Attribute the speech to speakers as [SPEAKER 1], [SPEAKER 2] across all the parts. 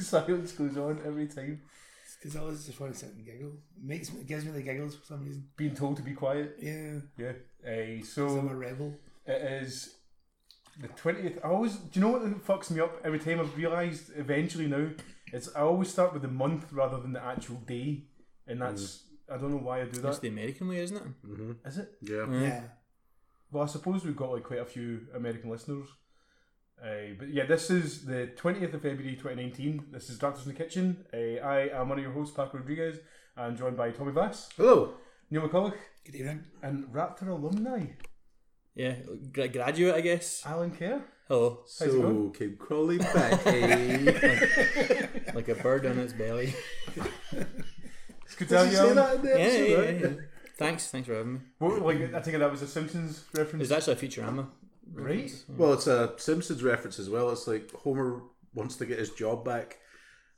[SPEAKER 1] silence goes on every time.
[SPEAKER 2] Because I always just want to sit and giggle. It makes me, it gives me the giggles for some reason.
[SPEAKER 1] Being told to be quiet.
[SPEAKER 2] Yeah,
[SPEAKER 1] Yeah. Uh,
[SPEAKER 2] 'cause
[SPEAKER 1] so
[SPEAKER 2] I'm a rebel.
[SPEAKER 1] It is the twentieth. I always do you know what fucks me up every time I've realised eventually now is I always start with the month rather than the actual day, and that's I don't know why I do
[SPEAKER 3] That's
[SPEAKER 1] that.
[SPEAKER 3] the American way, isn't it?
[SPEAKER 1] Is it?
[SPEAKER 4] Yeah.
[SPEAKER 2] Yeah,
[SPEAKER 1] Well, I suppose we've got like quite a few American listeners. Uh, but yeah, this is the 20th of February 2019. This is Doctors in the Kitchen. Uh, I am one of your hosts, Paco Rodriguez. I'm joined by Tommy Vass,
[SPEAKER 4] Hello.
[SPEAKER 1] Neil McCulloch,
[SPEAKER 2] good evening.
[SPEAKER 1] and Raptor alumni,
[SPEAKER 3] Yeah, gra- graduate, I guess.
[SPEAKER 1] Alan Kerr.
[SPEAKER 3] Hello,
[SPEAKER 1] it
[SPEAKER 4] So
[SPEAKER 1] going?
[SPEAKER 4] came crawling back. eh?
[SPEAKER 3] like a bird on its belly.
[SPEAKER 1] It's good to
[SPEAKER 4] Did
[SPEAKER 1] have
[SPEAKER 4] you
[SPEAKER 1] you,
[SPEAKER 4] say
[SPEAKER 1] Alan.
[SPEAKER 4] that in the
[SPEAKER 3] Yeah,
[SPEAKER 4] episode?
[SPEAKER 3] yeah,
[SPEAKER 4] right?
[SPEAKER 3] yeah, yeah. Thanks, thanks for having me.
[SPEAKER 1] What, like, I think that was a Simpsons
[SPEAKER 3] It
[SPEAKER 1] reference.
[SPEAKER 3] was actually a Futurama.
[SPEAKER 1] right?
[SPEAKER 4] Well, it's a Simpsons reference as well. It's like Homer wants to get his job back,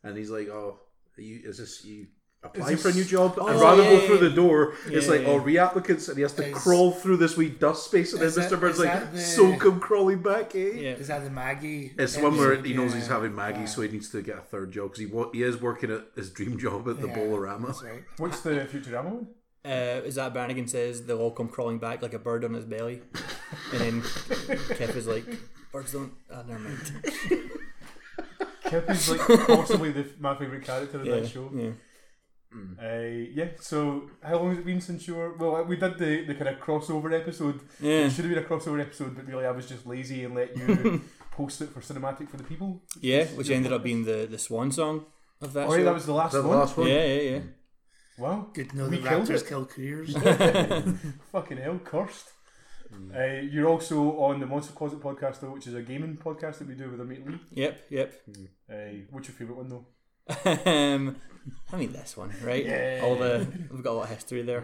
[SPEAKER 4] and he's like, "Oh, are you is this you applying
[SPEAKER 1] this-
[SPEAKER 4] for a new job?" and
[SPEAKER 3] Oh,
[SPEAKER 4] rather
[SPEAKER 3] yeah,
[SPEAKER 4] go
[SPEAKER 3] yeah,
[SPEAKER 4] through
[SPEAKER 3] yeah.
[SPEAKER 4] the door, it's
[SPEAKER 3] Yeah,
[SPEAKER 4] like,
[SPEAKER 3] yeah.
[SPEAKER 4] "Oh, reapplicants," and he has to
[SPEAKER 2] Is-
[SPEAKER 4] crawl through this wee dust space, and then
[SPEAKER 2] is that-
[SPEAKER 4] Mr. Bird's
[SPEAKER 2] is
[SPEAKER 4] like,
[SPEAKER 2] that the-
[SPEAKER 4] "So come crawling back, eh?"
[SPEAKER 3] Yeah.
[SPEAKER 2] Is that the Maggie?
[SPEAKER 4] It's the one where he knows
[SPEAKER 2] Yeah.
[SPEAKER 4] he's having Maggie, so he needs to get a third job because he wa- he is working at his dream job at the
[SPEAKER 2] Yeah,
[SPEAKER 4] Bolorama.
[SPEAKER 2] That's right.
[SPEAKER 1] What's the Futurama one?
[SPEAKER 3] Uh, is that Brannigan says they'll all come crawling back like a bird on its belly, and then
[SPEAKER 4] Mm.
[SPEAKER 3] Kip is like, "Birds don't." Ah, never mind.
[SPEAKER 1] Kip is like possibly the, my favourite character in
[SPEAKER 3] Yeah, Mm.
[SPEAKER 1] that show.
[SPEAKER 3] yeah.
[SPEAKER 1] Uh, yeah, so how long has it been since you were. Well, we did the, the kind of crossover episode.
[SPEAKER 3] Yeah.
[SPEAKER 1] It should have been a crossover episode, but really I was just lazy and let you post it for Cinematic for the People.
[SPEAKER 3] Yeah, which ended up being the, the swan song of that
[SPEAKER 1] Oh,
[SPEAKER 3] show.
[SPEAKER 1] yeah, that was the last
[SPEAKER 4] Is that the
[SPEAKER 1] one.
[SPEAKER 4] last one?
[SPEAKER 3] yeah, yeah, yeah.
[SPEAKER 1] Wow.
[SPEAKER 2] Good to know
[SPEAKER 1] We
[SPEAKER 2] that
[SPEAKER 1] killed
[SPEAKER 2] raptors
[SPEAKER 1] it.
[SPEAKER 2] kill careers.
[SPEAKER 1] Fucking hell, cursed. Uh, you're also on the Monster Closet podcast, though, which is a gaming podcast that we do with our mate Lee.
[SPEAKER 3] Yep, yep.
[SPEAKER 1] Uh, what's your favourite one, though?
[SPEAKER 3] um, I mean this one, right?
[SPEAKER 1] Yeah.
[SPEAKER 3] All the we've got a lot of history there.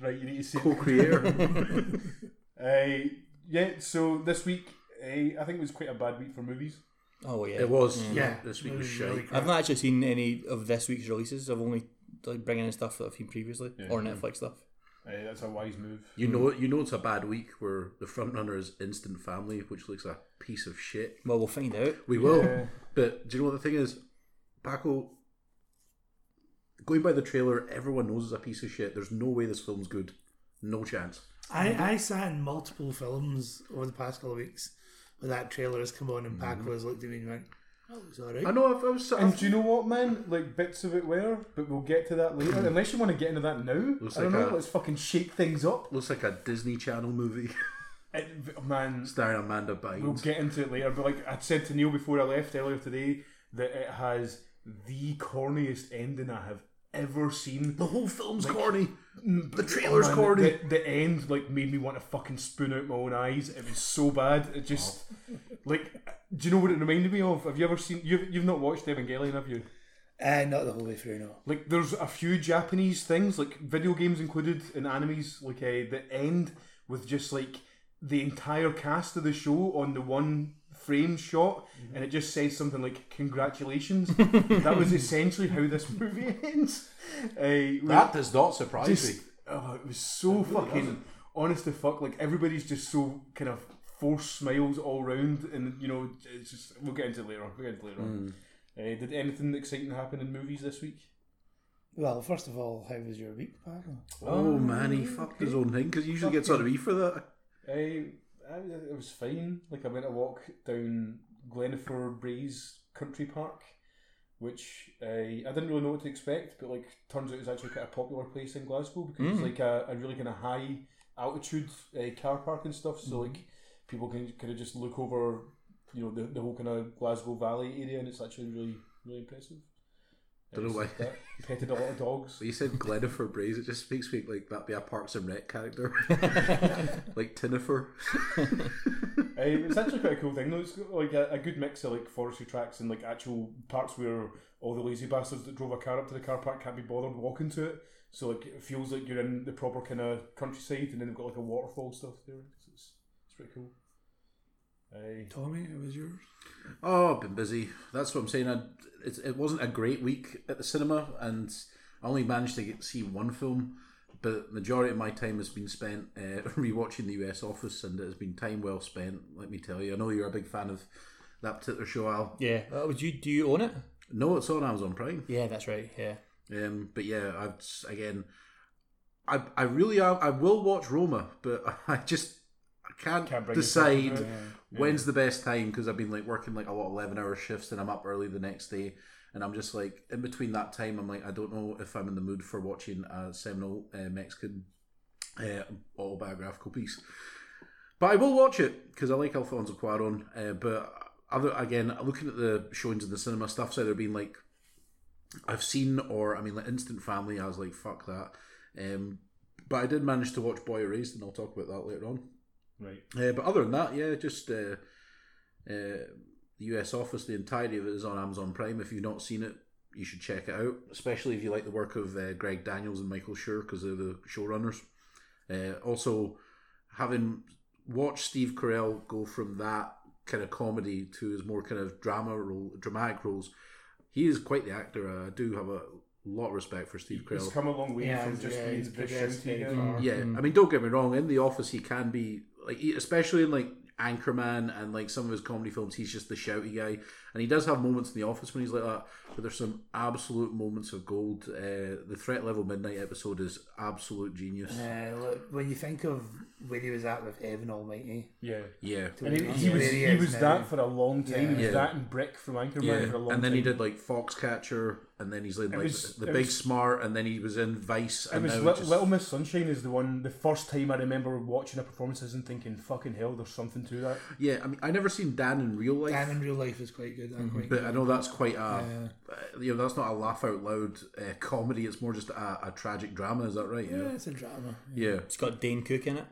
[SPEAKER 1] Right, you need to see it.
[SPEAKER 4] Co-creator.
[SPEAKER 1] Uh, yeah, so this week, uh, I think it was quite a bad week for movies.
[SPEAKER 3] Oh yeah.
[SPEAKER 4] it was.
[SPEAKER 2] yeah,
[SPEAKER 4] This week was
[SPEAKER 2] Really, really
[SPEAKER 4] shite.
[SPEAKER 2] crap.
[SPEAKER 3] I've not actually seen any of this week's releases. I've only like bringing in stuff that I've seen previously or Netflix stuff.
[SPEAKER 1] Uh, that's a wise move.
[SPEAKER 4] You know, you know it's a bad week where the front runner is Instant Family, which looks a piece of shit.
[SPEAKER 3] Well, we'll find out.
[SPEAKER 4] We will,
[SPEAKER 1] Yeah.
[SPEAKER 4] but do you know what the thing is, Paco? Going by the trailer, everyone knows it's a piece of shit. There's no way this film's good. No chance.
[SPEAKER 2] I, I sat in multiple films over the past couple of weeks where that trailer has come on and
[SPEAKER 4] Mm-hmm.
[SPEAKER 2] Paco has looked at me and went, "Oh, it's all right."
[SPEAKER 4] I know. I've, I was.
[SPEAKER 1] And
[SPEAKER 4] I've,
[SPEAKER 1] do you know what, man? Like bits of it were, but we'll get to that later. Unless you want to get into that now,
[SPEAKER 4] Looks
[SPEAKER 1] I don't
[SPEAKER 4] like
[SPEAKER 1] know.
[SPEAKER 4] a-
[SPEAKER 1] Let's fucking shake things up,
[SPEAKER 4] looks like a Disney Channel movie
[SPEAKER 1] It- man.
[SPEAKER 4] starring Amanda Bynes.
[SPEAKER 1] We'll get into it later. But like I said to Neil before I left earlier today, that it has the corniest ending I have ever seen.
[SPEAKER 4] the whole film's corny. The trailer's
[SPEAKER 1] Man,
[SPEAKER 4] corny.
[SPEAKER 1] The, the end like made me want to fucking spoon out my own eyes. It was so bad. It just like, do you know what it reminded me of? Have you ever seen? You've you've not watched Evangelion, have you?
[SPEAKER 2] Uh, not the whole way through, no.
[SPEAKER 1] Like there's a few Japanese things, like video games included and animes, like uh, the end with just like the entire cast of the show on the one frame shot,
[SPEAKER 4] Mm-hmm.
[SPEAKER 1] and it just says something like "congratulations." that was essentially how this movie ends. Uh,
[SPEAKER 4] that does not surprise me.
[SPEAKER 1] just, oh, it was so fucking honest to fuck. Like everybody's just so kind of forced smiles all round, and you know, it's just we'll get into it later. on, We'll get into it later. on. Uh, did anything exciting happen in movies this week?
[SPEAKER 2] Well, first of all, how was your week, Paco?
[SPEAKER 4] Oh man, he fucked his own thing because he usually gets on me for that.
[SPEAKER 1] I, Um, I it was fine. Like I went a walk down Glenifer Braes Country Park, which uh, I didn't really know what to expect, but like turns out it's actually quite a popular place in Glasgow because it's like a, a really kind of high altitude uh, car park and stuff. So like people can kind of just look over, you know, the, the whole kind of Glasgow Valley area, and it's actually really really impressive.
[SPEAKER 4] Don't know
[SPEAKER 1] It's like
[SPEAKER 4] why.
[SPEAKER 1] that. Petted a lot of dogs.
[SPEAKER 4] But you said Glenifer Braze, it just makes me like that be a Parks and Rec character, like Tinifer.
[SPEAKER 1] Uh, it's actually quite a cool thing though. It's got, like a, a good mix of like forestry tracks and like actual parts where all the lazy bastards that drove a car up to the car park can't be bothered walking to it. So like it feels like you're in the proper kind of countryside, and then they've got like a waterfall stuff there. So it's, it's pretty cool. Aye.
[SPEAKER 2] Tommy, how was yours?
[SPEAKER 4] Oh, I've been busy. That's what I'm saying. I, it, it wasn't a great week at the cinema, and I only managed to get, see one film. But majority of my time has been spent uh, rewatching the US Office, and it has been time well spent. Let me tell you. I know you're a big fan of that particular show, Al.
[SPEAKER 3] Yeah. Uh, would you do you own it?
[SPEAKER 4] No, it's on Amazon Prime.
[SPEAKER 3] Yeah, that's right. Yeah.
[SPEAKER 4] Um, but yeah, I've s- again, I I really I, I will watch Roma, but I just I can't,
[SPEAKER 1] Can't bring yourself to
[SPEAKER 4] decide
[SPEAKER 1] it, yeah.
[SPEAKER 4] when's the best time because I've been like working like a lot of eleven hour shifts and I'm up early the next day. And I'm just like in between that time, I'm like I don't know if I'm in the mood for watching a seminal uh, Mexican uh, autobiographical piece. But I will watch it because I like Alfonso Cuarón. Uh, but other again, looking at the showings in the cinema, stuff's either been like I've seen, or I mean, like Instant Family. I was like, fuck that. Um, but I did manage to watch Boy Erased, and I'll talk about that later on.
[SPEAKER 1] Right.
[SPEAKER 4] Uh, but other than that, yeah, just uh, uh, the US Office. The entirety of it is on Amazon Prime. If you've not seen it, you should check it out, especially if you like the work of uh, Greg Daniels and Michael Schur because they're the showrunners. Uh, also, having watched Steve Carell go from that kind of comedy to his more kind of drama role, dramatic roles, he is quite the actor. I do have a lot of respect for Steve Carell.
[SPEAKER 1] He's come a long way
[SPEAKER 2] Yeah,
[SPEAKER 1] from just
[SPEAKER 2] yeah,
[SPEAKER 1] being
[SPEAKER 2] he's
[SPEAKER 1] the big
[SPEAKER 2] progressed
[SPEAKER 1] shouty
[SPEAKER 2] very
[SPEAKER 1] guy.
[SPEAKER 2] far.
[SPEAKER 4] Yeah, I mean, don't get me wrong. In the office, he can be like, he- especially in like Anchorman and like some of his comedy films, he's just the shouty guy, and he does have moments in the office when he's like that. But there's some absolute moments of gold. Uh, the Threat Level Midnight episode is absolute genius.
[SPEAKER 2] Uh, look, when you think of where he was at with Evan Almighty,
[SPEAKER 1] Yeah.
[SPEAKER 4] Yeah.
[SPEAKER 2] to
[SPEAKER 1] And he,
[SPEAKER 2] where
[SPEAKER 1] he was
[SPEAKER 2] is
[SPEAKER 1] he was
[SPEAKER 2] now,
[SPEAKER 1] that for a long time. He was
[SPEAKER 4] Yeah.
[SPEAKER 1] that and Brick from Anchorman
[SPEAKER 4] Yeah,
[SPEAKER 1] for a long
[SPEAKER 4] and then
[SPEAKER 1] time.
[SPEAKER 4] he did like Foxcatcher, and then he's in, like
[SPEAKER 1] was-
[SPEAKER 4] the
[SPEAKER 1] it
[SPEAKER 4] Big
[SPEAKER 1] was-
[SPEAKER 4] Smart, and then he was in Vice,
[SPEAKER 1] It
[SPEAKER 4] and
[SPEAKER 1] was
[SPEAKER 4] now
[SPEAKER 1] Lit-
[SPEAKER 4] just-
[SPEAKER 1] Little Miss Sunshine is the one. The first time I remember watching a performances and thinking, "Fucking hell, there's something to that."
[SPEAKER 4] yeah. I mean, I never seen Dan in real life.
[SPEAKER 2] Dan in real life is quite good. I'm quite
[SPEAKER 4] But I know that's quite a, uh, you know, that's not a laugh out loud uh, comedy. It's more just a, a tragic drama. Is that right?
[SPEAKER 2] Yeah,
[SPEAKER 4] Yeah.
[SPEAKER 2] it's a drama.
[SPEAKER 4] Yeah.
[SPEAKER 3] It's got Dane Cook in it.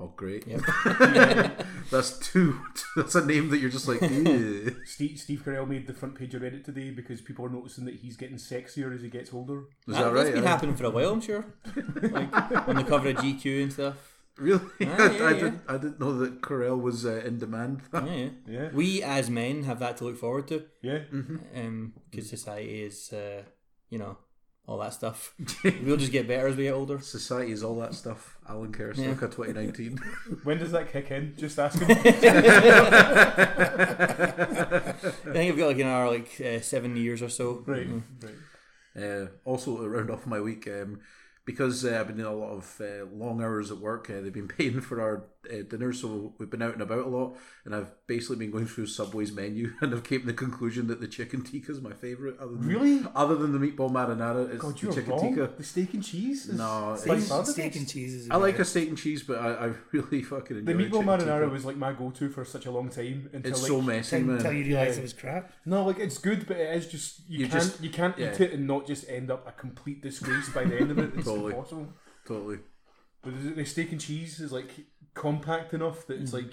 [SPEAKER 4] Oh, great.
[SPEAKER 3] Yep.
[SPEAKER 4] that's two. That's a name that you're just like. "Ew."
[SPEAKER 1] Steve, Steve Carell made the front page of Reddit today because people are noticing that he's getting sexier as he gets older.
[SPEAKER 4] Is that
[SPEAKER 3] has
[SPEAKER 4] right?
[SPEAKER 3] been
[SPEAKER 4] Yeah.
[SPEAKER 3] happening for a while, I'm sure. Like on the cover of GQ and stuff.
[SPEAKER 4] Really?
[SPEAKER 3] Ah,
[SPEAKER 4] I,
[SPEAKER 3] yeah,
[SPEAKER 4] I
[SPEAKER 3] yeah.
[SPEAKER 4] didn't. I didn't know that Corel was uh, in demand.
[SPEAKER 3] Yeah, yeah.
[SPEAKER 1] Yeah,
[SPEAKER 3] We as men have that to look forward to,
[SPEAKER 1] yeah.
[SPEAKER 4] Mm.
[SPEAKER 3] because society is, uh, you know, all that stuff. we'll just get better as we get older.
[SPEAKER 4] Society is all that stuff. Alan Kerr,
[SPEAKER 3] Yeah.
[SPEAKER 4] circa 2019.
[SPEAKER 1] When does that kick in? Just ask him.
[SPEAKER 3] I think I've got like another like uh, seven years or so.
[SPEAKER 1] right,
[SPEAKER 4] Mm.
[SPEAKER 1] right.
[SPEAKER 4] Uh, also, to round off my week, um, because uh, I've been doing a lot of uh, long hours at work, uh, they've been paying for our uh, dinner, so we've been out and about a lot. And I've basically been going through Subway's menu, and I've came to the conclusion that the chicken tikka is my favorite. Other than,
[SPEAKER 1] Really?
[SPEAKER 4] Other than the meatball marinara, it's
[SPEAKER 1] God,
[SPEAKER 4] the
[SPEAKER 1] you're
[SPEAKER 4] chicken
[SPEAKER 1] wrong.
[SPEAKER 4] tikka.
[SPEAKER 1] The steak and cheese. Is
[SPEAKER 4] No,
[SPEAKER 1] is
[SPEAKER 4] Steak-
[SPEAKER 1] by far the
[SPEAKER 2] Steak
[SPEAKER 1] best.
[SPEAKER 2] and cheese is.
[SPEAKER 4] I like
[SPEAKER 2] good.
[SPEAKER 4] a steak and cheese, but I, I really fucking
[SPEAKER 1] The
[SPEAKER 4] enjoy
[SPEAKER 1] meatball
[SPEAKER 4] chicken
[SPEAKER 1] marinara
[SPEAKER 4] tikka.
[SPEAKER 1] was like my go-to for such a long time until
[SPEAKER 4] It's
[SPEAKER 1] like
[SPEAKER 4] so messy,
[SPEAKER 2] Until
[SPEAKER 4] man.
[SPEAKER 2] until you realise
[SPEAKER 1] Yeah.
[SPEAKER 2] it was crap.
[SPEAKER 1] no, like it's good, but it is just you,
[SPEAKER 4] You
[SPEAKER 1] can't
[SPEAKER 4] just-
[SPEAKER 1] you can't
[SPEAKER 4] yeah.
[SPEAKER 1] eat it and not just end up a complete disgrace by the end of it. It's
[SPEAKER 4] Totally.
[SPEAKER 1] impossible.
[SPEAKER 4] Totally.
[SPEAKER 1] But the- the steak and cheese is like compact enough that it's like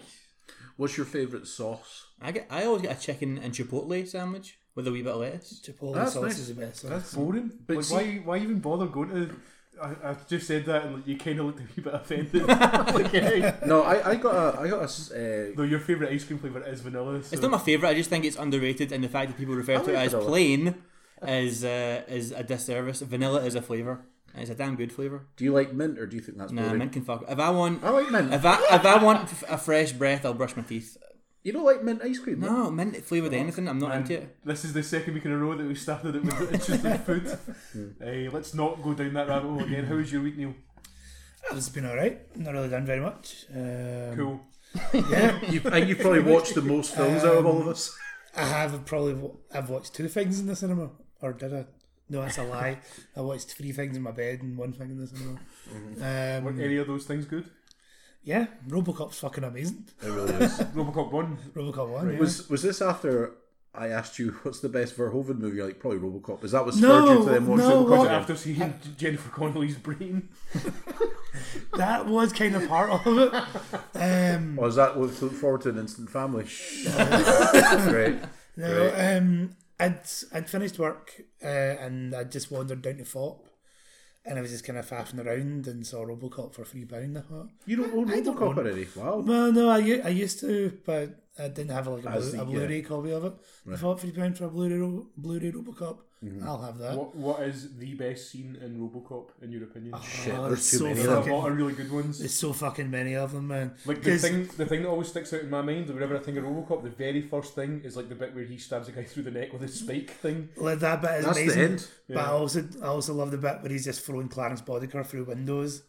[SPEAKER 4] What's your favorite sauce?
[SPEAKER 3] I get, I always get a chicken and chipotle sandwich with a wee bit of lettuce.
[SPEAKER 2] Chipotle
[SPEAKER 4] That's
[SPEAKER 2] sauce
[SPEAKER 4] nice.
[SPEAKER 2] is the best. sauce.
[SPEAKER 1] that's boring. But
[SPEAKER 4] But
[SPEAKER 1] like,
[SPEAKER 4] see-
[SPEAKER 1] why why even bother going to? I, I just said that and you kind of looked a wee bit offended. like, yeah.
[SPEAKER 4] No, I, I got a I got a s- uh,
[SPEAKER 1] Though your favorite ice cream flavor is vanilla. So.
[SPEAKER 3] It's not my favourite. I just think it's underrated, and the fact that people refer
[SPEAKER 4] I
[SPEAKER 3] to it
[SPEAKER 4] like
[SPEAKER 3] as
[SPEAKER 4] vanilla.
[SPEAKER 3] plain is uh, is a disservice. Vanilla is a flavour. and It's a damn good flavour.
[SPEAKER 4] Do you like mint, or do you think that's
[SPEAKER 3] Nah,
[SPEAKER 4] boring?
[SPEAKER 3] mint can fuck. If I want,
[SPEAKER 4] I like mint.
[SPEAKER 3] if I if I want f- a fresh breath, I'll brush my teeth.
[SPEAKER 4] You don't like mint ice cream?
[SPEAKER 3] No, mint flavoured anything. I'm not
[SPEAKER 1] And
[SPEAKER 3] into it.
[SPEAKER 1] This is the second week in a row that we started it with interesting food. Eh, let's not go down that rabbit hole again. How was your week, Neil?
[SPEAKER 2] It's been all right. Not really done very much. Um,
[SPEAKER 1] Cool.
[SPEAKER 4] You, and you probably watched the most films out of all of us.
[SPEAKER 2] I have probably w- I've watched two things in the cinema, or did I? No, that's a lie. I watched three things in my bed and one thing in the cinema.
[SPEAKER 4] Mm-hmm.
[SPEAKER 1] Were
[SPEAKER 2] Um,
[SPEAKER 1] any of those things good?
[SPEAKER 2] yeah, RoboCop's fucking amazing.
[SPEAKER 4] It really is.
[SPEAKER 1] Robocop 1.
[SPEAKER 2] RoboCop one. yeah.
[SPEAKER 4] Was was this after I asked you what's the best Verhoeven movie? You're Like probably RoboCop. Is that what spurred
[SPEAKER 2] No,
[SPEAKER 4] you to then watch
[SPEAKER 2] no,
[SPEAKER 4] RoboCop?
[SPEAKER 2] what-
[SPEAKER 4] again?
[SPEAKER 1] After seeing Jennifer Connelly's brain.
[SPEAKER 2] that was kind of part of it. Um,
[SPEAKER 4] Or is that what to look forward to an instant family? Great.
[SPEAKER 2] no, um, I'd I'd finished work uh, and I just wandered down to FOP. And I was just kind of faffing around and saw RoboCop for three pound. I thought,
[SPEAKER 4] You don't own
[SPEAKER 2] I don't
[SPEAKER 4] RoboCop
[SPEAKER 2] own-
[SPEAKER 4] already? Wow.
[SPEAKER 2] well, no, I, u- I used to, but I didn't have like a,
[SPEAKER 4] As
[SPEAKER 2] Blu- a
[SPEAKER 4] the, uh,
[SPEAKER 2] Blu-ray copy of it. I thought three pound for a Blu-ray Ro- Blu-ray RoboCop.
[SPEAKER 4] Mm-hmm.
[SPEAKER 2] I'll have that.
[SPEAKER 1] What What is the best scene in RoboCop in your opinion?
[SPEAKER 4] Shit,
[SPEAKER 2] Oh,
[SPEAKER 4] there's
[SPEAKER 2] it's
[SPEAKER 4] too
[SPEAKER 2] so
[SPEAKER 4] many
[SPEAKER 1] There's
[SPEAKER 4] of
[SPEAKER 1] a
[SPEAKER 4] them.
[SPEAKER 2] fucking-
[SPEAKER 1] lot of really good ones.
[SPEAKER 2] There's so fucking many of them, man.
[SPEAKER 1] Like the
[SPEAKER 2] 'Cause-
[SPEAKER 1] thing, the thing that always sticks out in my mind whenever I think of RoboCop, the very first thing is like the bit where he stabs a guy through the neck with his spike thing.
[SPEAKER 2] Like that bit is
[SPEAKER 4] That's the
[SPEAKER 2] amazing.
[SPEAKER 4] end.
[SPEAKER 2] But I also I also love the bit where he's just throwing Clarence Bodicar through windows.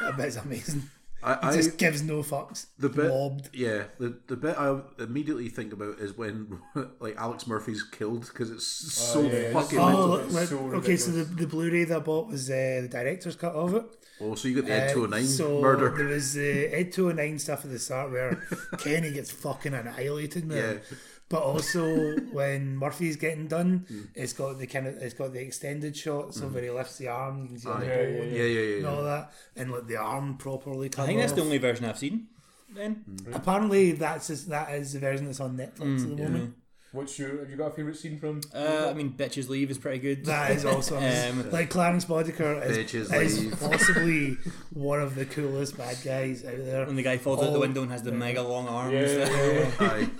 [SPEAKER 2] that bit's amazing.
[SPEAKER 4] I,
[SPEAKER 2] He
[SPEAKER 4] I
[SPEAKER 2] just gives no fucks.
[SPEAKER 4] the bit,
[SPEAKER 2] Lobbed.
[SPEAKER 4] yeah, the the bit I immediately think about is when like Alex Murphy's killed because it's so
[SPEAKER 1] yeah, it's
[SPEAKER 4] fucking.
[SPEAKER 1] so-
[SPEAKER 4] mental.
[SPEAKER 2] Oh,
[SPEAKER 1] it's
[SPEAKER 2] like-
[SPEAKER 1] so
[SPEAKER 2] okay. So the,
[SPEAKER 1] ridiculous.
[SPEAKER 2] the Blu-ray that I bought was uh, the director's cut of it.
[SPEAKER 4] Oh, so you got the Ed
[SPEAKER 2] Uh,
[SPEAKER 4] 209
[SPEAKER 2] so
[SPEAKER 4] murder.
[SPEAKER 2] There was uh, the Ed 209 stuff at the start where Kenny gets fucking annihilated, man.
[SPEAKER 4] Yeah.
[SPEAKER 2] But also when Murphy's getting done,
[SPEAKER 4] Mm.
[SPEAKER 2] it's got the kind of it's got the extended shots of where he lifts the arm, you can see the
[SPEAKER 4] Aye.
[SPEAKER 2] bone
[SPEAKER 4] Yeah,
[SPEAKER 1] yeah,
[SPEAKER 2] and
[SPEAKER 4] Yeah, yeah, yeah.
[SPEAKER 2] and
[SPEAKER 4] yeah.
[SPEAKER 2] all that, and like the arm properly.
[SPEAKER 3] I
[SPEAKER 2] Cut
[SPEAKER 3] think that's
[SPEAKER 2] off.
[SPEAKER 3] the only version I've seen. Then
[SPEAKER 4] Hmm.
[SPEAKER 2] Apparently, that's just, that is the version that's on
[SPEAKER 4] Mm,
[SPEAKER 2] Netflix at the moment.
[SPEAKER 1] What's your? Have you got a favorite scene from?
[SPEAKER 3] uh, I mean, bitches leave is pretty good.
[SPEAKER 2] That is also
[SPEAKER 3] Um,
[SPEAKER 2] like Clarence Boddicker is,
[SPEAKER 4] Bitches
[SPEAKER 2] is
[SPEAKER 4] leave.
[SPEAKER 2] possibly one of the coolest bad guys out there.
[SPEAKER 3] when the guy falls out the
[SPEAKER 2] Oh,
[SPEAKER 3] window and has the mega long arms.
[SPEAKER 1] yeah, yeah, yeah.
[SPEAKER 4] Aye.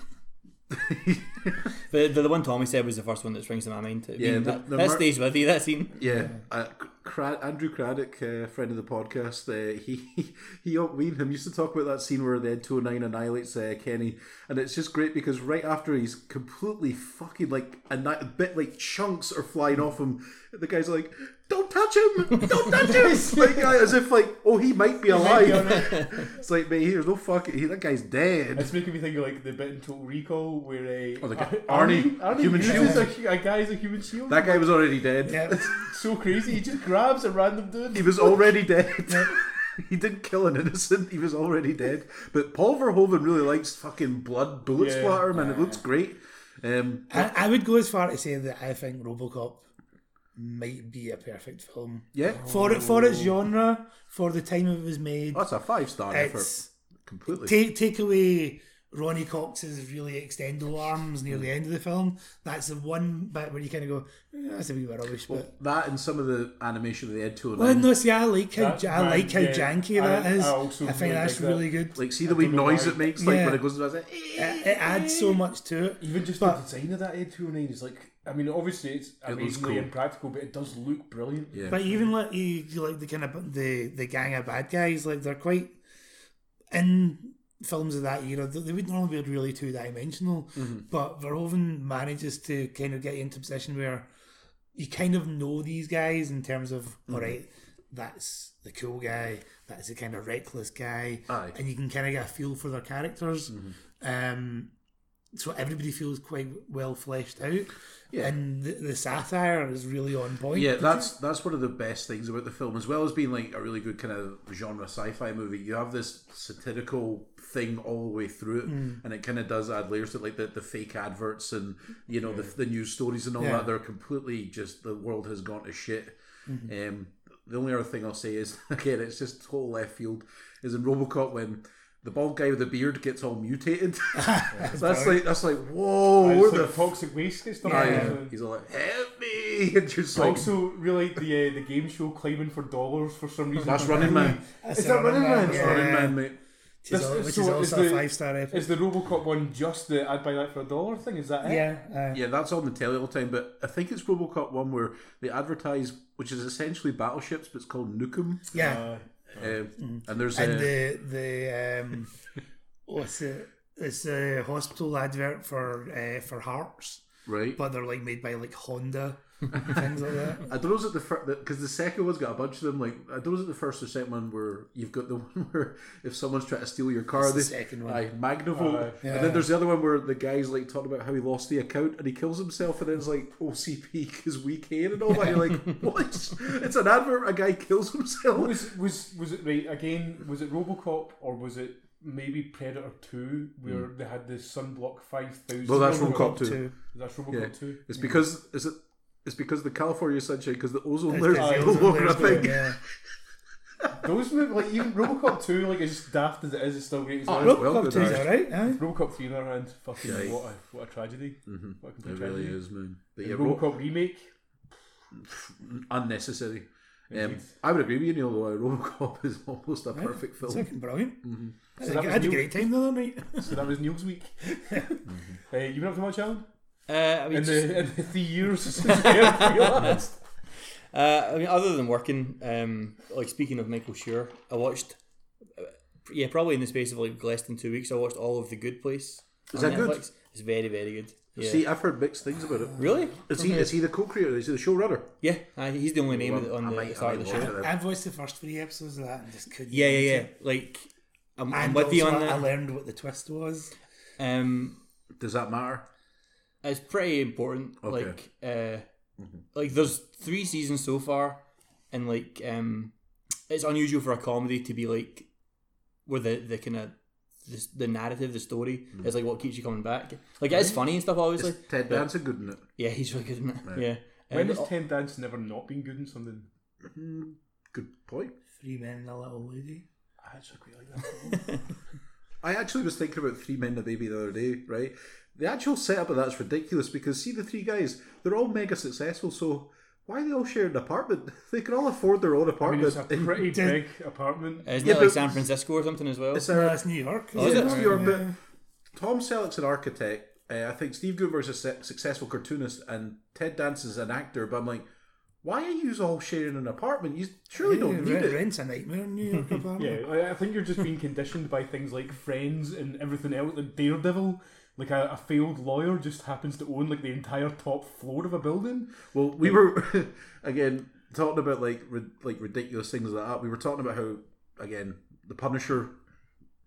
[SPEAKER 3] The, the, the one Tommy said was the first one that springs to my mind. It
[SPEAKER 4] Yeah,
[SPEAKER 3] being
[SPEAKER 4] the-
[SPEAKER 3] that,
[SPEAKER 4] the
[SPEAKER 3] that
[SPEAKER 4] mer-
[SPEAKER 3] stays with you, that scene.
[SPEAKER 4] Yeah, uh, Cra- Andrew Craddock, uh, friend of the podcast, uh, he he, we and him used to talk about that scene where the Ed 209 annihilates uh, Kenny, and it's just great because right after he's completely fucking like a bit like chunks are flying off him, the guy's like, "Don't touch him! Don't touch him!" like uh, as if like, oh, he might be alive. it's like, mate, there's no fucking he, that guy's dead.
[SPEAKER 1] It's making me think of like the bit in Total Recall where a
[SPEAKER 4] Oh, the guy- Arnie,
[SPEAKER 1] Arnie,
[SPEAKER 4] human
[SPEAKER 1] uses
[SPEAKER 4] shield.
[SPEAKER 1] a, a guy as a human shield.
[SPEAKER 4] That guy was already dead.
[SPEAKER 2] Yeah,
[SPEAKER 1] It's so crazy. He just grabs a random
[SPEAKER 4] He
[SPEAKER 1] dude.
[SPEAKER 4] was already dead. he didn't kill an innocent. He was already dead. But Paul Verhoeven really likes fucking blood bullet
[SPEAKER 1] Yeah.
[SPEAKER 4] splatter, man. it looks great. Um,
[SPEAKER 2] I, I would go as far to say that I think RoboCop might be a perfect film
[SPEAKER 4] yeah,
[SPEAKER 1] Oh.
[SPEAKER 2] for it for its genre, for the time it was made.
[SPEAKER 4] that's a five star effort.
[SPEAKER 2] It's
[SPEAKER 4] Completely.
[SPEAKER 2] take take away Ronnie Cox's really extendo arms near
[SPEAKER 1] Mm.
[SPEAKER 2] the end of the film. That's the one bit where you kind of go, eh, "That's a wee bit rubbish," but.
[SPEAKER 4] that and some of the animation of the Ed 209.
[SPEAKER 2] Well, no, see, I like how
[SPEAKER 1] um, That-
[SPEAKER 2] I like how
[SPEAKER 1] yeah,
[SPEAKER 2] janky
[SPEAKER 1] I-
[SPEAKER 2] that is.
[SPEAKER 1] I
[SPEAKER 2] I,
[SPEAKER 1] also
[SPEAKER 2] think
[SPEAKER 1] really
[SPEAKER 2] that's
[SPEAKER 1] like that.
[SPEAKER 2] really good.
[SPEAKER 4] Like, see the wee
[SPEAKER 1] don't know
[SPEAKER 4] noise
[SPEAKER 1] why.
[SPEAKER 4] it makes, like
[SPEAKER 2] Yeah.
[SPEAKER 4] when it goes. Like, eh.
[SPEAKER 2] it, it adds so much to it.
[SPEAKER 1] Even just
[SPEAKER 2] But-
[SPEAKER 1] the design of that A two oh nine is like. I mean, obviously it's
[SPEAKER 4] looks
[SPEAKER 1] amazingly
[SPEAKER 4] cool.
[SPEAKER 1] impractical, but it does look brilliant.
[SPEAKER 4] Yeah.
[SPEAKER 2] But even like you, you like the kind of the the gang of bad guys, like they're quite in films of that era. They, they would normally be really two dimensional,
[SPEAKER 4] Mm-hmm.
[SPEAKER 2] but Verhoeven manages to kind of get you into a position where you kind of know these guys in terms of
[SPEAKER 4] Mm-hmm.
[SPEAKER 2] all right, that's the cool guy, that's the kind of reckless guy,
[SPEAKER 4] Aye. Mm-hmm.
[SPEAKER 2] and you can kind of get a feel for their characters. Um, so everybody feels quite well fleshed out,
[SPEAKER 4] Yeah.
[SPEAKER 2] and the, the satire is really on point.
[SPEAKER 4] Yeah, that's that's one of the best things about the film, as well as being like a really good kind of genre sci-fi movie. You have this satirical thing all the way through it,
[SPEAKER 1] Mm.
[SPEAKER 4] and it kind of does add layers to it, like the, the fake adverts and you know the, the news stories and all
[SPEAKER 2] Yeah.
[SPEAKER 4] that. They're completely just the world has gone to shit.
[SPEAKER 1] Mm-hmm.
[SPEAKER 4] Um, the only other thing I'll say is again, it's just total left field. Is in RoboCop when. The bald guy with the beard gets all mutated. that's like that's like whoa,
[SPEAKER 1] It's
[SPEAKER 4] where
[SPEAKER 1] like
[SPEAKER 4] the fuck?
[SPEAKER 1] toxic waste gets done.
[SPEAKER 4] He's all like, help me! And just like,
[SPEAKER 1] Also, really, the uh, the game show climbing for dollars for some reason.
[SPEAKER 4] that's Running Man.
[SPEAKER 2] That's
[SPEAKER 1] Is
[SPEAKER 2] a
[SPEAKER 1] that Running Man?
[SPEAKER 4] That's
[SPEAKER 2] Yeah.
[SPEAKER 4] Running Man, mate.
[SPEAKER 2] Which is
[SPEAKER 1] This-
[SPEAKER 2] al-
[SPEAKER 1] this-
[SPEAKER 2] which
[SPEAKER 1] so is
[SPEAKER 2] is also
[SPEAKER 1] the-
[SPEAKER 2] a five star episode.
[SPEAKER 1] Is the RoboCop one just the I'd buy that for a dollar thing? Is that it?
[SPEAKER 2] Yeah, uh,
[SPEAKER 4] Yeah, that's on the telly all the time. But I think it's RoboCop one where they advertise, which is essentially battleships, but it's called Nukem.
[SPEAKER 2] yeah. Mm.
[SPEAKER 1] Uh,
[SPEAKER 4] Um, and there's
[SPEAKER 2] and
[SPEAKER 4] uh,
[SPEAKER 2] the the um, what's it? It's a hospital advert for uh, for hearts,
[SPEAKER 4] right.
[SPEAKER 2] but they're like made by like Honda and things like that.
[SPEAKER 4] I don't know is it the first because the second one's got a bunch of them. Like I don't know is it the first or second one where you've got the one where if someone's trying to steal your car,
[SPEAKER 2] It's the
[SPEAKER 4] they
[SPEAKER 2] second one.
[SPEAKER 4] Aye, Magnavolt.
[SPEAKER 1] Aye.
[SPEAKER 4] And
[SPEAKER 2] Yeah.
[SPEAKER 4] then there's the other one where the guy's like talking about how he lost the account and he kills himself, and then it's like OCP because we can and all that. You're like, what? It's an advert. where A guy kills himself.
[SPEAKER 1] was was was it right again? Was it RoboCop or was it maybe Predator Two, where they had the sunblock five thousand?
[SPEAKER 4] Hmm. Well, that's RoboCop
[SPEAKER 2] Two.
[SPEAKER 4] two.
[SPEAKER 1] That's
[SPEAKER 4] Yeah.
[SPEAKER 1] RoboCop Two.
[SPEAKER 4] It's because is it? It's because the California sunshine because the ozone
[SPEAKER 2] It's
[SPEAKER 4] layer
[SPEAKER 2] got
[SPEAKER 4] is
[SPEAKER 2] the
[SPEAKER 4] no
[SPEAKER 2] ozone
[SPEAKER 4] longer a
[SPEAKER 2] layers going,
[SPEAKER 4] thing.
[SPEAKER 2] yeah.
[SPEAKER 1] Those move like even RoboCop Two, like as daft as it is, it's still great. As well.
[SPEAKER 4] Oh, Rob-
[SPEAKER 2] Robocop
[SPEAKER 4] Well, good
[SPEAKER 2] 2 is
[SPEAKER 4] eye.
[SPEAKER 2] alright. aye.
[SPEAKER 1] RoboCop Three, on the other hand, fucking
[SPEAKER 4] Yeah.
[SPEAKER 1] what a what a tragedy. Mm-hmm. What a complete
[SPEAKER 4] It really
[SPEAKER 1] tragedy.
[SPEAKER 4] is, man. But
[SPEAKER 1] The
[SPEAKER 4] yeah, Ro-
[SPEAKER 1] RoboCop remake.
[SPEAKER 4] unnecessary. Um,
[SPEAKER 1] Indeed.
[SPEAKER 4] I would agree with you, Neil. Though Robocop is almost a perfect film.
[SPEAKER 2] Second, brilliant. I,
[SPEAKER 1] So
[SPEAKER 2] think
[SPEAKER 1] that
[SPEAKER 2] I
[SPEAKER 1] was
[SPEAKER 2] had a
[SPEAKER 1] you.
[SPEAKER 2] great time the other night.
[SPEAKER 1] So that was Neil's week. uh, you been up to much, Alan?
[SPEAKER 3] Uh, I mean,
[SPEAKER 1] In
[SPEAKER 3] just-
[SPEAKER 1] the, in the three years since we had you last.
[SPEAKER 3] uh, I mean, other than working, um, like speaking of Michael Schur, I watched, uh, yeah, probably in the space of like less than two weeks, I watched all of The Good Place.
[SPEAKER 4] Is
[SPEAKER 3] on
[SPEAKER 4] that good?
[SPEAKER 3] Netflix. It's very, very good. Yeah.
[SPEAKER 4] See, I've heard mixed things about it.
[SPEAKER 3] really?
[SPEAKER 4] Is he is he the co-creator? Is he the showrunner?
[SPEAKER 3] Yeah, uh, he's the only name
[SPEAKER 4] Well,
[SPEAKER 3] at the- on
[SPEAKER 4] I
[SPEAKER 3] the
[SPEAKER 4] might- I
[SPEAKER 3] start of
[SPEAKER 4] might
[SPEAKER 3] the
[SPEAKER 4] watch
[SPEAKER 3] show.
[SPEAKER 4] it then.
[SPEAKER 2] I've watched the first three episodes of that and just couldn't.
[SPEAKER 3] Yeah, yeah,
[SPEAKER 2] get
[SPEAKER 3] yeah.
[SPEAKER 2] into it.
[SPEAKER 3] Like, I'm, I'm
[SPEAKER 2] And
[SPEAKER 3] with you
[SPEAKER 2] also
[SPEAKER 3] on
[SPEAKER 2] I- I
[SPEAKER 3] that.
[SPEAKER 2] learned what the twist was.
[SPEAKER 3] Um,
[SPEAKER 4] Does that matter?
[SPEAKER 3] it's pretty important.
[SPEAKER 4] Okay. Mm-hmm.
[SPEAKER 3] Like, uh, like there's three seasons so far, and like, um, it's unusual for a comedy to be like where the the kind of the, the narrative, the story
[SPEAKER 4] Mm.
[SPEAKER 3] is like what keeps you coming back. Like it's funny and stuff, obviously.
[SPEAKER 4] Is Ted
[SPEAKER 3] but-
[SPEAKER 4] Danson good in it?
[SPEAKER 3] Yeah, he's really good. In it. Yeah.
[SPEAKER 1] When
[SPEAKER 3] Um,
[SPEAKER 1] has Ted Dance never not been good in something?
[SPEAKER 4] Good point.
[SPEAKER 2] Three men and a little lady.
[SPEAKER 1] I actually quite like that.
[SPEAKER 4] I actually was thinking about Three Men and a Baby the other day, right? The actual setup of that's ridiculous because see the three guys, they're all mega successful, so why they all share an apartment? They can all afford their own
[SPEAKER 1] I mean,
[SPEAKER 4] apartment.
[SPEAKER 1] it's a pretty big apartment.
[SPEAKER 3] isn't
[SPEAKER 4] Yeah,
[SPEAKER 3] it like
[SPEAKER 4] but-
[SPEAKER 3] San Francisco or something as well?
[SPEAKER 4] It's
[SPEAKER 2] No,
[SPEAKER 4] a-
[SPEAKER 2] that's New York.
[SPEAKER 3] Oh, is
[SPEAKER 4] Yeah,
[SPEAKER 3] it?
[SPEAKER 4] it's New York, but Tom Selleck's an architect. Uh, I think Steve Gutenberg's a se- successful cartoonist, and Ted Danson's an actor. But I'm like, why are you all sharing an apartment? You surely don't need
[SPEAKER 2] Rent-
[SPEAKER 4] it.
[SPEAKER 2] Rent's a nightmare in New York apartment.
[SPEAKER 1] Yeah, I I think you're just being conditioned by things like Friends and everything else. Like Daredevil, like a, a failed lawyer just happens to own like the entire top floor of a building.
[SPEAKER 4] Well, we were again talking about like ri- like ridiculous things like that. We were talking about how again the Punisher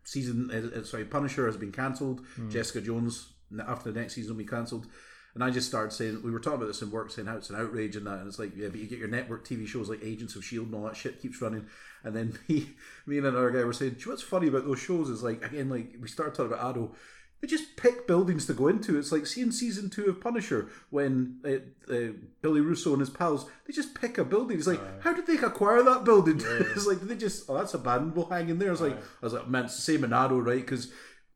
[SPEAKER 4] season, uh, uh, sorry, Punisher has been cancelled. Jessica Jones n- after the next season will be cancelled. And I just started saying we were talking about this in work, saying how it's an outrage and that, and it's like yeah, but you get your network TV shows like Agents of Shield E and all that shit keeps running, and then me, me and another guy were saying, "Do you know what's funny about those shows is like again, like we started talking about Arrow, they just pick buildings to go into. It's like seeing season two of Punisher when uh, uh, Billy Russo and his pals they just pick a building. It's like, how did they acquire that building? it's like did they just oh that's abandoned, we'll hang in there. It's like I was like, man, it's the same in Arrow, right? Because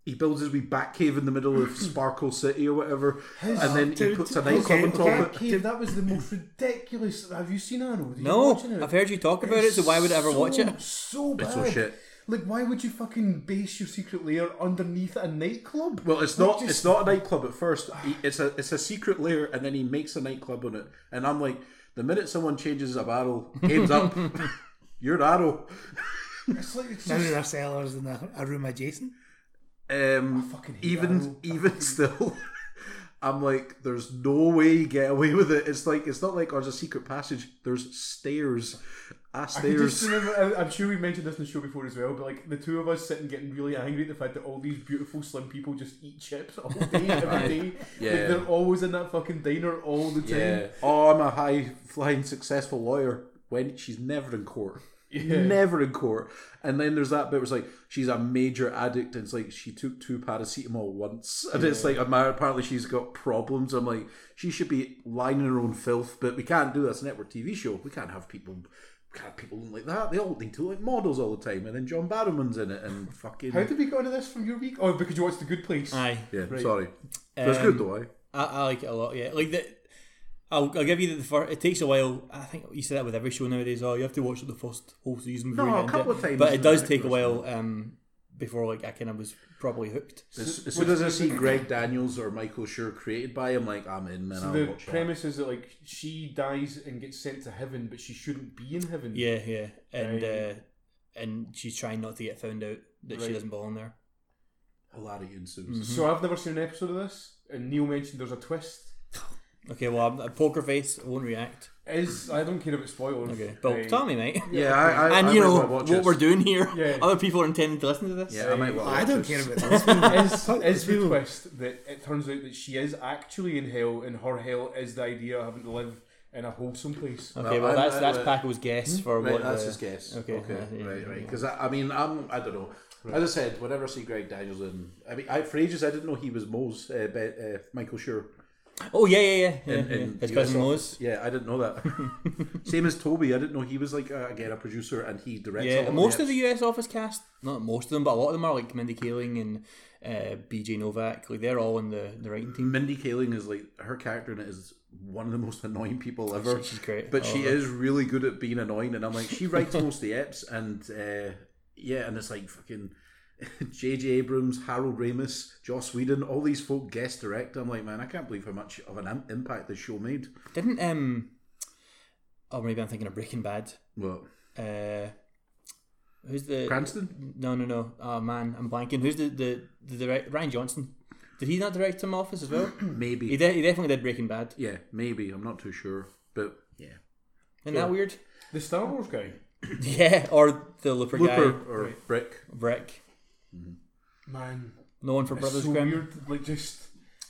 [SPEAKER 4] he builds his wee bat cave in the middle of Sparkle City or whatever, and then he
[SPEAKER 2] dude,
[SPEAKER 4] puts a nightclub
[SPEAKER 2] okay,
[SPEAKER 4] on top of it.
[SPEAKER 1] that was the most ridiculous. Have you seen Arnold?
[SPEAKER 3] no, I've heard you talk about it, so why would I ever watch it?
[SPEAKER 1] So bad.
[SPEAKER 4] It's all shit.
[SPEAKER 1] Like, why would you fucking base your secret lair underneath a nightclub?
[SPEAKER 4] Well, it's not. It's not a nightclub at first. He- It's a it's a secret lair, and then he makes a nightclub on it. And I'm like, the minute someone changes a barrel, game's up. You're arrow.
[SPEAKER 1] It's like it's
[SPEAKER 2] Now
[SPEAKER 1] just
[SPEAKER 2] there are cellars in a, a room adjacent.
[SPEAKER 4] Um,
[SPEAKER 1] fucking hate
[SPEAKER 4] even
[SPEAKER 1] Arrow. I
[SPEAKER 4] even still, I'm like, there's no way you get away with it. It's like it's not like oh, there's a secret passage. There's stairs, ah
[SPEAKER 1] I can just
[SPEAKER 4] stairs.
[SPEAKER 1] remember, I- I'm sure we mentioned this in the show before as well, but like the two of us sitting getting really angry at the fact that all these beautiful slim people just eat chips all day, every day.
[SPEAKER 4] Yeah.
[SPEAKER 1] Like they're always in that fucking diner all the time.
[SPEAKER 4] Oh, I'm a high flying successful lawyer. When she's never in court.
[SPEAKER 1] Yeah.
[SPEAKER 4] Never in court. And then there's that bit where it's like she's a major addict and it's like she took two paracetamol once. And it's like ama- apparently she's got problems. I'm like, she should be lying in her own filth, but we can't do this network TV show. We can't have people we can't have people like that. They all need to look like models all the time. And then John Barrowman's in it and fucking
[SPEAKER 1] How did we go into this from your week? Oh, because you watched The Good Place.
[SPEAKER 3] Aye.
[SPEAKER 4] Yeah, sorry.
[SPEAKER 1] Um,
[SPEAKER 4] That's good though, eh?
[SPEAKER 3] I, I like it a lot. Yeah, like the. I'll, I'll give you the first. It takes a while. I think you say that with every show nowadays. Oh, you have to watch the first whole season. before
[SPEAKER 4] No,
[SPEAKER 3] you
[SPEAKER 4] a
[SPEAKER 3] get into
[SPEAKER 4] couple
[SPEAKER 3] it.
[SPEAKER 4] of times
[SPEAKER 3] But it
[SPEAKER 4] is
[SPEAKER 3] does
[SPEAKER 4] an
[SPEAKER 3] take a
[SPEAKER 4] accurate
[SPEAKER 3] while um, before like I kind of was probably hooked.
[SPEAKER 4] As, as soon as I see Greg Daniels or Michael Schur created by him, like I'm in, man.
[SPEAKER 1] So
[SPEAKER 4] I'll
[SPEAKER 1] the
[SPEAKER 4] watch that.
[SPEAKER 1] premise is that like she dies and gets sent to heaven, but she shouldn't be in heaven.
[SPEAKER 3] Yeah, yeah, and
[SPEAKER 1] Right.
[SPEAKER 3] uh, and she's trying not to get found out that she
[SPEAKER 1] Right.
[SPEAKER 3] doesn't belong there.
[SPEAKER 4] hilarity ensues.
[SPEAKER 1] So
[SPEAKER 3] Mm-hmm.
[SPEAKER 1] I've never seen an episode of this, and Neil mentioned there's a twist.
[SPEAKER 3] Okay, well, I'm a poker face. I won't react.
[SPEAKER 1] Is I don't care if it's spoilers. Eh,
[SPEAKER 3] Okay, but
[SPEAKER 1] Right.
[SPEAKER 3] tell me, mate.
[SPEAKER 4] Yeah, I, I,
[SPEAKER 3] and
[SPEAKER 4] I
[SPEAKER 3] you
[SPEAKER 4] might
[SPEAKER 3] know
[SPEAKER 4] well watch
[SPEAKER 3] what
[SPEAKER 4] it.
[SPEAKER 3] we're doing here.
[SPEAKER 1] Yeah.
[SPEAKER 3] Other people are intending to listen to this.
[SPEAKER 4] Yeah, I might well. Watch
[SPEAKER 2] I don't
[SPEAKER 4] it.
[SPEAKER 2] care about this.
[SPEAKER 1] is,
[SPEAKER 2] Fuck
[SPEAKER 1] is the
[SPEAKER 2] you.
[SPEAKER 1] twist that it turns out that she is actually in hell, and her hell is the idea of having to live in a wholesome place.
[SPEAKER 3] Okay,
[SPEAKER 4] Well,
[SPEAKER 3] well,
[SPEAKER 4] I-
[SPEAKER 3] that's
[SPEAKER 4] I-
[SPEAKER 3] that's
[SPEAKER 4] I-
[SPEAKER 3] Paco's guess for
[SPEAKER 4] Right,
[SPEAKER 3] what.
[SPEAKER 4] that's
[SPEAKER 3] the-
[SPEAKER 4] his guess.
[SPEAKER 3] Okay,
[SPEAKER 4] Okay,
[SPEAKER 3] uh, yeah,
[SPEAKER 4] right,
[SPEAKER 3] yeah,
[SPEAKER 4] right. Because I, I mean, I'm, I don't know. As I said, whenever I see Greg Daniels in, I mean, I, for ages I didn't know he was Moe's, uh, Be- uh, Michael Schur.
[SPEAKER 3] Oh yeah, yeah, yeah. yeah,
[SPEAKER 4] in-
[SPEAKER 3] yeah.
[SPEAKER 4] in
[SPEAKER 3] His
[SPEAKER 4] US
[SPEAKER 3] cousin
[SPEAKER 4] office.
[SPEAKER 3] Lois.
[SPEAKER 4] Yeah, I didn't know that. Same as Toby, I didn't know he was like uh, again a producer and he directs. a lot
[SPEAKER 3] Yeah, most of
[SPEAKER 4] eps-
[SPEAKER 3] the US office cast, not most of them, but a lot of them are like Mindy Kaling and uh, BJ Novak. Like they're all in the, the writing team.
[SPEAKER 4] Mindy Kaling is like her character in it is one of the most annoying people ever.
[SPEAKER 3] She's great.
[SPEAKER 4] But
[SPEAKER 3] I
[SPEAKER 4] she
[SPEAKER 2] Oh,
[SPEAKER 3] love her.
[SPEAKER 4] is really good at being annoying, and I'm like, she writes most of the eps, and uh, yeah, and it's like fucking J.J. Abrams, Harold Ramis, Joss Whedon, all these folk guest direct. I'm like, man, I can't believe how much of an im- impact this show made.
[SPEAKER 3] Didn't um, oh maybe I'm thinking of Breaking Bad.
[SPEAKER 4] Well,
[SPEAKER 3] Uh, who's the
[SPEAKER 4] Cranston,
[SPEAKER 3] no no no? Oh man, I'm blanking. Who's the the the direct Ryan Johnson? Did he not direct some Office as well?
[SPEAKER 4] maybe,
[SPEAKER 3] he, de- he definitely did Breaking Bad.
[SPEAKER 4] yeah, maybe. I'm not too sure, but yeah,
[SPEAKER 3] Isn't that weird?
[SPEAKER 1] The Star Wars guy.
[SPEAKER 3] Yeah, or the Looper,
[SPEAKER 4] Looper
[SPEAKER 3] guy,
[SPEAKER 4] or Brick.
[SPEAKER 3] Brick.
[SPEAKER 1] Man,
[SPEAKER 3] No one for
[SPEAKER 1] it's
[SPEAKER 3] Brothers
[SPEAKER 1] so
[SPEAKER 3] Grimm.
[SPEAKER 1] weird. Like just,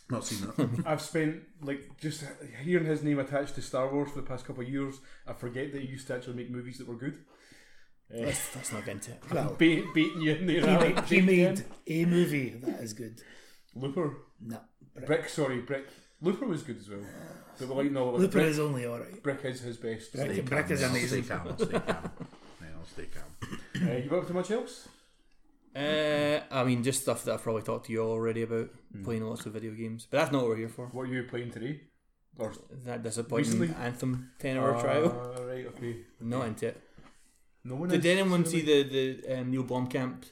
[SPEAKER 4] Not seen that.
[SPEAKER 1] I've spent like just hearing his name attached to Star Wars for the past couple of years. I forget that he used to actually make movies that were good.
[SPEAKER 3] Let's, let's not get into it.
[SPEAKER 2] Well,
[SPEAKER 1] Bait, baiting you in there.
[SPEAKER 2] he
[SPEAKER 1] Alan.
[SPEAKER 2] made, he
[SPEAKER 1] Jake
[SPEAKER 2] made
[SPEAKER 1] again.
[SPEAKER 2] a movie that is good.
[SPEAKER 1] Looper,
[SPEAKER 2] No,
[SPEAKER 1] Brick. Sorry, Brick. Looper was good as well, but we're like no, like,
[SPEAKER 2] Looper
[SPEAKER 1] Brick,
[SPEAKER 2] is only alright.
[SPEAKER 1] Brick is his best.
[SPEAKER 2] Brick-
[SPEAKER 1] Uh,
[SPEAKER 4] Stay
[SPEAKER 2] Brick
[SPEAKER 4] calm,
[SPEAKER 2] is
[SPEAKER 4] man.
[SPEAKER 2] amazing.
[SPEAKER 4] Stay calm. I'll Stay calm. Yeah, I'll stay calm.
[SPEAKER 1] Uh, you up to much else?
[SPEAKER 3] Uh, I mean, just stuff that I've probably talked to you all already about
[SPEAKER 4] Hmm.
[SPEAKER 3] playing lots of video games, but that's not what we're here for.
[SPEAKER 1] What are you playing today? Or
[SPEAKER 3] That disappointing
[SPEAKER 1] Recently-
[SPEAKER 3] Anthem ten-hour trial.
[SPEAKER 1] Ah, right, okay.
[SPEAKER 3] Not into it.
[SPEAKER 1] No one.
[SPEAKER 3] Did
[SPEAKER 1] is,
[SPEAKER 3] anyone see
[SPEAKER 1] really.
[SPEAKER 3] the the um, Neil Blomkamp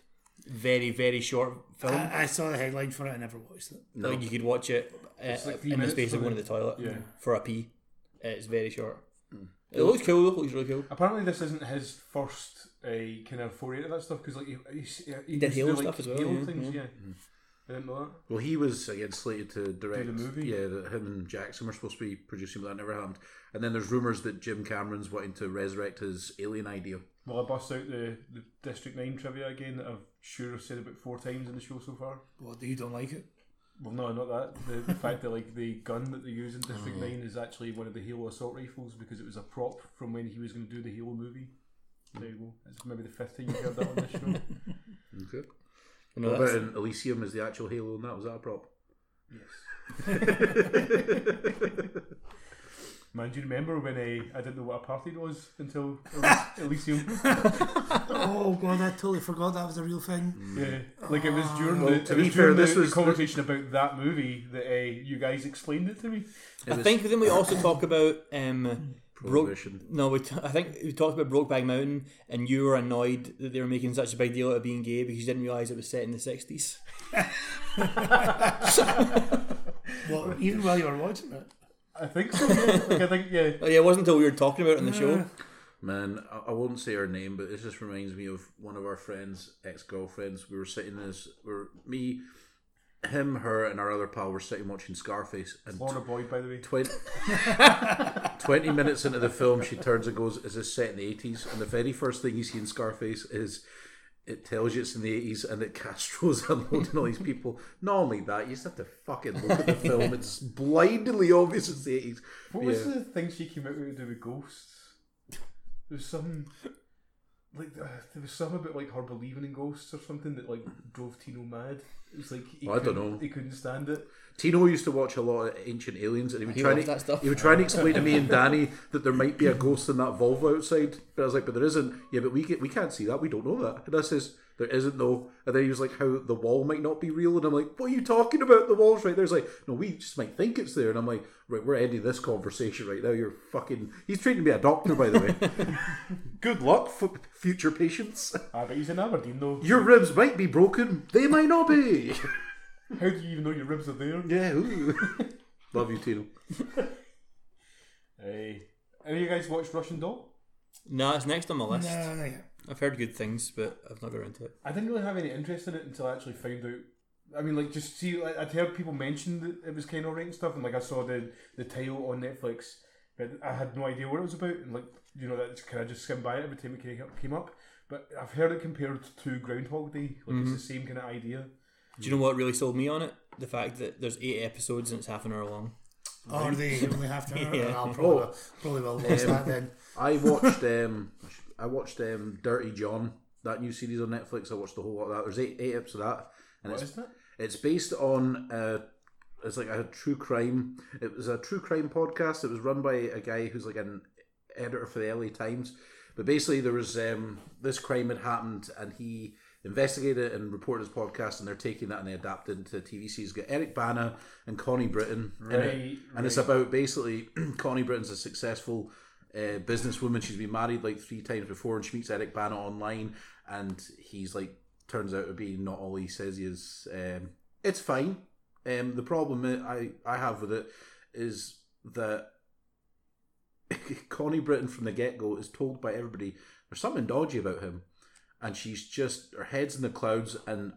[SPEAKER 3] very very short film?
[SPEAKER 1] Ah.
[SPEAKER 2] I, I saw the headline for it. I never watched it.
[SPEAKER 4] No.
[SPEAKER 3] Like you could watch it uh,
[SPEAKER 1] It's like three
[SPEAKER 3] in the
[SPEAKER 1] minutes
[SPEAKER 3] space of
[SPEAKER 1] for
[SPEAKER 3] going to
[SPEAKER 1] the-
[SPEAKER 3] the toilet
[SPEAKER 1] Yeah.
[SPEAKER 3] for a pee. Uh, It's very short.
[SPEAKER 4] Hmm.
[SPEAKER 3] It looks cool. It looks really cool.
[SPEAKER 1] Apparently, this isn't his first uh, kind of foray into that stuff because like he, he, he, he used
[SPEAKER 3] did
[SPEAKER 1] to
[SPEAKER 3] Halo
[SPEAKER 1] do, like,
[SPEAKER 3] stuff as well,
[SPEAKER 1] Halo
[SPEAKER 3] yeah,
[SPEAKER 1] things,
[SPEAKER 3] yeah.
[SPEAKER 1] yeah. I didn't know that.
[SPEAKER 4] Well, he was again slated to direct
[SPEAKER 1] Do the movie?
[SPEAKER 4] Yeah, that him and Jackson were supposed to be producing, but that never happened. And then there's rumors that Jim Cameron's wanting to resurrect his Alien idea.
[SPEAKER 1] Well, I bust out the, the District 9 trivia again that I've sure said about four times in the show so far.
[SPEAKER 2] Well, you don't like it?
[SPEAKER 1] Well, no, not that. The, the fact that like the gun that they use in
[SPEAKER 4] Oh,
[SPEAKER 1] District 9 is actually one of the Halo assault rifles because it was a prop from when he was going to do the Halo movie. There you go. It's maybe the fifth time you've heard that on this show.
[SPEAKER 4] Okay.
[SPEAKER 3] You know,
[SPEAKER 4] What
[SPEAKER 3] that's-
[SPEAKER 4] about in Elysium is the actual Halo, and that was our prop.
[SPEAKER 1] Man, do you remember when uh, I, I didn't know what a party was until Ely- Elysium?
[SPEAKER 2] oh god, I totally forgot that was a real thing.
[SPEAKER 1] Yeah, like it was during the,
[SPEAKER 4] Well,
[SPEAKER 1] it
[SPEAKER 4] to
[SPEAKER 1] was
[SPEAKER 4] be fair,
[SPEAKER 1] during the-
[SPEAKER 4] this
[SPEAKER 1] the,
[SPEAKER 4] was-
[SPEAKER 1] conversation about that movie that uh, you guys explained it to me.
[SPEAKER 4] It
[SPEAKER 3] I
[SPEAKER 4] was
[SPEAKER 3] think then we also talk about um, broke.
[SPEAKER 4] Prohibition.
[SPEAKER 3] No, we t- I think we talked about Brokeback Mountain, and you were annoyed that they were making such a big deal out of being gay because you didn't realize it was set in the sixties.
[SPEAKER 2] Well, even while you were watching it.
[SPEAKER 1] I think so. Yeah. like I think yeah.
[SPEAKER 3] yeah, it wasn't until we were talking about it on the show.
[SPEAKER 4] Man, I, I won't say her name, but this just reminds me of one of our friends, ex girlfriends. We were sitting in this, we were, me, him, her, and our other pal were sitting watching Scarface, and
[SPEAKER 1] Lorna Boyd, by the way.
[SPEAKER 4] 20, 20 minutes into the film, she turns and goes, Is this set in the 80s? And the very first thing you see in Scarface is it tells you it's in the 80s and that Castro's unloading all these people. Not only that, you just have to fucking look at the film. It's blindingly obvious it's the 80s.
[SPEAKER 1] What
[SPEAKER 4] Yeah.
[SPEAKER 1] was the thing she came out with to do with ghosts? There was some like uh, there was some about like her believing in ghosts or something that like drove Tino mad. It was like he
[SPEAKER 4] I don't
[SPEAKER 1] couldn't-
[SPEAKER 4] know.
[SPEAKER 1] He couldn't stand it.
[SPEAKER 4] Tino used to watch a lot of Ancient Aliens and he would,
[SPEAKER 3] He
[SPEAKER 4] try
[SPEAKER 3] loved
[SPEAKER 4] to,
[SPEAKER 3] that stuff.
[SPEAKER 4] he would try to explain to me and Danny that there might be a ghost in that Volvo outside. But I was like, But there isn't. Yeah, but we, get, we can't see that. We don't know that. And I says, There isn't though. And then he was like, How the wall might not be real. And I'm like, What are you talking about? The wall's right there. He's like, No, we just might think it's there. And I'm like, Right, we're ending this conversation right now. You're fucking. He's treating me a doctor, by the way. Good luck, f- future patients.
[SPEAKER 1] I bet he's in Aberdeen though.
[SPEAKER 4] Your ribs might be broken. They might not be.
[SPEAKER 1] How do you even know your ribs are there?
[SPEAKER 4] yeah. ooh. Love you, Tino.
[SPEAKER 1] Hey, any of you guys watched Russian Doll?
[SPEAKER 3] No, it's next on my list.
[SPEAKER 2] Nah, yeah.
[SPEAKER 3] I've heard good things, but I've not got into it.
[SPEAKER 1] I didn't really have any interest in it until I actually found out. I mean, like, just see, like, I'd heard people mention that it was kind of right and stuff, and like, I saw the the title on Netflix, but I had no idea what it was about, and like, you know, that's kind of just skimmed by it every time it came up. Came up. But I've heard it compared to Groundhog Day, like
[SPEAKER 4] Mm-hmm.
[SPEAKER 1] it's the same kind of idea.
[SPEAKER 3] Do you know what really sold me on it? The fact that there's eight episodes and it's half an hour long.
[SPEAKER 2] Or Oh, they only have to.
[SPEAKER 3] Yeah.
[SPEAKER 2] I'll probably, probably will watch that then.
[SPEAKER 4] I watched um I watched um Dirty John, that new series on Netflix. I watched the whole lot of that. There's eight eight episodes of that. And
[SPEAKER 1] What
[SPEAKER 4] it's
[SPEAKER 1] is that?
[SPEAKER 4] it's based on uh it's like a true crime it was a true crime podcast. It was run by a guy who's like an editor for the LA Times. But basically there was um this crime had happened and he investigated it and reported his podcast, and they're taking that and they adapted into a TV series. It's got Eric Bana and Connie Britton, in it.
[SPEAKER 1] Right,
[SPEAKER 4] and it's
[SPEAKER 1] right.
[SPEAKER 4] about basically Connie Britton's a successful uh, businesswoman. She's been married like three times before, and she meets Eric Bana online, and he's like turns out to be not all he says he is. Um, it's fine. Um, the problem that I I have with it is that Connie Britton from the get go is told by everybody there's something dodgy about him, and she's just her head's in the clouds, and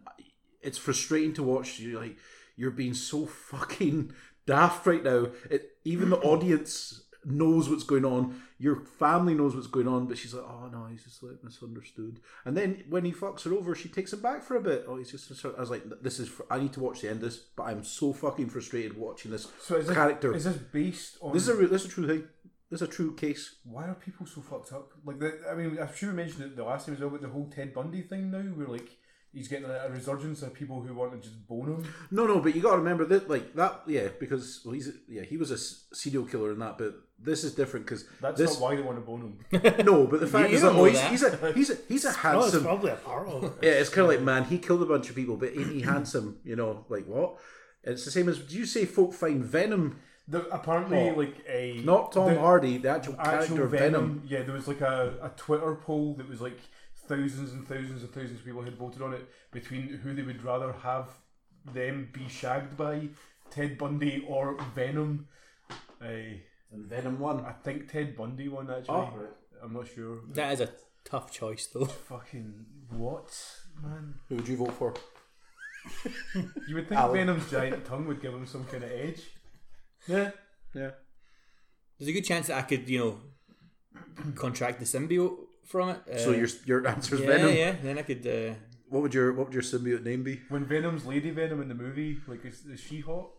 [SPEAKER 4] it's frustrating to watch. You're like, you're being so fucking daft right now. It, even the audience knows what's going on. Your family knows what's going on, but she's like, oh no, he's just like misunderstood. And then when he fucks her over, she takes him back for a bit. Oh, he's just. Misunderstood. I was like, this is. I need to watch the end of this, but I'm so fucking frustrated watching this
[SPEAKER 1] So is this,
[SPEAKER 4] character.
[SPEAKER 1] is this based on?
[SPEAKER 4] This is a re- this is a true thing. This is a true case.
[SPEAKER 1] why are people so fucked up? Like, the, I mean, I'm sure we mentioned it the last time as well, but the whole Ted Bundy thing now, where like he's getting a, a resurgence of people who want to just bone him.
[SPEAKER 4] No, no, but you got to remember that, like that, yeah, because well, he's yeah, he was a s- serial killer in that, but this is different because
[SPEAKER 1] That's
[SPEAKER 4] this
[SPEAKER 1] not why they want to bone him.
[SPEAKER 4] no, but the fact
[SPEAKER 3] you
[SPEAKER 4] is that,
[SPEAKER 3] don't
[SPEAKER 4] oh,
[SPEAKER 3] know
[SPEAKER 4] he's, he's a he's a he's a
[SPEAKER 2] Oh, it's
[SPEAKER 4] handsome.
[SPEAKER 2] probably a part of it.
[SPEAKER 4] yeah, it's kind of like man, he killed a bunch of people, but ain't he handsome? You know, like what? It's the same as do you say folk find Venom,
[SPEAKER 1] There- apparently,
[SPEAKER 4] Oh.
[SPEAKER 1] like a
[SPEAKER 4] not Tom
[SPEAKER 1] the
[SPEAKER 4] Hardy, the actual, character
[SPEAKER 1] actual
[SPEAKER 4] of Venom.
[SPEAKER 1] Venom. Yeah, there was like a, a Twitter poll that was like thousands and thousands and thousands of people had voted on it between who they would rather have them be shagged by, Ted Bundy or Venom. Uh,
[SPEAKER 4] and Venom one?
[SPEAKER 1] I think Ted Bundy won actually.
[SPEAKER 4] Oh.
[SPEAKER 1] I'm not sure.
[SPEAKER 3] That is a tough choice, though.
[SPEAKER 1] Fucking what, man?
[SPEAKER 4] Who would you vote for?
[SPEAKER 1] You would think
[SPEAKER 4] Alan.
[SPEAKER 1] Venom's giant tongue would give him some kind of edge.
[SPEAKER 4] Yeah, yeah.
[SPEAKER 3] There's a good chance that I could, you know, contract the symbiote from it. Uh,
[SPEAKER 4] so your your answer's
[SPEAKER 3] yeah,
[SPEAKER 4] Venom.
[SPEAKER 3] yeah. Then I could. Uh,
[SPEAKER 4] What would your what would your symbiote name be?
[SPEAKER 1] When Venom's Lady Venom in the movie, like is, is she hot?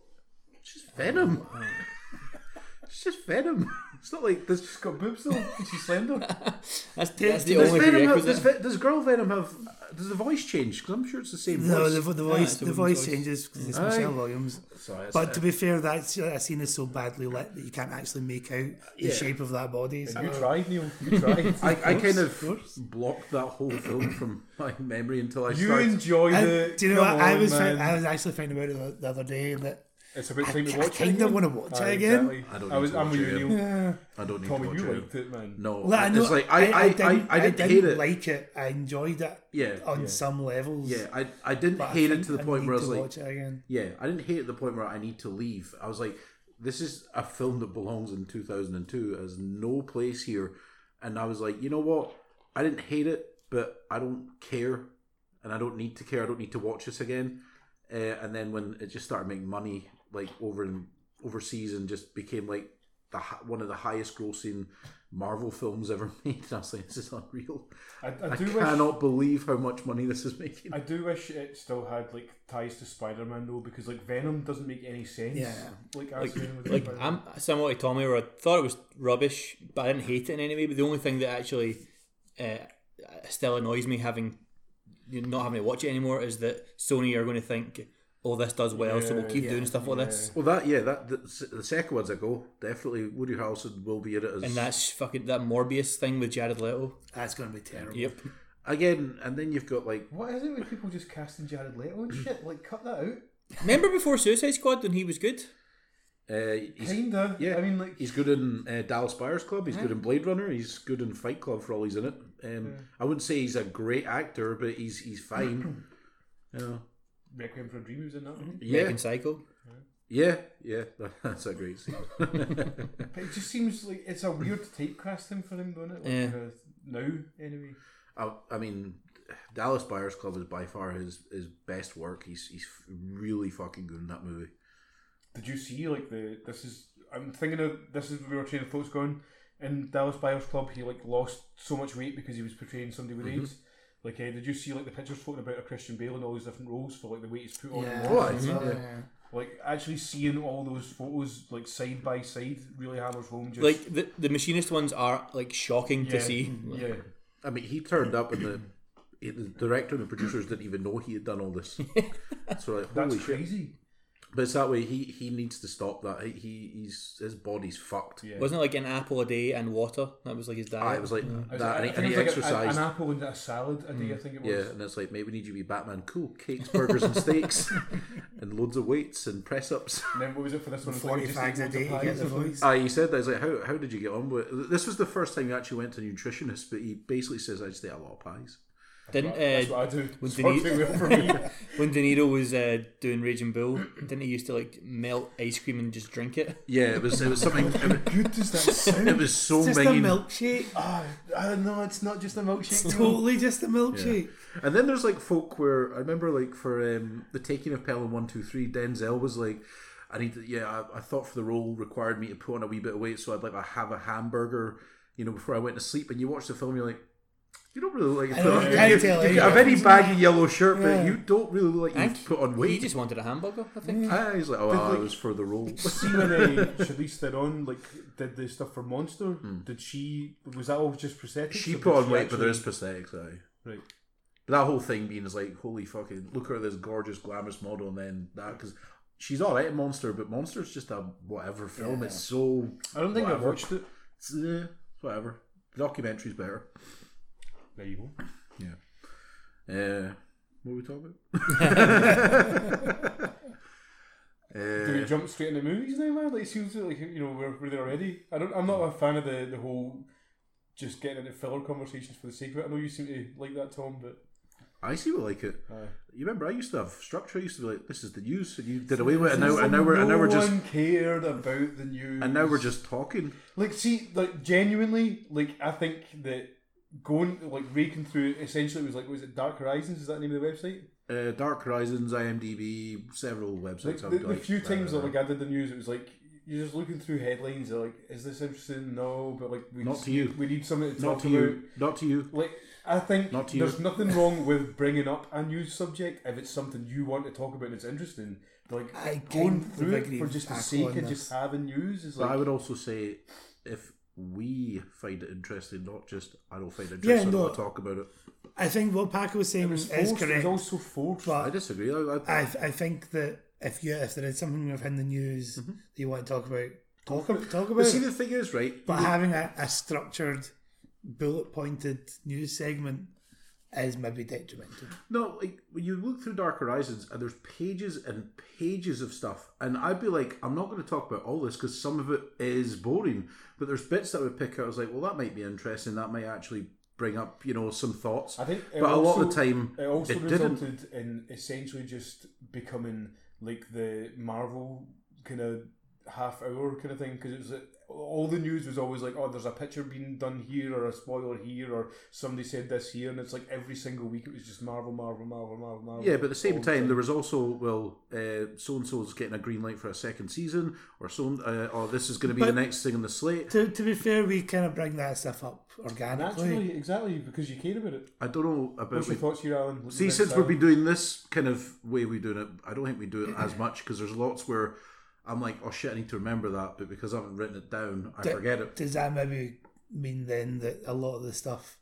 [SPEAKER 4] She's Venom. It's just Venom. It's not like this.
[SPEAKER 1] She's got boobs though. She's slender.
[SPEAKER 3] that's, that's the
[SPEAKER 4] does
[SPEAKER 3] only
[SPEAKER 4] Venom have,
[SPEAKER 3] prerequisite.
[SPEAKER 4] does, Ve- does Girl Venom have? Does the voice change? Because I'm sure it's the same
[SPEAKER 2] No,
[SPEAKER 4] voice. Ah,
[SPEAKER 2] the, vo- the voice
[SPEAKER 3] it's a
[SPEAKER 2] the
[SPEAKER 3] woman's
[SPEAKER 2] voice
[SPEAKER 3] voice.
[SPEAKER 2] changes because it's Michelle Williams.
[SPEAKER 4] Sorry,
[SPEAKER 2] But to be fair, that s- that scene is so badly lit that you can't actually make out the
[SPEAKER 4] Yeah.
[SPEAKER 2] shape of that body. So
[SPEAKER 1] You tried, Neil. You tried.
[SPEAKER 4] I, I kind of
[SPEAKER 2] course.
[SPEAKER 4] blocked that whole film from my memory until I
[SPEAKER 1] You
[SPEAKER 4] started.
[SPEAKER 1] enjoy
[SPEAKER 2] I-
[SPEAKER 1] the.
[SPEAKER 2] do you know?
[SPEAKER 1] come
[SPEAKER 2] what? I
[SPEAKER 1] on,
[SPEAKER 2] was
[SPEAKER 1] man.
[SPEAKER 2] fin- I was actually finding out the, the other day that
[SPEAKER 1] it's about time to
[SPEAKER 2] I
[SPEAKER 1] watch. it
[SPEAKER 2] kinda
[SPEAKER 1] again.
[SPEAKER 2] wanna watch it
[SPEAKER 1] Aye,
[SPEAKER 2] again.
[SPEAKER 1] Exactly.
[SPEAKER 4] I don't
[SPEAKER 1] I was.
[SPEAKER 4] need to
[SPEAKER 1] I'm with
[SPEAKER 4] watch it
[SPEAKER 1] you,
[SPEAKER 4] again.
[SPEAKER 1] Neil.
[SPEAKER 2] yeah.
[SPEAKER 4] I don't need
[SPEAKER 1] Tommy,
[SPEAKER 4] to watch
[SPEAKER 1] you
[SPEAKER 4] it.
[SPEAKER 1] liked it, man.
[SPEAKER 4] No,
[SPEAKER 2] Well, I
[SPEAKER 4] Oh, it's
[SPEAKER 2] know,
[SPEAKER 4] like I I, I,
[SPEAKER 2] didn't,
[SPEAKER 4] I, didn't
[SPEAKER 2] didn't
[SPEAKER 4] hate it.
[SPEAKER 2] like it. I enjoyed it
[SPEAKER 4] yeah,
[SPEAKER 2] on some levels.
[SPEAKER 4] yeah, I I didn't
[SPEAKER 2] but I
[SPEAKER 4] hate it
[SPEAKER 2] think
[SPEAKER 4] to the
[SPEAKER 2] I
[SPEAKER 4] point
[SPEAKER 2] need
[SPEAKER 4] where I was
[SPEAKER 2] to
[SPEAKER 4] like,
[SPEAKER 2] watch it again.
[SPEAKER 4] yeah, I didn't hate it to the point where I need to leave. I was like, this is a film that belongs in 2002. It has no place here. And I was like, you know what? I didn't hate it, but I don't care. And I don't need to care. I don't need to watch this again. Uh, and then when it just started making money, like over in overseas, and just became like the hi- one of the highest grossing Marvel films ever made, and I was like, this is unreal.
[SPEAKER 1] I, I,
[SPEAKER 4] I
[SPEAKER 1] do
[SPEAKER 4] cannot
[SPEAKER 1] wish.
[SPEAKER 4] believe how much money this is making.
[SPEAKER 1] I do wish it still had like ties to Spider-Man though, because like Venom doesn't make any sense.
[SPEAKER 2] Yeah.
[SPEAKER 1] Like, as Venom with
[SPEAKER 3] Like
[SPEAKER 1] Spider-Man.
[SPEAKER 3] I'm somewhat like Tommy, where I thought it was rubbish, but I didn't hate it in any way. But the only thing that actually uh, still annoys me, having you know, not having to watch it anymore, is that Sony are going to think, "Oh, this does well, so we'll keep doing stuff like this."
[SPEAKER 4] Well, that yeah, that the, the second one's a go. Definitely, Woody Harrelson will be in it as
[SPEAKER 3] And that's fucking that Morbius thing with Jared Leto.
[SPEAKER 2] That's going to be terrible.
[SPEAKER 3] Yep.
[SPEAKER 4] again. And then you've got like
[SPEAKER 1] What is it with people just casting Jared Leto and shit?
[SPEAKER 4] Mm.
[SPEAKER 1] Like, cut that out.
[SPEAKER 3] Remember before Suicide Squad when he was good?
[SPEAKER 4] uh, he's,
[SPEAKER 1] Kinda.
[SPEAKER 4] yeah,
[SPEAKER 1] I mean, like,
[SPEAKER 4] he's good in uh, Dallas Buyers Club. He's good in Blade Runner. He's good in Fight Club for all he's in it. Um, I wouldn't say he's a great actor, but he's he's fine. you know.
[SPEAKER 1] Requiem for a Dream he was in that. One.
[SPEAKER 4] Yeah,
[SPEAKER 3] Megan Psycho.
[SPEAKER 4] yeah, yeah. That's a great scene. Mm-hmm.
[SPEAKER 1] But it just seems like it's a weird typecast thing for him, doesn't it? Like,
[SPEAKER 3] Yeah.
[SPEAKER 1] uh, now, anyway.
[SPEAKER 4] I, I mean, Dallas Buyers Club is by far his his best work. He's he's really fucking good in that movie.
[SPEAKER 1] Did you see like the this is I'm thinking of this is where we were training thoughts going in Dallas Buyers Club he like lost so much weight because he was portraying somebody with AIDS. Like eh, did you see like the pictures floating about of Christian Bale and all these different roles for like the weight he's put on? and
[SPEAKER 2] Yeah.
[SPEAKER 1] lost?
[SPEAKER 4] Right.
[SPEAKER 2] Yeah.
[SPEAKER 1] Like actually seeing all those photos like side by side really hammers home just
[SPEAKER 3] Like the the machinist ones are like shocking
[SPEAKER 1] Yeah.
[SPEAKER 3] to see.
[SPEAKER 1] yeah.
[SPEAKER 4] I mean, he turned up and the the director and the producers didn't even know he had done all this. so like,
[SPEAKER 1] That's
[SPEAKER 4] holy shit!
[SPEAKER 1] crazy.
[SPEAKER 4] But it's that way. He he needs to stop that. He, he he's his body's fucked. Yeah.
[SPEAKER 3] Wasn't it like an apple a day and water? That was like his diet.
[SPEAKER 4] It was like
[SPEAKER 1] I was-
[SPEAKER 4] that, and
[SPEAKER 1] I
[SPEAKER 4] he,
[SPEAKER 1] think
[SPEAKER 4] and
[SPEAKER 1] it
[SPEAKER 4] he
[SPEAKER 1] was like a-
[SPEAKER 4] exercised.
[SPEAKER 1] an apple and a salad a day. I think it was.
[SPEAKER 4] yeah, and it's like, mate, we need you to be Batman. Cool, cakes, burgers, and steaks, and loads of weights and press ups.
[SPEAKER 1] And then what was it for this one? It was like
[SPEAKER 2] Forty
[SPEAKER 1] just
[SPEAKER 2] fags
[SPEAKER 1] loads
[SPEAKER 2] a
[SPEAKER 1] of
[SPEAKER 2] day to
[SPEAKER 1] pies
[SPEAKER 2] get the
[SPEAKER 1] or something.
[SPEAKER 2] voice.
[SPEAKER 4] Ah, he said that. He's like, how, how did you get on with it? This was the first time you actually went to a nutritionist, but he basically says, I just ate a lot of pies.
[SPEAKER 3] Didn't
[SPEAKER 1] That's
[SPEAKER 3] uh,
[SPEAKER 1] what I do.
[SPEAKER 3] was
[SPEAKER 1] It's working
[SPEAKER 3] Denise-
[SPEAKER 1] well for me.
[SPEAKER 3] when De Niro was uh, doing Raging Bull, didn't he used to like melt ice cream and just drink it?
[SPEAKER 4] Yeah, it was, it was something. It was,
[SPEAKER 1] Good does that
[SPEAKER 4] it
[SPEAKER 1] sound?
[SPEAKER 4] was so
[SPEAKER 2] It's just a
[SPEAKER 4] minging.
[SPEAKER 2] milkshake.
[SPEAKER 1] Ah, I don't know. It's not just a milkshake. deal.
[SPEAKER 2] Totally just a milkshake.
[SPEAKER 4] And then there's like folk where I remember like for um, the taking of Pelham One Two Three, Denzel was like, "I need to, yeah, I, I thought for the role required me to put on a wee bit of weight, so I'd like I have a hamburger, you know, before I went to sleep." And you watch the film, you're like. You don't really look like
[SPEAKER 2] I know,
[SPEAKER 4] put
[SPEAKER 2] you
[SPEAKER 4] on-
[SPEAKER 2] can't tell
[SPEAKER 4] you got a
[SPEAKER 2] anyway,
[SPEAKER 4] very
[SPEAKER 2] isn't
[SPEAKER 4] baggy yellow shirt,
[SPEAKER 2] Yeah.
[SPEAKER 4] but you don't really look like
[SPEAKER 3] I
[SPEAKER 4] you've
[SPEAKER 3] think
[SPEAKER 4] put on
[SPEAKER 3] He
[SPEAKER 4] weight.
[SPEAKER 3] just wanted a hamburger, I think.
[SPEAKER 4] Ah, he's like, oh, ah,
[SPEAKER 1] like-
[SPEAKER 4] it was for the role.
[SPEAKER 1] See when uh, Charlize Theron like did the stuff for Monster, did she was that all just prosthetics?
[SPEAKER 4] Hmm. she
[SPEAKER 1] or
[SPEAKER 4] put
[SPEAKER 1] did
[SPEAKER 4] on weight, but there is
[SPEAKER 1] actually-
[SPEAKER 4] prosthetics. Aye.
[SPEAKER 1] right.
[SPEAKER 4] But that whole thing being is like, holy fucking, look at this gorgeous, glamorous model, and then that because she's all right in Monster, but Monster's just a whatever film. It's so
[SPEAKER 1] I don't think I've
[SPEAKER 4] whatever.
[SPEAKER 1] watched it.
[SPEAKER 4] It's, eh, whatever. The documentary's better.
[SPEAKER 1] There you go.
[SPEAKER 4] Yeah. Uh, what were we talking about?
[SPEAKER 1] Do we
[SPEAKER 4] uh,
[SPEAKER 1] jump straight into movies now, man? Like it seems like you know we're, we're there already. I don't. I'm not a fan of the the whole just getting into filler conversations for the sake of it. I know you seem to like that, Tom, but
[SPEAKER 4] I see what like it.
[SPEAKER 1] Aye.
[SPEAKER 4] You remember I used to have structure. I used to be like, this is the news, and you did away with it. And now, and now we're, and now we're
[SPEAKER 1] no
[SPEAKER 4] just,
[SPEAKER 1] one cared about the news.
[SPEAKER 4] and now we're just talking.
[SPEAKER 1] Like, see, like genuinely, like I think that going like raking through essentially it was like was it Dark Horizons? Is that the name of the website?
[SPEAKER 4] Uh, Dark Horizons, IMDb, several
[SPEAKER 1] Like
[SPEAKER 4] websites.
[SPEAKER 1] the,
[SPEAKER 4] I've
[SPEAKER 1] the
[SPEAKER 4] like,
[SPEAKER 1] few times that
[SPEAKER 4] uh,
[SPEAKER 1] like I did the news, it was like you're just looking through headlines. They're like, is this interesting? No, but like we
[SPEAKER 4] Not
[SPEAKER 1] just
[SPEAKER 4] to you.
[SPEAKER 1] need- we need something to
[SPEAKER 4] not
[SPEAKER 1] talk
[SPEAKER 4] to
[SPEAKER 1] about.
[SPEAKER 4] you, not to you.
[SPEAKER 1] Like I think
[SPEAKER 4] Not to you.
[SPEAKER 1] there's nothing wrong with bringing up a news subject if it's something you want to talk about and it's interesting. But, Like
[SPEAKER 2] I
[SPEAKER 1] going
[SPEAKER 2] kind of
[SPEAKER 1] through it
[SPEAKER 2] agree
[SPEAKER 1] for
[SPEAKER 2] with
[SPEAKER 1] just the
[SPEAKER 2] Paco
[SPEAKER 1] sake
[SPEAKER 2] on
[SPEAKER 1] of
[SPEAKER 2] this.
[SPEAKER 1] just having news is
[SPEAKER 4] But I
[SPEAKER 1] like
[SPEAKER 4] would also say if we find it interesting, not just I don't find it
[SPEAKER 2] Yeah,
[SPEAKER 4] interesting, I
[SPEAKER 2] no.
[SPEAKER 4] want to talk about it.
[SPEAKER 2] I think what Paco was saying
[SPEAKER 1] it was
[SPEAKER 2] is
[SPEAKER 1] forced. It was
[SPEAKER 2] correct.
[SPEAKER 1] also forced.
[SPEAKER 4] I
[SPEAKER 2] But
[SPEAKER 4] disagree. I, I,
[SPEAKER 2] I, I think that if you if there is something within the news that you want to talk about, talk, ab- talk about
[SPEAKER 4] but Mm-hmm. see,
[SPEAKER 2] it.
[SPEAKER 4] the thing is, right?
[SPEAKER 2] but having a, a structured, bullet pointed news segment is maybe detrimental.
[SPEAKER 4] No, like when you look through Dark Horizons, and there's pages and pages of stuff, and I'd be like, I'm not going to talk about all this because some of it is boring. But there's bits that I would pick out. I was like, well, that might be interesting. That might actually bring up, you know, some thoughts.
[SPEAKER 1] I think, it
[SPEAKER 4] but a lot of the
[SPEAKER 1] also-
[SPEAKER 4] time,
[SPEAKER 1] It also
[SPEAKER 4] it didn't.
[SPEAKER 1] resulted in essentially just becoming like the Marvel kind of half hour kind of thing because it was like, all the news was always like, oh, there's a picture being done here or a spoiler here or somebody said this here, and it's like every single week it was just Marvel, Marvel, Marvel, Marvel, Marvel.
[SPEAKER 4] Yeah, but at the same
[SPEAKER 1] all
[SPEAKER 4] time, there was also well, so and so's getting a green light for a second season, or so, uh, or this is going to be
[SPEAKER 2] But-
[SPEAKER 4] the next thing on the slate.
[SPEAKER 2] To, to be fair, we kind of bring that stuff up organically.
[SPEAKER 1] Naturally, exactly because you care about it.
[SPEAKER 4] I don't know about.
[SPEAKER 1] What's your
[SPEAKER 4] We,
[SPEAKER 1] thoughts here, Alan?
[SPEAKER 4] see, since we've been doing this kind of way we doing it, I don't think we do it as much because there's lots where I'm like, oh shit, I need to remember that, but because I haven't written it down, I
[SPEAKER 2] D-
[SPEAKER 4] forget it.
[SPEAKER 2] Does that maybe mean then that a lot of the stuff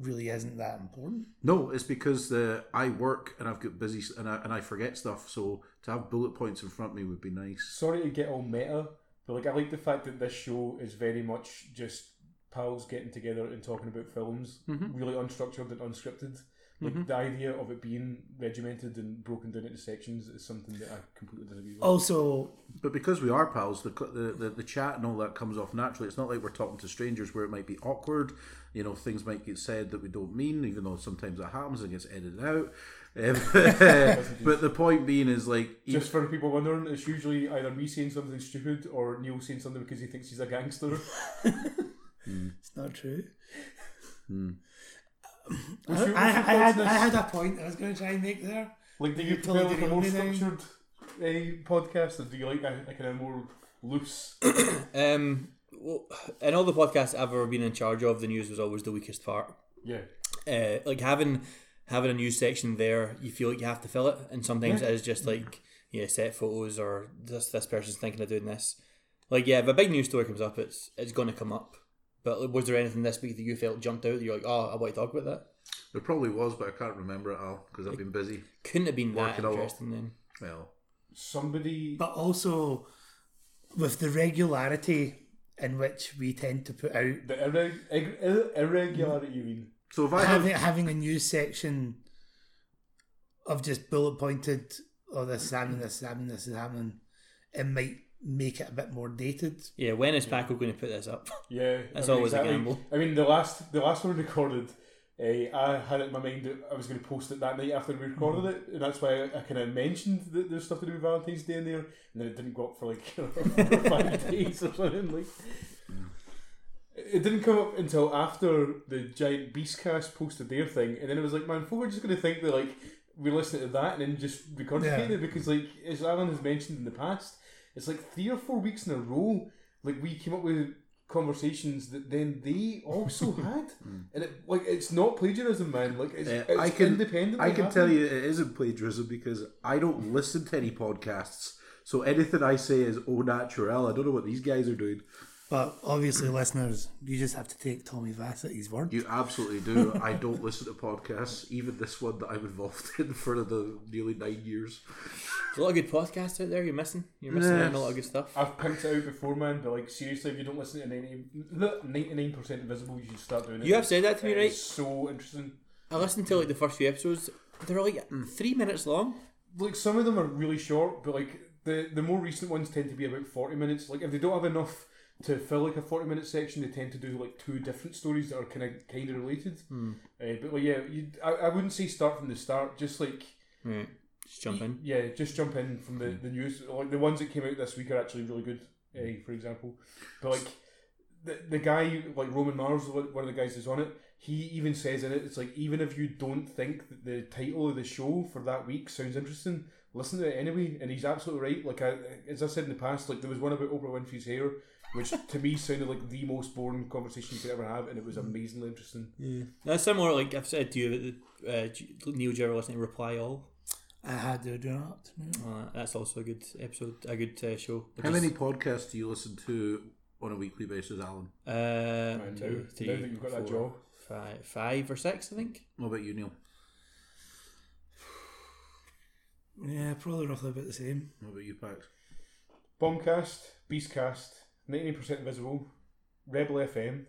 [SPEAKER 2] really isn't that important?
[SPEAKER 4] No, it's because the I work and I've got busy s- and I, and I forget stuff. So to have bullet points in front of me would be nice.
[SPEAKER 1] sorry to get all meta, but like I like the fact that this show is very much just pals getting together and talking about films,
[SPEAKER 2] Mm-hmm.
[SPEAKER 1] really unstructured and unscripted. Like the idea of it being regimented and broken down into sections is something that I completely disagree
[SPEAKER 2] Oh,
[SPEAKER 1] with.
[SPEAKER 2] Also,
[SPEAKER 4] But because we are pals, the, cl- the the the chat and all that comes off naturally. It's not like we're talking to strangers where it might be awkward. You know, things might get said that we don't mean, even though sometimes that happens and gets edited out. Um, but the point being is like, e, even,
[SPEAKER 1] Just for people wondering, it's usually either me saying something stupid or Neil saying something because he thinks he's a gangster.
[SPEAKER 2] it's not true.
[SPEAKER 1] What's your-
[SPEAKER 2] I, I,
[SPEAKER 1] what's your
[SPEAKER 2] had,
[SPEAKER 1] thoughts on
[SPEAKER 2] I
[SPEAKER 1] this?
[SPEAKER 2] had a point I was going to try and make there.
[SPEAKER 1] Like, do
[SPEAKER 2] You
[SPEAKER 1] you prefer
[SPEAKER 2] totally
[SPEAKER 1] like a
[SPEAKER 2] didn't
[SPEAKER 1] more
[SPEAKER 2] mean anything.
[SPEAKER 1] structured uh, podcast, or do you like a, a kind of more loose?
[SPEAKER 3] Um, well, in all the podcasts I've ever been in charge of, the news was always the weakest part.
[SPEAKER 1] yeah,
[SPEAKER 3] Uh, like having having a news section there, you feel like you have to fill it, and sometimes it is just like yeah, set photos or this this person's thinking of doing this. Like yeah, if a big news story comes up, it's it's going to come up. But like, was there anything this week that you felt jumped out? That you're like, oh, I want to talk about that.
[SPEAKER 4] there probably was, but I can't remember it all because I've been busy.
[SPEAKER 3] Couldn't have been that
[SPEAKER 4] Working a lot.
[SPEAKER 3] interesting then.
[SPEAKER 4] Well,
[SPEAKER 1] somebody.
[SPEAKER 2] but also with the regularity in which we tend to put out
[SPEAKER 1] The irreg- irre- irregularity, you mean?
[SPEAKER 4] So if I have, uh,
[SPEAKER 2] having having a new section of just bullet pointed oh this is happening, this is happening, this is happening, it might make it a bit more dated.
[SPEAKER 3] Yeah, when is Paco going to put this up?
[SPEAKER 1] Yeah,
[SPEAKER 3] That's always a gamble.
[SPEAKER 1] I mean, the last the last one recorded, uh, I had it in my mind that I was going to post it that night after we recorded
[SPEAKER 3] Mm-hmm.
[SPEAKER 1] it, and that's why I, kind of mentioned that there's stuff to do with Valentine's Day in there, and then it didn't go up for like five days or something. Like, it didn't come up until after the giant Beastcast posted their thing, and then it was like, man, folk are just going to think that like we listened to that and then just regurgitated
[SPEAKER 2] Yeah.
[SPEAKER 1] it because like as Alan has mentioned in the past, it's like three or four weeks in a row, like we came up with conversations that then they also had,
[SPEAKER 3] Hmm.
[SPEAKER 1] and it like it's not plagiarism, man. Like it's,
[SPEAKER 4] uh,
[SPEAKER 1] it's
[SPEAKER 4] I can
[SPEAKER 1] independently
[SPEAKER 4] I can
[SPEAKER 1] happening.
[SPEAKER 4] tell you it isn't plagiarism because I don't listen to any podcasts. So anything I say is au naturel. I don't know what these guys are doing.
[SPEAKER 2] But obviously, listeners, you just have to take Tommy Vass at his word.
[SPEAKER 4] You absolutely do. I don't listen to podcasts, even this one that I'm involved in for the nearly nine years.
[SPEAKER 3] There's a lot of good podcasts out there you're missing. You're missing out on a lot of good stuff.
[SPEAKER 1] I've picked it out before, man. But like seriously, if you don't listen to ninety nine percent invisible, you should start doing it.
[SPEAKER 3] You have said that to me,
[SPEAKER 1] It
[SPEAKER 3] right?
[SPEAKER 1] is so interesting.
[SPEAKER 3] I listened to like the first few episodes. They're like three minutes long.
[SPEAKER 1] like some of them are really short, but like the the more recent ones tend to be about forty minutes. Like if they don't have enough to fill like a forty minute section, they tend to do like two different stories that are kind of kind of related. Uh, but like yeah, you I, I wouldn't say start from the start. Just like
[SPEAKER 3] Right, just jump in.
[SPEAKER 1] yeah, just jump in from the, the news. Like the ones that came out this week are actually really good. eh, for example, but like the the guy like Roman Mars, one one of the guys that's on it, he even says in it, it's like even if you don't think that the title of the show for that week sounds interesting, listen to it anyway. And he's absolutely right. Like I, as I said in the past, like there was one about Oprah Winfrey's hair. Which to me sounded like the most boring conversation you could ever have, and it was amazingly interesting.
[SPEAKER 3] That's similar. Like I've said to you, about the, uh, do you- Neil, do you ever listen to Reply All?
[SPEAKER 2] I had to do not.
[SPEAKER 3] Uh, that's also a good episode, a good uh, show.
[SPEAKER 4] How many podcasts do you listen to on a weekly basis, Alan?
[SPEAKER 3] Uh,
[SPEAKER 1] And now,
[SPEAKER 3] two,
[SPEAKER 1] now that
[SPEAKER 3] three,
[SPEAKER 1] you've got that
[SPEAKER 3] four,
[SPEAKER 1] job,
[SPEAKER 3] five, five or six, I think.
[SPEAKER 4] What about you, Neil?
[SPEAKER 2] Yeah, probably roughly about the same.
[SPEAKER 4] What about you, Pax?
[SPEAKER 1] Bombcast, Beastcast, 90% Visible, Rebel FM.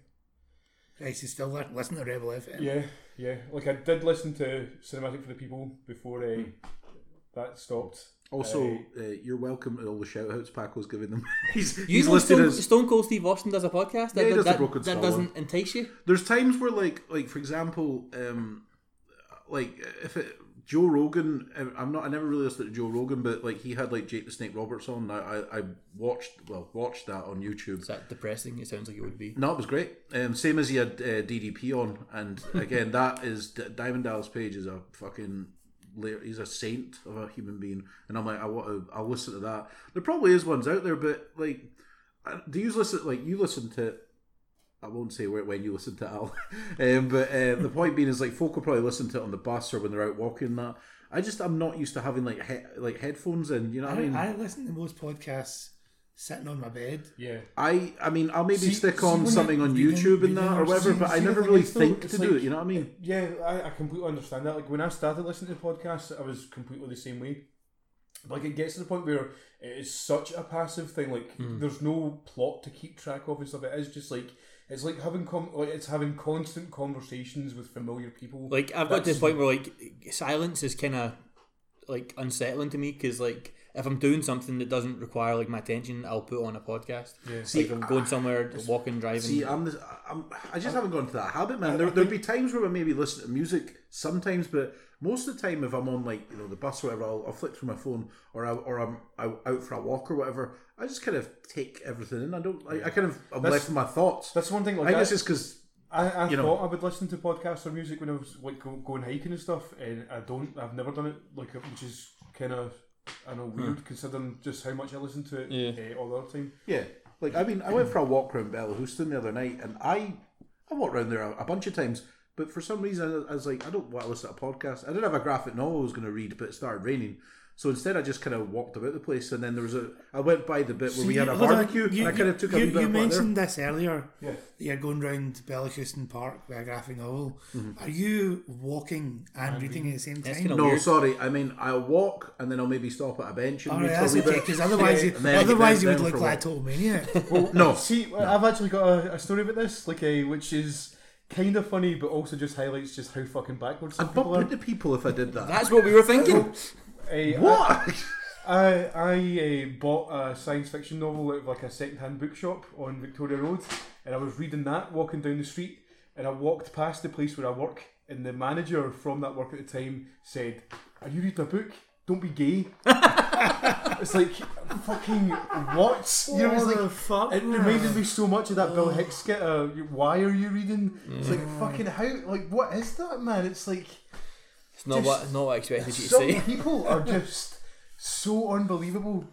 [SPEAKER 2] Right, so still li- listen to Rebel FM.
[SPEAKER 1] Yeah, yeah. Like I did listen to Cinematic for the People before
[SPEAKER 3] Hmm.
[SPEAKER 1] uh, that stopped.
[SPEAKER 4] Also,
[SPEAKER 1] Aye.
[SPEAKER 4] uh, you're welcome to all the shout outs Paco's giving them. he's
[SPEAKER 3] You
[SPEAKER 4] he's
[SPEAKER 3] know
[SPEAKER 4] listed
[SPEAKER 3] Stone,
[SPEAKER 4] as.
[SPEAKER 3] Stone Cold Steve Austin does a podcast. That,
[SPEAKER 4] Yeah, he
[SPEAKER 3] that-
[SPEAKER 4] does the
[SPEAKER 3] that-
[SPEAKER 4] Broken
[SPEAKER 3] that
[SPEAKER 4] Skull
[SPEAKER 3] doesn't entice you.
[SPEAKER 4] There's times where, like, like for example, um, like if it, Joe Rogan, I'm not. I never really listened to Joe Rogan, but like he had like Jake the Snake Roberts on. I I, I watched well watched that on YouTube.
[SPEAKER 3] Is that depressing? It sounds like it would be.
[SPEAKER 4] No, it was great. Um, same as he had uh, DDP on, and again, that is D- Diamond Dallas Page is a fucking la- he's a saint of a human being, and I'm like, I want to, I'll listen to that. There probably is ones out there, but like, I- do you listen? Like, you listen to. I won't say where when you listen to Al, um, but uh, the point being is like folk will probably listen to it on the bus or when they're out walking. and That I just I'm not used to having like he- like headphones in. You know what I, mean?
[SPEAKER 2] I, I listen to most podcasts sitting on my bed.
[SPEAKER 1] Yeah.
[SPEAKER 4] I I mean I'll maybe
[SPEAKER 1] See-
[SPEAKER 4] stick
[SPEAKER 1] see
[SPEAKER 4] on
[SPEAKER 1] when
[SPEAKER 4] something
[SPEAKER 1] you-
[SPEAKER 4] on
[SPEAKER 2] you
[SPEAKER 4] YouTube
[SPEAKER 2] don't-
[SPEAKER 4] and
[SPEAKER 2] you
[SPEAKER 4] that or
[SPEAKER 2] don't
[SPEAKER 4] whatever,
[SPEAKER 1] see-
[SPEAKER 4] but I
[SPEAKER 1] see the
[SPEAKER 4] never
[SPEAKER 1] thing
[SPEAKER 4] really
[SPEAKER 1] is, though,
[SPEAKER 4] think
[SPEAKER 1] it's
[SPEAKER 4] to do
[SPEAKER 1] like-
[SPEAKER 4] it. You know what I mean?
[SPEAKER 1] Yeah, I, I completely understand that. Like when I started listening to podcasts, I was completely the same way. Like it gets to the point where it is such a passive thing. Like
[SPEAKER 3] Hmm.
[SPEAKER 1] there's no plot to keep track of and stuff. It is just like it's like having com- like it's having constant conversations with familiar people.
[SPEAKER 3] Like I've got to
[SPEAKER 1] That's-
[SPEAKER 3] the point where like silence is kind of like unsettling to me because like if I'm doing something that doesn't require like my attention, I'll put on a podcast. Yeah.
[SPEAKER 4] See,
[SPEAKER 3] like I'm going somewhere, walking, driving.
[SPEAKER 4] See, I'm, this, I'm I just haven't gone to that habit, man. There, there'd be times where I maybe listen to music sometimes, but most of the time, if I'm on like you know the bus or whatever, I'll, I'll flick through my phone or I, or I'm out out for a walk or whatever. I just kind of take everything in. I don't. I, I kind of I'm left with my thoughts.
[SPEAKER 1] that's one thing. Like
[SPEAKER 4] I guess
[SPEAKER 1] I-
[SPEAKER 4] it's because
[SPEAKER 1] I, I
[SPEAKER 4] you know.
[SPEAKER 1] thought I would listen to podcasts or music when I was like go, going hiking and stuff, and I don't. I've never done it, like which is kind of I know
[SPEAKER 4] Hmm.
[SPEAKER 1] weird considering just how much I listen to it eh, all the other time.
[SPEAKER 4] Yeah, like I mean, I went for a walk around Bella Houston the other night, and I I walked around there a, a bunch of times, but for some reason I, I was like, I don't want to listen to a podcast. I didn't have a graphic novel I was going to read, but it started raining, So instead, I just kind of walked about the place, and then there was a. I went by the bit where
[SPEAKER 2] So
[SPEAKER 4] we had a
[SPEAKER 2] hold on,
[SPEAKER 4] barbecue, and I kind of took
[SPEAKER 2] you,
[SPEAKER 4] a wee bit
[SPEAKER 2] You
[SPEAKER 4] of what there.
[SPEAKER 2] mentioned this earlier.
[SPEAKER 1] Yeah.
[SPEAKER 2] that You're going round Bellicuston Park graphing Hole.
[SPEAKER 4] Mm-hmm.
[SPEAKER 2] Are you walking and reading at the same
[SPEAKER 3] That's
[SPEAKER 2] time?
[SPEAKER 3] kinda
[SPEAKER 4] No,
[SPEAKER 3] Weird.
[SPEAKER 4] sorry. I mean, I'll walk and then I'll maybe stop at a bench and
[SPEAKER 2] All
[SPEAKER 4] read
[SPEAKER 2] right,
[SPEAKER 4] for a
[SPEAKER 2] that's
[SPEAKER 4] wee
[SPEAKER 2] okay.
[SPEAKER 4] bit.
[SPEAKER 2] Because otherwise,
[SPEAKER 1] Yeah,
[SPEAKER 2] you,
[SPEAKER 4] and then I get
[SPEAKER 2] otherwise you
[SPEAKER 4] down
[SPEAKER 2] would
[SPEAKER 4] for
[SPEAKER 2] look oh,
[SPEAKER 4] a
[SPEAKER 2] like a total
[SPEAKER 4] walk.
[SPEAKER 2] maniac.
[SPEAKER 4] No,
[SPEAKER 1] See, I've actually got a, a story about this, like a which is kind of funny, but also just highlights just how fucking backwards some
[SPEAKER 4] I'd bump
[SPEAKER 1] people are.
[SPEAKER 4] into people if I did that.
[SPEAKER 3] That's what we were thinking.
[SPEAKER 1] Eh,
[SPEAKER 4] what?
[SPEAKER 1] I I uh, bought a science fiction novel out of like a second-hand bookshop on Victoria Road, and I was reading that walking down the street, and I walked past the place where I work, and the manager from that work at the time said, "Are you reading a book? Don't be gay." it's like fucking what? You know, it's like,
[SPEAKER 2] fuck?
[SPEAKER 1] it reminded me so much of that Bill Hicks skit. Uh, you- why are you reading? It's like fucking how? Like what is that, man? It's like
[SPEAKER 3] It's not what not what I expected you to
[SPEAKER 1] some
[SPEAKER 3] say.
[SPEAKER 1] people are just so unbelievable.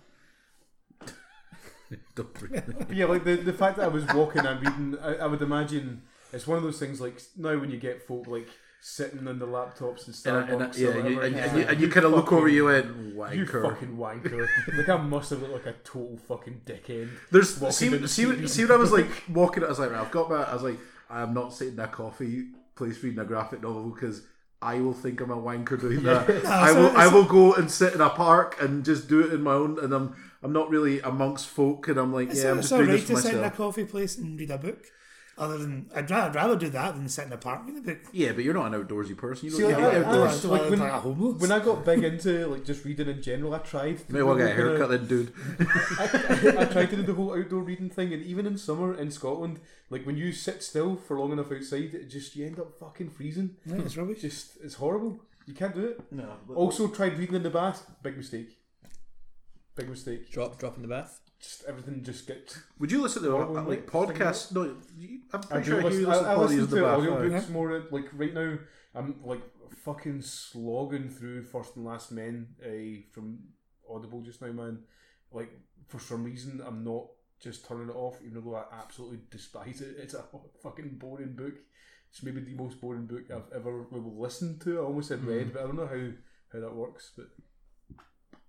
[SPEAKER 4] Don't really.
[SPEAKER 1] But yeah, like the, the fact that I was walking and reading, I, I would imagine it's one of those things like now when you get folk like sitting on the laptops and
[SPEAKER 4] And, I-
[SPEAKER 1] stuff.
[SPEAKER 4] and, I- yeah, you, and, and you,
[SPEAKER 1] you,
[SPEAKER 4] and you kind of look over you and wanker.
[SPEAKER 1] fucking wanker. like I must have looked like a total fucking dickhead.
[SPEAKER 4] There's
[SPEAKER 1] walking
[SPEAKER 4] see,
[SPEAKER 1] down the
[SPEAKER 4] see,
[SPEAKER 1] street
[SPEAKER 4] what-
[SPEAKER 1] reading.
[SPEAKER 4] see what I was like walking. I was like, right, I've got my. I was like, I'm not sitting in a coffee place reading a graphic novel because I will think I'm a wanker doing that. I
[SPEAKER 2] so
[SPEAKER 4] will. I
[SPEAKER 2] it's-
[SPEAKER 4] will go and sit in a park and just do it in my own. And I'm. I'm not really amongst folk, and I'm like,
[SPEAKER 2] It's,
[SPEAKER 4] yeah, I'm
[SPEAKER 2] it's
[SPEAKER 4] just
[SPEAKER 2] all
[SPEAKER 4] doing
[SPEAKER 2] right
[SPEAKER 4] this for
[SPEAKER 2] to sit in a
[SPEAKER 4] myself.
[SPEAKER 2] coffee place and read a book. Other than I'd rather, I'd rather do that than sit in a park reading a book.
[SPEAKER 4] Yeah, but you're not an outdoorsy person. You
[SPEAKER 1] See,
[SPEAKER 4] don't
[SPEAKER 1] like,
[SPEAKER 4] get
[SPEAKER 1] I- I
[SPEAKER 4] outdoors.
[SPEAKER 1] was-
[SPEAKER 2] Do I
[SPEAKER 1] like,
[SPEAKER 2] look
[SPEAKER 1] when,
[SPEAKER 2] like a homeless?
[SPEAKER 1] when I got big into like just reading in general, I tried. to
[SPEAKER 4] Maybe I'll
[SPEAKER 1] do
[SPEAKER 4] get a
[SPEAKER 1] the
[SPEAKER 4] haircut then, dude.
[SPEAKER 1] I tried to do the whole outdoor reading thing, and even in summer in Scotland, like when you sit still for long enough outside, it just you end up fucking freezing.
[SPEAKER 2] No, it's rubbish.
[SPEAKER 1] Just it's horrible. You can't do it.
[SPEAKER 4] No.
[SPEAKER 1] Also tried reading in the bath. Big mistake. Big mistake.
[SPEAKER 3] Drop drop in the bath.
[SPEAKER 1] Just everything just gets.
[SPEAKER 4] Would you listen to
[SPEAKER 1] Or when,
[SPEAKER 4] like
[SPEAKER 1] like,
[SPEAKER 4] podcasts? No, you- I'm
[SPEAKER 1] I
[SPEAKER 4] pretty
[SPEAKER 1] do
[SPEAKER 4] sure
[SPEAKER 1] listen.
[SPEAKER 4] you
[SPEAKER 1] I,
[SPEAKER 4] listen to
[SPEAKER 1] I listen
[SPEAKER 4] podcasts in
[SPEAKER 1] to
[SPEAKER 4] the bath.
[SPEAKER 1] audiobooks more. Like right now, I'm like fucking slogging through First and Last Men uh, from Audible just now, man. Like for some reason, I'm not just turning it off, even though I absolutely despise it. It's a fucking boring book. It's maybe the most boring book I've ever listened to. I almost said
[SPEAKER 4] Hmm.
[SPEAKER 1] read, but I don't know how how that works. But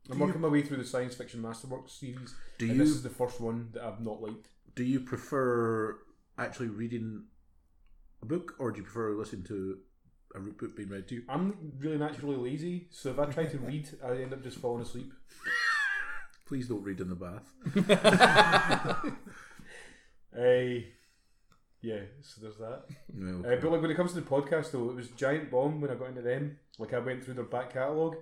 [SPEAKER 1] I'm working my way through the science fiction masterworks series,
[SPEAKER 4] Do
[SPEAKER 1] and this
[SPEAKER 4] you-
[SPEAKER 1] is the first one that I've not liked.
[SPEAKER 4] Do you prefer actually reading a book, or do you prefer listening to a r- book being read to you?
[SPEAKER 1] I'm really naturally lazy, so if I try to read, I end up just falling asleep.
[SPEAKER 4] Please don't read in the bath.
[SPEAKER 1] Uh, yeah, so there's that.
[SPEAKER 4] No.
[SPEAKER 1] Uh, but like when it comes to the podcast, though, it was giant bomb when I got into them. Like I went through their back catalogue,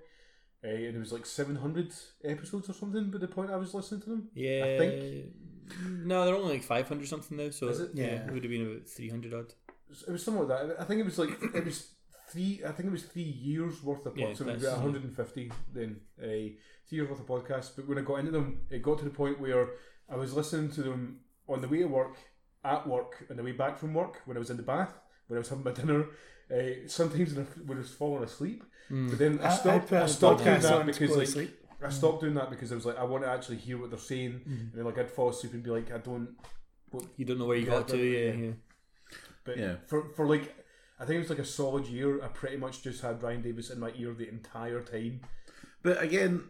[SPEAKER 1] uh, and it was like 700 episodes or something. But the point I was listening to them,
[SPEAKER 3] Yeah.
[SPEAKER 1] I think
[SPEAKER 3] No, they're only like five hundred something though. So
[SPEAKER 1] Is it?
[SPEAKER 3] yeah,
[SPEAKER 2] Yeah.
[SPEAKER 3] it would have been about three hundred odd.
[SPEAKER 1] it was something like that. I think it was like it was three. I think it was three years worth of podcasts.
[SPEAKER 3] Yeah,
[SPEAKER 1] so it was
[SPEAKER 3] that's-
[SPEAKER 1] about 150 then. Uh, three years worth of podcasts. But when I got into them, it got to the point where I was listening to them on the way to work, at work, on the way back from work, when I was in the bath, when I was having my dinner. Uh, sometimes when I- when I was falling asleep,
[SPEAKER 3] Hmm.
[SPEAKER 1] but then I
[SPEAKER 2] I- I
[SPEAKER 1] stopped.
[SPEAKER 2] put
[SPEAKER 1] I,
[SPEAKER 2] a
[SPEAKER 1] stopped doing
[SPEAKER 2] podcast
[SPEAKER 1] that
[SPEAKER 2] on to
[SPEAKER 1] because
[SPEAKER 2] go to
[SPEAKER 1] like
[SPEAKER 2] sleep.
[SPEAKER 1] I stopped doing that because I was like I want to actually hear what they're saying,
[SPEAKER 3] Hmm.
[SPEAKER 1] and then like I'd fall asleep and be like I don't
[SPEAKER 3] You don't know where you
[SPEAKER 1] Yeah,
[SPEAKER 3] got
[SPEAKER 1] I
[SPEAKER 3] to.
[SPEAKER 1] don't-
[SPEAKER 3] Yeah,
[SPEAKER 1] yeah.
[SPEAKER 3] yeah.
[SPEAKER 1] But
[SPEAKER 4] Yeah.
[SPEAKER 1] for for like, I think it was like a solid year. I pretty much just had Ryan Davis in my ear the entire time.
[SPEAKER 4] But again,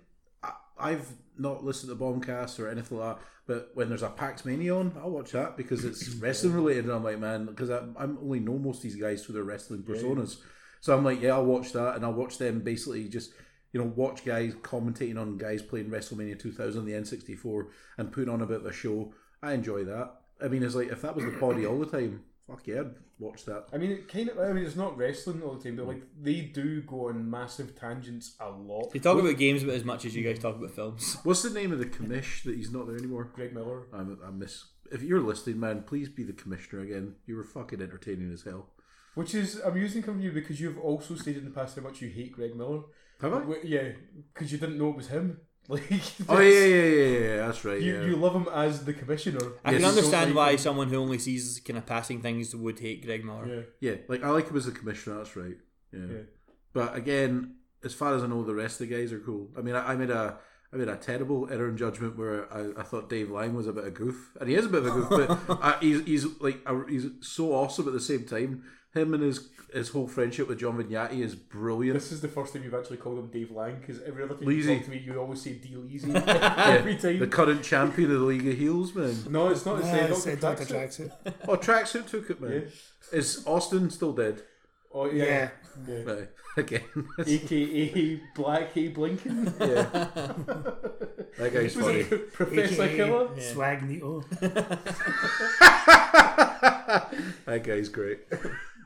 [SPEAKER 4] I, I've not listened to Bombcast or anything like that. But when there's a Pax Mania on, I'll watch that because it's wrestling related. And I'm like, man, because I I'm only know most of these guys through their wrestling personas. So I'm like, yeah, I'll watch that, and I'll watch them basically just. You know, watch guys commentating on guys playing WrestleMania 2000, the N64, and putting on a bit of a show. I enjoy that. I mean, it's like if that was the body all the time, fuck yeah, I'd watch that.
[SPEAKER 1] I mean, it kind of. I mean, it's not wrestling all the time, but like they do go on massive tangents a lot.
[SPEAKER 3] They talk about games about as much as you guys talk about films.
[SPEAKER 4] What's the name of the commish that he's not there anymore?
[SPEAKER 1] Greg Miller.
[SPEAKER 4] I'm, I miss. If you're listening, man, please be the commissioner again. You were fucking entertaining as hell.
[SPEAKER 1] Which is amusing coming from you because you've also stated in the past how much you hate Greg Miller.
[SPEAKER 4] Have I?
[SPEAKER 1] Wh- Yeah, because you didn't know it was him. Like,
[SPEAKER 4] Oh yeah, yeah, yeah, yeah. yeah, That's right.
[SPEAKER 1] You,
[SPEAKER 4] yeah.
[SPEAKER 1] you love him as the commissioner.
[SPEAKER 3] I
[SPEAKER 1] You
[SPEAKER 3] can
[SPEAKER 1] don't
[SPEAKER 3] understand
[SPEAKER 1] like um,
[SPEAKER 3] why
[SPEAKER 1] him.
[SPEAKER 3] someone who only sees kind of passing things would hate Greg Miller.
[SPEAKER 1] Yeah.
[SPEAKER 4] yeah, like I like him as the commissioner. That's right. Yeah.
[SPEAKER 1] Yeah.
[SPEAKER 4] But again, as far as I know, the rest of the guys are cool. I mean, I, I made a I made a terrible error in judgment where I, I thought Dave Lang was a bit of a goof, and he is a bit of a goof, but I, he's, he's like a, he's so awesome at the same time. Him and his his whole friendship with John Vignati is brilliant.
[SPEAKER 1] This is the first time you've actually called him Dave Lang because every other time
[SPEAKER 4] Leasy.
[SPEAKER 1] you talk to me, you always say D Leasy every time.
[SPEAKER 4] The current champion of the League of Heels, man.
[SPEAKER 1] no, it's not. It's uh,
[SPEAKER 2] Yeah, I
[SPEAKER 1] Dr.
[SPEAKER 2] said Dr.
[SPEAKER 1] Traxxas.
[SPEAKER 2] Jackson.
[SPEAKER 4] Oh, tracksuit took it, man. Is Austin still dead?
[SPEAKER 1] Oh yeah,
[SPEAKER 2] Yeah.
[SPEAKER 1] yeah.
[SPEAKER 4] No, again.
[SPEAKER 1] AKA Black A Blinken.
[SPEAKER 4] yeah, that guy's
[SPEAKER 1] Was
[SPEAKER 4] funny.
[SPEAKER 1] it Professor
[SPEAKER 2] AKA
[SPEAKER 1] Killer?
[SPEAKER 2] Swag Nito.
[SPEAKER 4] That guy's great.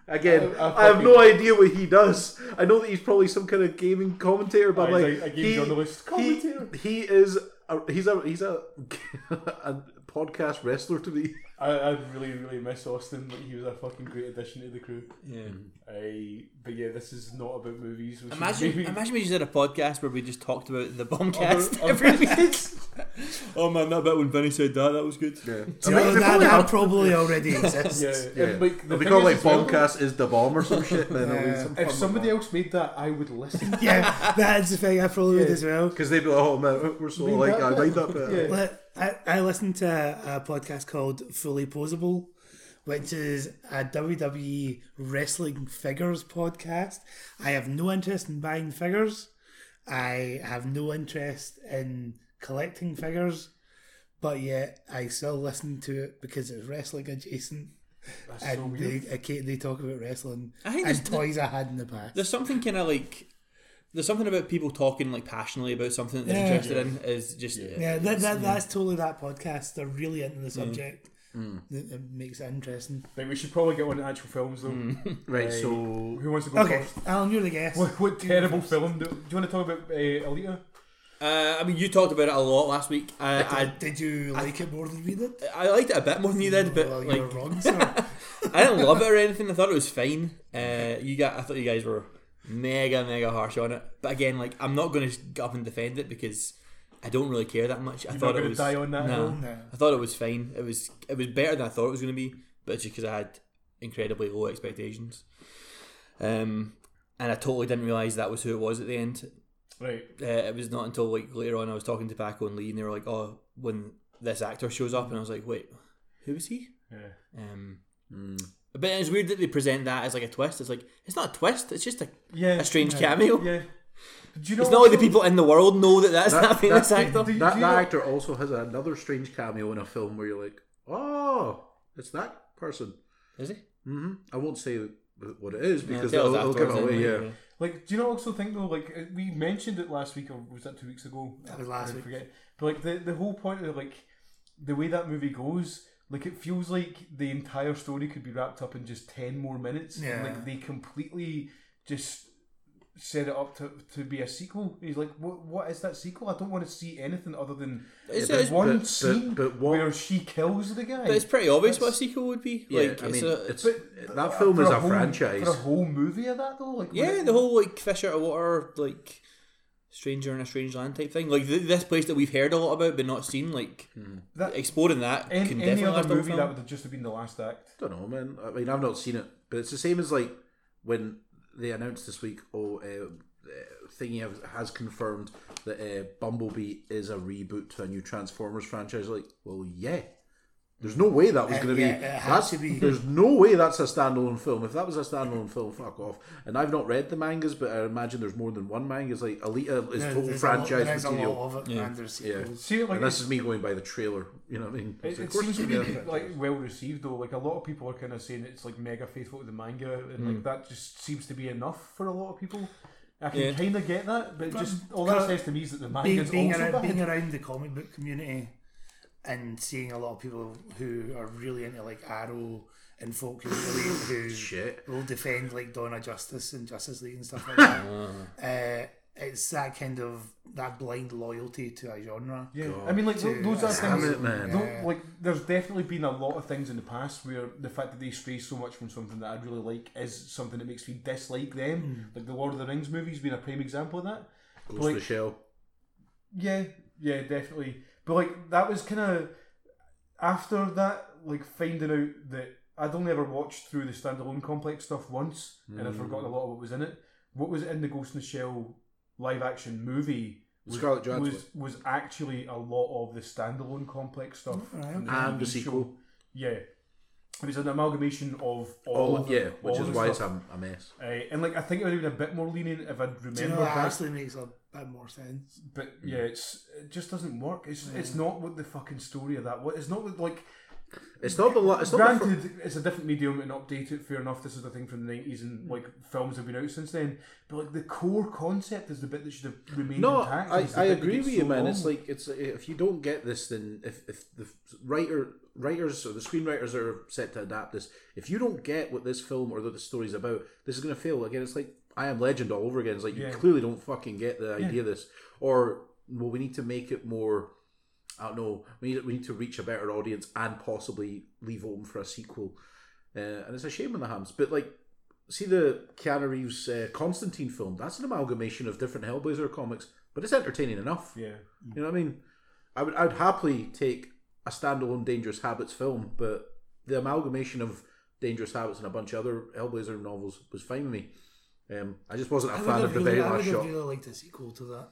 [SPEAKER 4] Again,
[SPEAKER 1] I-
[SPEAKER 4] I,
[SPEAKER 1] I
[SPEAKER 4] have no idea what he does. I know that he's probably some kind of gaming commentator, but
[SPEAKER 1] Oh,
[SPEAKER 4] like
[SPEAKER 1] he's a- a game
[SPEAKER 4] he,
[SPEAKER 1] journalist. Commentator.
[SPEAKER 4] He, he is a, he's a he's a, a podcast wrestler to me.
[SPEAKER 1] I, I really, really miss Austin. Like, he was a fucking great addition to the crew.
[SPEAKER 3] Yeah.
[SPEAKER 1] I, but yeah, this is not about movies. Which
[SPEAKER 3] Imagine,
[SPEAKER 1] is maybe,
[SPEAKER 3] imagine we just did a podcast where we just talked about the
[SPEAKER 1] Other-
[SPEAKER 3] bombcast
[SPEAKER 1] other-
[SPEAKER 3] every week. oh man, that bit when Vinny said that, that was good.
[SPEAKER 4] Yeah,
[SPEAKER 2] that, that probably already exists.
[SPEAKER 1] yeah,
[SPEAKER 4] Yeah.
[SPEAKER 1] and, like, the
[SPEAKER 4] if we
[SPEAKER 1] thing
[SPEAKER 4] call
[SPEAKER 1] is
[SPEAKER 4] like
[SPEAKER 1] as well,
[SPEAKER 4] Bombcast is the bomb or some shit, then
[SPEAKER 2] Yeah.
[SPEAKER 1] If somebody else made that, I would listen.
[SPEAKER 2] Yeah, that's the thing I probably would
[SPEAKER 1] Yeah.
[SPEAKER 2] as well.
[SPEAKER 4] because they'd be like, oh man, we're so
[SPEAKER 1] Read
[SPEAKER 4] like
[SPEAKER 1] that
[SPEAKER 4] I
[SPEAKER 1] bit.
[SPEAKER 4] lined up. uh,
[SPEAKER 1] Yeah.
[SPEAKER 2] Let- I, I listened to a, a podcast called Fully Posable, which is a WWE wrestling figures podcast. I have no interest in buying figures. I have no interest in collecting figures, but yet I still listen to it because it's wrestling adjacent.
[SPEAKER 1] That's so
[SPEAKER 2] And
[SPEAKER 1] weird.
[SPEAKER 2] they, okay, they talk about wrestling
[SPEAKER 3] I think
[SPEAKER 2] and
[SPEAKER 3] there's-
[SPEAKER 2] toys I had in the past.
[SPEAKER 3] There's something kind of like, there's something about people talking like passionately about something that they're
[SPEAKER 2] Yeah.
[SPEAKER 3] interested in is just
[SPEAKER 2] Yeah, that, that, that's totally that podcast. They're really into
[SPEAKER 3] Mm.
[SPEAKER 2] the subject. It, it makes it interesting.
[SPEAKER 1] Like, we should probably get on to actual films though.
[SPEAKER 4] Mm. Right,
[SPEAKER 1] Uh,
[SPEAKER 4] so
[SPEAKER 1] who wants to go
[SPEAKER 2] Okay,
[SPEAKER 1] first?
[SPEAKER 2] Alan, you're the guest.
[SPEAKER 1] What, what terrible film? Do, do you want to talk about uh, Alita?
[SPEAKER 3] Uh, I mean, you talked about it a lot last week. Uh, I,
[SPEAKER 2] Did you like it more than we did?
[SPEAKER 3] I liked it a bit more than you did, but
[SPEAKER 2] well,
[SPEAKER 3] like,
[SPEAKER 2] you're wrong, sir.
[SPEAKER 3] I didn't love it or anything. I thought it was fine. Uh, you got, I thought you guys were mega, mega harsh on it. But again, like, I'm not going to go up and defend it because I don't really care that much. I
[SPEAKER 1] You're
[SPEAKER 3] thought
[SPEAKER 1] not
[SPEAKER 3] it
[SPEAKER 1] gonna
[SPEAKER 3] was
[SPEAKER 1] die on that
[SPEAKER 3] Nah.
[SPEAKER 1] hill?
[SPEAKER 2] No.
[SPEAKER 3] I thought it was fine. It was it was better than I thought it was going to be, but it's just because I had incredibly low expectations. Um, and I totally didn't realize that was who it was at the end.
[SPEAKER 1] Right.
[SPEAKER 3] Uh, it was not until like later on I was talking to Paco and Lee, and they were like, "Oh, when this actor shows up," and I was like, "Wait, who is he?"
[SPEAKER 1] Yeah.
[SPEAKER 3] Um,
[SPEAKER 4] Hmm.
[SPEAKER 3] But it's weird that they present that as like a twist. It's like it's not a twist. It's just a,
[SPEAKER 1] Yeah.
[SPEAKER 3] a strange cameo.
[SPEAKER 1] Yeah. Do you know
[SPEAKER 3] It's not like the
[SPEAKER 1] also-
[SPEAKER 3] people in the world know that that's
[SPEAKER 4] That-
[SPEAKER 3] that, famous
[SPEAKER 4] that-
[SPEAKER 3] actor.
[SPEAKER 1] do you-
[SPEAKER 4] that,
[SPEAKER 1] do you
[SPEAKER 4] that
[SPEAKER 1] know-
[SPEAKER 4] actor also has another strange cameo in a film where you're like, oh, it's that person.
[SPEAKER 3] Is he?
[SPEAKER 4] hmm I won't say what it is
[SPEAKER 3] Yeah,
[SPEAKER 4] because
[SPEAKER 3] tell us
[SPEAKER 4] it'll, it'll give it
[SPEAKER 3] afterwards
[SPEAKER 4] away. Yeah.
[SPEAKER 3] anyway.
[SPEAKER 1] Like, do you not also think though? Like, uh, we mentioned it last week, or was that two weeks ago?
[SPEAKER 2] That was last
[SPEAKER 1] I
[SPEAKER 2] week.
[SPEAKER 1] Forget. But like the the whole point of like the way that movie goes, like it feels like the entire story could be wrapped up in just ten more minutes. And,
[SPEAKER 2] Yeah.
[SPEAKER 1] Like they completely just set it up to to be a sequel. He's like, what what is that sequel? I don't want to see anything other than
[SPEAKER 3] It's-
[SPEAKER 1] the
[SPEAKER 3] it's-
[SPEAKER 1] one
[SPEAKER 4] but- but-
[SPEAKER 1] scene
[SPEAKER 4] but what-
[SPEAKER 1] where she kills the guy.
[SPEAKER 3] But it's pretty obvious what a sequel would be.
[SPEAKER 4] Yeah,
[SPEAKER 3] like,
[SPEAKER 4] I
[SPEAKER 3] it's
[SPEAKER 4] mean,
[SPEAKER 3] a,
[SPEAKER 4] it's,
[SPEAKER 1] but-
[SPEAKER 4] that film
[SPEAKER 1] For
[SPEAKER 4] is a,
[SPEAKER 1] whole-
[SPEAKER 4] franchise.
[SPEAKER 1] for a whole movie of that though. Like, when
[SPEAKER 3] yeah,
[SPEAKER 1] it-
[SPEAKER 3] the whole like fish out of water, like stranger in a strange land type thing. Like th- this place that we've heard a lot about but not seen. Like
[SPEAKER 1] That-
[SPEAKER 3] exploring that
[SPEAKER 1] an-
[SPEAKER 3] can
[SPEAKER 1] any
[SPEAKER 3] definitely
[SPEAKER 1] other
[SPEAKER 3] last a
[SPEAKER 1] movie
[SPEAKER 3] film.
[SPEAKER 1] that would have just been the last act.
[SPEAKER 4] I don't know, man. I mean, I've not seen it, but it's the same as like when they announced this week, oh, uh, uh, Thingy has- has confirmed that uh, Bumblebee is a reboot to a new Transformers franchise. Like, well, yeah. There's no way that was
[SPEAKER 2] Uh,
[SPEAKER 4] going to
[SPEAKER 2] yeah,
[SPEAKER 4] be.
[SPEAKER 2] it had
[SPEAKER 4] That's,
[SPEAKER 2] to be.
[SPEAKER 4] There's no way that's a standalone film. If that was a standalone film, fuck off. And I've not read the mangas, but I imagine there's more than one manga. It's like Alita is
[SPEAKER 2] There-
[SPEAKER 4] total
[SPEAKER 2] there's a lot-
[SPEAKER 4] franchise
[SPEAKER 2] There's a
[SPEAKER 4] material.
[SPEAKER 2] lot of it, and there's
[SPEAKER 4] Yeah.
[SPEAKER 2] sequels.
[SPEAKER 1] See, like
[SPEAKER 4] and this
[SPEAKER 1] it's-
[SPEAKER 4] is me going by the trailer. You know what I mean?
[SPEAKER 1] It,
[SPEAKER 4] Of
[SPEAKER 1] it
[SPEAKER 4] course
[SPEAKER 1] seems to
[SPEAKER 4] it's
[SPEAKER 1] be
[SPEAKER 4] gonna a
[SPEAKER 1] like well received though. Like a lot of people are kind of saying it's like mega faithful to the manga, and
[SPEAKER 4] Hmm.
[SPEAKER 1] like that just seems to be enough for a lot of people. I can
[SPEAKER 3] Yeah.
[SPEAKER 1] kind of get that, but, it just all
[SPEAKER 2] kind
[SPEAKER 1] that
[SPEAKER 2] of-
[SPEAKER 1] says to me is that the
[SPEAKER 2] Being,
[SPEAKER 1] manga's
[SPEAKER 2] being,
[SPEAKER 1] also
[SPEAKER 2] around,
[SPEAKER 1] bad.
[SPEAKER 2] being around the comic book community and seeing a lot of people who are really into like Arrow and folk who really who
[SPEAKER 4] Shit.
[SPEAKER 2] will defend like Donna Justice and Justice League and stuff like
[SPEAKER 4] Uh-huh.
[SPEAKER 2] that. uh, it's that kind of that blind loyalty to a genre.
[SPEAKER 1] Yeah, I mean, like tho- those are
[SPEAKER 4] Damn
[SPEAKER 1] things.
[SPEAKER 4] it, man.
[SPEAKER 1] tho- like, there's definitely been a lot of things in the past where the fact that they stray so much from something that I really like is something that makes me dislike them. Like the Lord of the Rings movies being a prime example of that.
[SPEAKER 4] Hmm. Ghost
[SPEAKER 1] like-
[SPEAKER 4] of the Shell.
[SPEAKER 1] Yeah, yeah, definitely. But like that was kind of after that, like finding out that I'd only ever watched through the standalone complex stuff
[SPEAKER 4] Mm.
[SPEAKER 1] once, and I'd forgotten a lot of what was in it. What was in the Ghost in the Shell live action movie
[SPEAKER 5] Scarlett Johansson.
[SPEAKER 1] was was actually a lot of the standalone complex stuff
[SPEAKER 2] right,
[SPEAKER 1] from
[SPEAKER 4] And the
[SPEAKER 1] TV
[SPEAKER 4] sequel.
[SPEAKER 1] Yeah, it was an amalgamation of all,
[SPEAKER 4] All,
[SPEAKER 1] of the-
[SPEAKER 4] yeah, which
[SPEAKER 1] all
[SPEAKER 4] is
[SPEAKER 1] the
[SPEAKER 4] why
[SPEAKER 1] stuff.
[SPEAKER 4] it's a, a mess.
[SPEAKER 1] Uh, and like I think I would have been a bit more lenient if I'd remembered
[SPEAKER 2] Do you know that
[SPEAKER 1] that,
[SPEAKER 2] actually makes a bit more sense?
[SPEAKER 1] but
[SPEAKER 4] Mm.
[SPEAKER 1] yeah, it's it just doesn't work. It's it's not what the fucking story of that was. It's not what like
[SPEAKER 4] It's not the la- it's not the fir-
[SPEAKER 1] Granted, it's a different medium and update it. Fair enough. This is the thing from the nineties,
[SPEAKER 4] Mm.
[SPEAKER 1] and like films have been out since then. But like the core concept is the bit that should have remained
[SPEAKER 4] No,
[SPEAKER 1] intact.
[SPEAKER 4] I,
[SPEAKER 1] It's the
[SPEAKER 4] I
[SPEAKER 1] bit that
[SPEAKER 4] agree
[SPEAKER 1] gets
[SPEAKER 4] with you,
[SPEAKER 1] so
[SPEAKER 4] man. It's
[SPEAKER 1] wrong.
[SPEAKER 4] like it's if you don't get this, then if, if the writer writers or the screenwriters that are set to adapt this, if you don't get what this film or that the story's about, this is going to fail again. It's like I Am Legend all over again. It's like
[SPEAKER 1] Yeah.
[SPEAKER 4] you clearly don't fucking get the idea of this, or well, we need to make it more. I don't know. We need we need to reach a better audience and possibly leave open for a sequel. Uh, and it's a shame on the hams, but like see the Keanu Reeves uh, Constantine film. That's an amalgamation of different Hellblazer comics, but it's entertaining enough.
[SPEAKER 1] yeah.
[SPEAKER 4] You know what I mean? I would I'd happily take a standalone Dangerous Habits film, but the amalgamation of Dangerous Habits and a bunch of other Hellblazer novels was fine with me. Um, I just wasn't a
[SPEAKER 2] I would
[SPEAKER 4] fan of
[SPEAKER 2] have
[SPEAKER 4] the
[SPEAKER 2] really,
[SPEAKER 4] very
[SPEAKER 2] I
[SPEAKER 4] last
[SPEAKER 2] would
[SPEAKER 4] shot.
[SPEAKER 2] have really liked a sequel to that.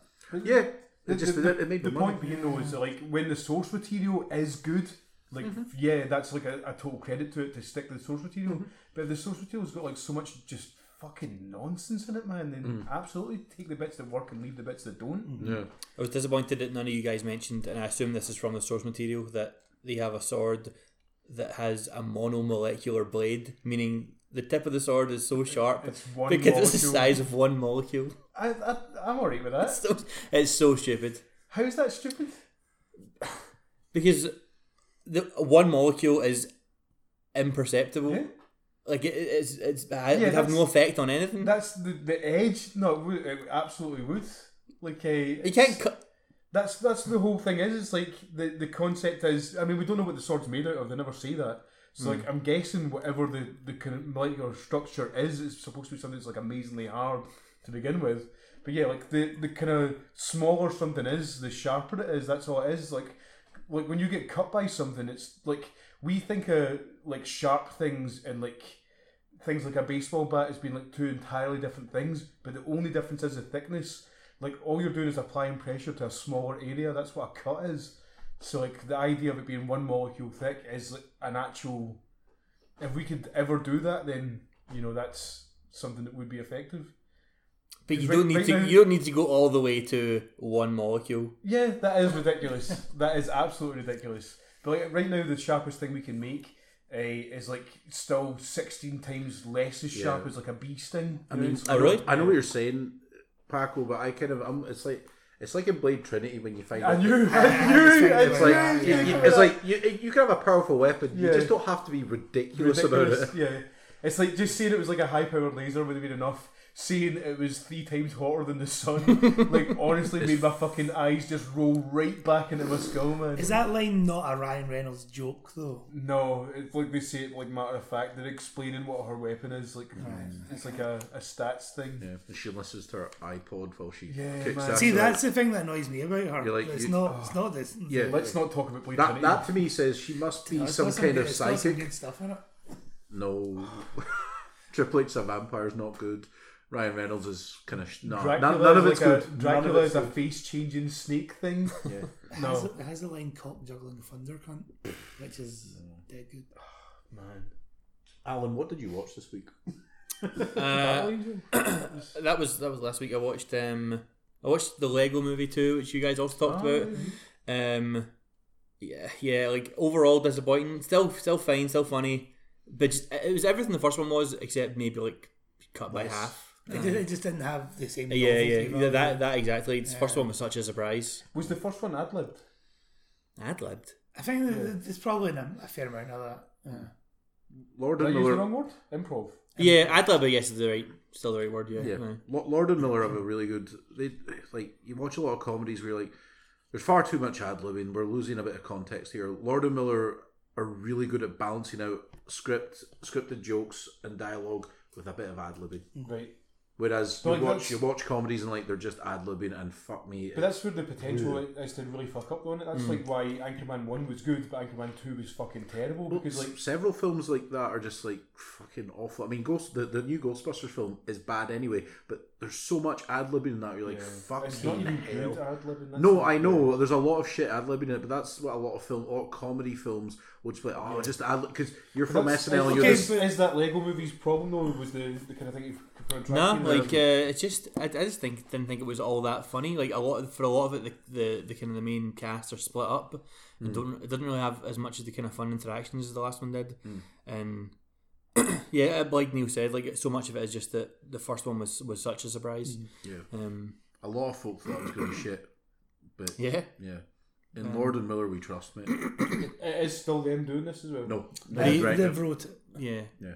[SPEAKER 4] Yeah, it just
[SPEAKER 1] the,
[SPEAKER 4] it made
[SPEAKER 1] the
[SPEAKER 4] me
[SPEAKER 1] point
[SPEAKER 4] money.
[SPEAKER 1] being though is that, like when the source material is good, like yeah, that's like a, a total credit to it to stick to the source material. But if the source material's got like so much just fucking nonsense in it, man, then
[SPEAKER 4] Mm.
[SPEAKER 1] absolutely take the bits that work and leave the bits that don't.
[SPEAKER 4] Yeah.
[SPEAKER 3] I was disappointed that none of you guys mentioned, and I assume this is from the source material, that they have a sword that has a monomolecular blade, meaning the tip of the sword is so sharp
[SPEAKER 1] It's one
[SPEAKER 3] because it's the
[SPEAKER 1] molecule.
[SPEAKER 3] size of one molecule.
[SPEAKER 1] I, I I'm alright with that.
[SPEAKER 3] So, it's so stupid.
[SPEAKER 1] How is that stupid?
[SPEAKER 3] because the one molecule is imperceptible.
[SPEAKER 1] Yeah.
[SPEAKER 3] Like it, it's it's it
[SPEAKER 1] Yeah,
[SPEAKER 3] would have no
[SPEAKER 1] that's-
[SPEAKER 3] effect on anything.
[SPEAKER 1] That's the, the edge. No, it would- it absolutely would. Like uh, a
[SPEAKER 3] you can't cut.
[SPEAKER 1] That's that's the whole thing. Is it's like the the concept is. I mean, we don't know what the sword's made out of. They never say that. So like, I'm guessing whatever the the kind of molecular structure is, it's supposed to be something that's like amazingly hard to begin with. But yeah, like the the kind of smaller something is, the sharper it is. That's all it is. Like like when you get cut by something, it's like we think of like sharp things and like things like a baseball bat as being like two entirely different things, but the only difference is the thickness. Like all you're doing is applying pressure to a smaller area. That's what a cut is. So like the idea of it being one molecule thick is like, an actual. If we could ever do that, then you know that's something that would be effective.
[SPEAKER 3] But you
[SPEAKER 1] right-
[SPEAKER 3] don't need
[SPEAKER 1] right
[SPEAKER 3] to.
[SPEAKER 1] now-
[SPEAKER 3] you don't need to go all the way to one molecule.
[SPEAKER 1] Yeah, that is ridiculous. that is absolutely ridiculous. But like, right now, the sharpest thing we can make uh, is like still sixteen times less as sharp
[SPEAKER 4] Yeah.
[SPEAKER 1] as like a bee sting.
[SPEAKER 4] I mean,
[SPEAKER 3] Oh, really?
[SPEAKER 4] I know what you're saying, Paco, but I kind of I'm, it's like it's like in Blade Trinity when you find
[SPEAKER 1] I
[SPEAKER 4] out that-
[SPEAKER 1] knew, I knew, I knew.
[SPEAKER 4] It's
[SPEAKER 2] Yeah,
[SPEAKER 4] like
[SPEAKER 2] yeah,
[SPEAKER 4] you-
[SPEAKER 2] yeah.
[SPEAKER 4] you- it's like you, you can have a powerful weapon.
[SPEAKER 1] Yeah.
[SPEAKER 4] You just don't have to be ridiculous,
[SPEAKER 1] ridiculous.
[SPEAKER 4] about it.
[SPEAKER 1] Yeah, it's like just saying it was like a high powered laser would have been enough. Saying it was three times hotter than the sun, like honestly, made my fucking eyes just roll right back into my skull, man.
[SPEAKER 2] Is that line not a Ryan Reynolds joke though?
[SPEAKER 1] No, it's like they say it like matter of fact. They're explaining what her weapon is. Like it's like a, a stats thing.
[SPEAKER 4] Yeah. And she listens to her iPod while she
[SPEAKER 1] Yeah,
[SPEAKER 4] kicks
[SPEAKER 1] man.
[SPEAKER 4] ass.
[SPEAKER 2] See,
[SPEAKER 4] You're
[SPEAKER 2] that's the thing that annoys me about her.
[SPEAKER 4] You're like,
[SPEAKER 2] it's
[SPEAKER 4] you- oh.
[SPEAKER 2] not. it's not this.
[SPEAKER 4] Yeah.
[SPEAKER 1] Let's not talk about Blade
[SPEAKER 4] like, that
[SPEAKER 1] Trinity.
[SPEAKER 4] that to me says she must be
[SPEAKER 2] It's
[SPEAKER 4] some
[SPEAKER 2] got
[SPEAKER 4] kind
[SPEAKER 2] good-
[SPEAKER 4] of
[SPEAKER 2] it's got some
[SPEAKER 4] psychic.
[SPEAKER 2] good stuff in it.
[SPEAKER 4] No, Triple H's a vampire's not good. Ryan Reynolds is kind of sh- no,
[SPEAKER 1] Dracula
[SPEAKER 4] none, none of
[SPEAKER 1] is
[SPEAKER 4] it's
[SPEAKER 1] like
[SPEAKER 4] good.
[SPEAKER 1] A, Dracula
[SPEAKER 4] none of
[SPEAKER 1] is
[SPEAKER 4] it's
[SPEAKER 1] a face changing snake thing.
[SPEAKER 4] good.
[SPEAKER 2] It has, it has the line "cock juggling thunder cunt," which is dead good.
[SPEAKER 1] Man,
[SPEAKER 4] Alan, what did you watch this week?
[SPEAKER 3] Uh, that was that was last week. I watched um I watched the Lego Movie too, which you guys also talked about.
[SPEAKER 1] Oh,
[SPEAKER 3] Um, yeah, yeah. Like overall disappointing. Still, still fine. Still funny. But just, it was everything the first one was, except maybe like cut by half.
[SPEAKER 2] It, did, it just didn't have the same.
[SPEAKER 3] Yeah,
[SPEAKER 2] novelty
[SPEAKER 3] yeah,
[SPEAKER 2] value.
[SPEAKER 3] yeah, that that exactly. The first one was such a surprise.
[SPEAKER 1] was the first one ad libbed?
[SPEAKER 3] Ad libbed.
[SPEAKER 2] I think that- that there's probably an, a fair amount of that. Uh, Yeah.
[SPEAKER 4] Lord
[SPEAKER 1] Did I
[SPEAKER 4] and
[SPEAKER 1] use the
[SPEAKER 4] Miller.
[SPEAKER 1] wrong word? Improv.
[SPEAKER 3] Yeah, ad lib. I guess is the right, still the right word. Yeah.
[SPEAKER 4] Yeah,
[SPEAKER 3] yeah.
[SPEAKER 4] Lo- Lord and Miller have a really good. They like you watch a lot of comedies where you're like there's far too much ad libbing. We're losing a bit of context here. Lord and Miller are really good at balancing out script, scripted jokes, and dialogue with a bit of ad libbing,
[SPEAKER 1] Right.
[SPEAKER 4] Whereas
[SPEAKER 1] Mm. But, like,
[SPEAKER 4] you watch
[SPEAKER 1] that's-
[SPEAKER 4] you watch comedies and like they're just ad libbing and fuck me.
[SPEAKER 1] But that's where the potential is to really fuck up on it. That's like why Anchorman One was good, but Anchorman Two was fucking terrible because like
[SPEAKER 4] S- several films like that are just like fucking awful. I mean, Ghost the, the new Ghostbusters film is bad anyway, but there's so much ad libbing in that. You're like, fuck
[SPEAKER 1] it's not even
[SPEAKER 4] hell.
[SPEAKER 1] good ad libbing.
[SPEAKER 4] No, I know. There's a lot of shit ad libbing in it, but that's what a lot of film, a lot of comedy films will just be like, oh, just ad because you're from SNL.
[SPEAKER 1] okay,
[SPEAKER 4] you're
[SPEAKER 1] but
[SPEAKER 4] just,
[SPEAKER 1] is that Lego movie's problem though? Was the, the kind of thing you compared to
[SPEAKER 3] No,
[SPEAKER 1] Dracula?
[SPEAKER 3] like uh, it's just I, I just think didn't think it was all that funny. Like a lot for a lot of it, the the, the kind of the main cast are split up.
[SPEAKER 4] Mm.
[SPEAKER 3] It don't it doesn't really have as much of the kind of fun interactions as the last one did.
[SPEAKER 4] Mm.
[SPEAKER 3] And yeah, uh, like Neil said, like so much of it is just that the first one was was such a surprise.
[SPEAKER 4] yeah.
[SPEAKER 3] Um,
[SPEAKER 4] A lot of folk thought it was going to be shit, but yeah.
[SPEAKER 3] yeah,
[SPEAKER 4] In
[SPEAKER 1] Um,
[SPEAKER 4] Lord and Miller, we trust, mate.
[SPEAKER 1] it is still them doing this as well.
[SPEAKER 4] No, no
[SPEAKER 2] They,
[SPEAKER 4] director.
[SPEAKER 2] they've wrote uh, it.
[SPEAKER 3] yeah,
[SPEAKER 4] Yeah.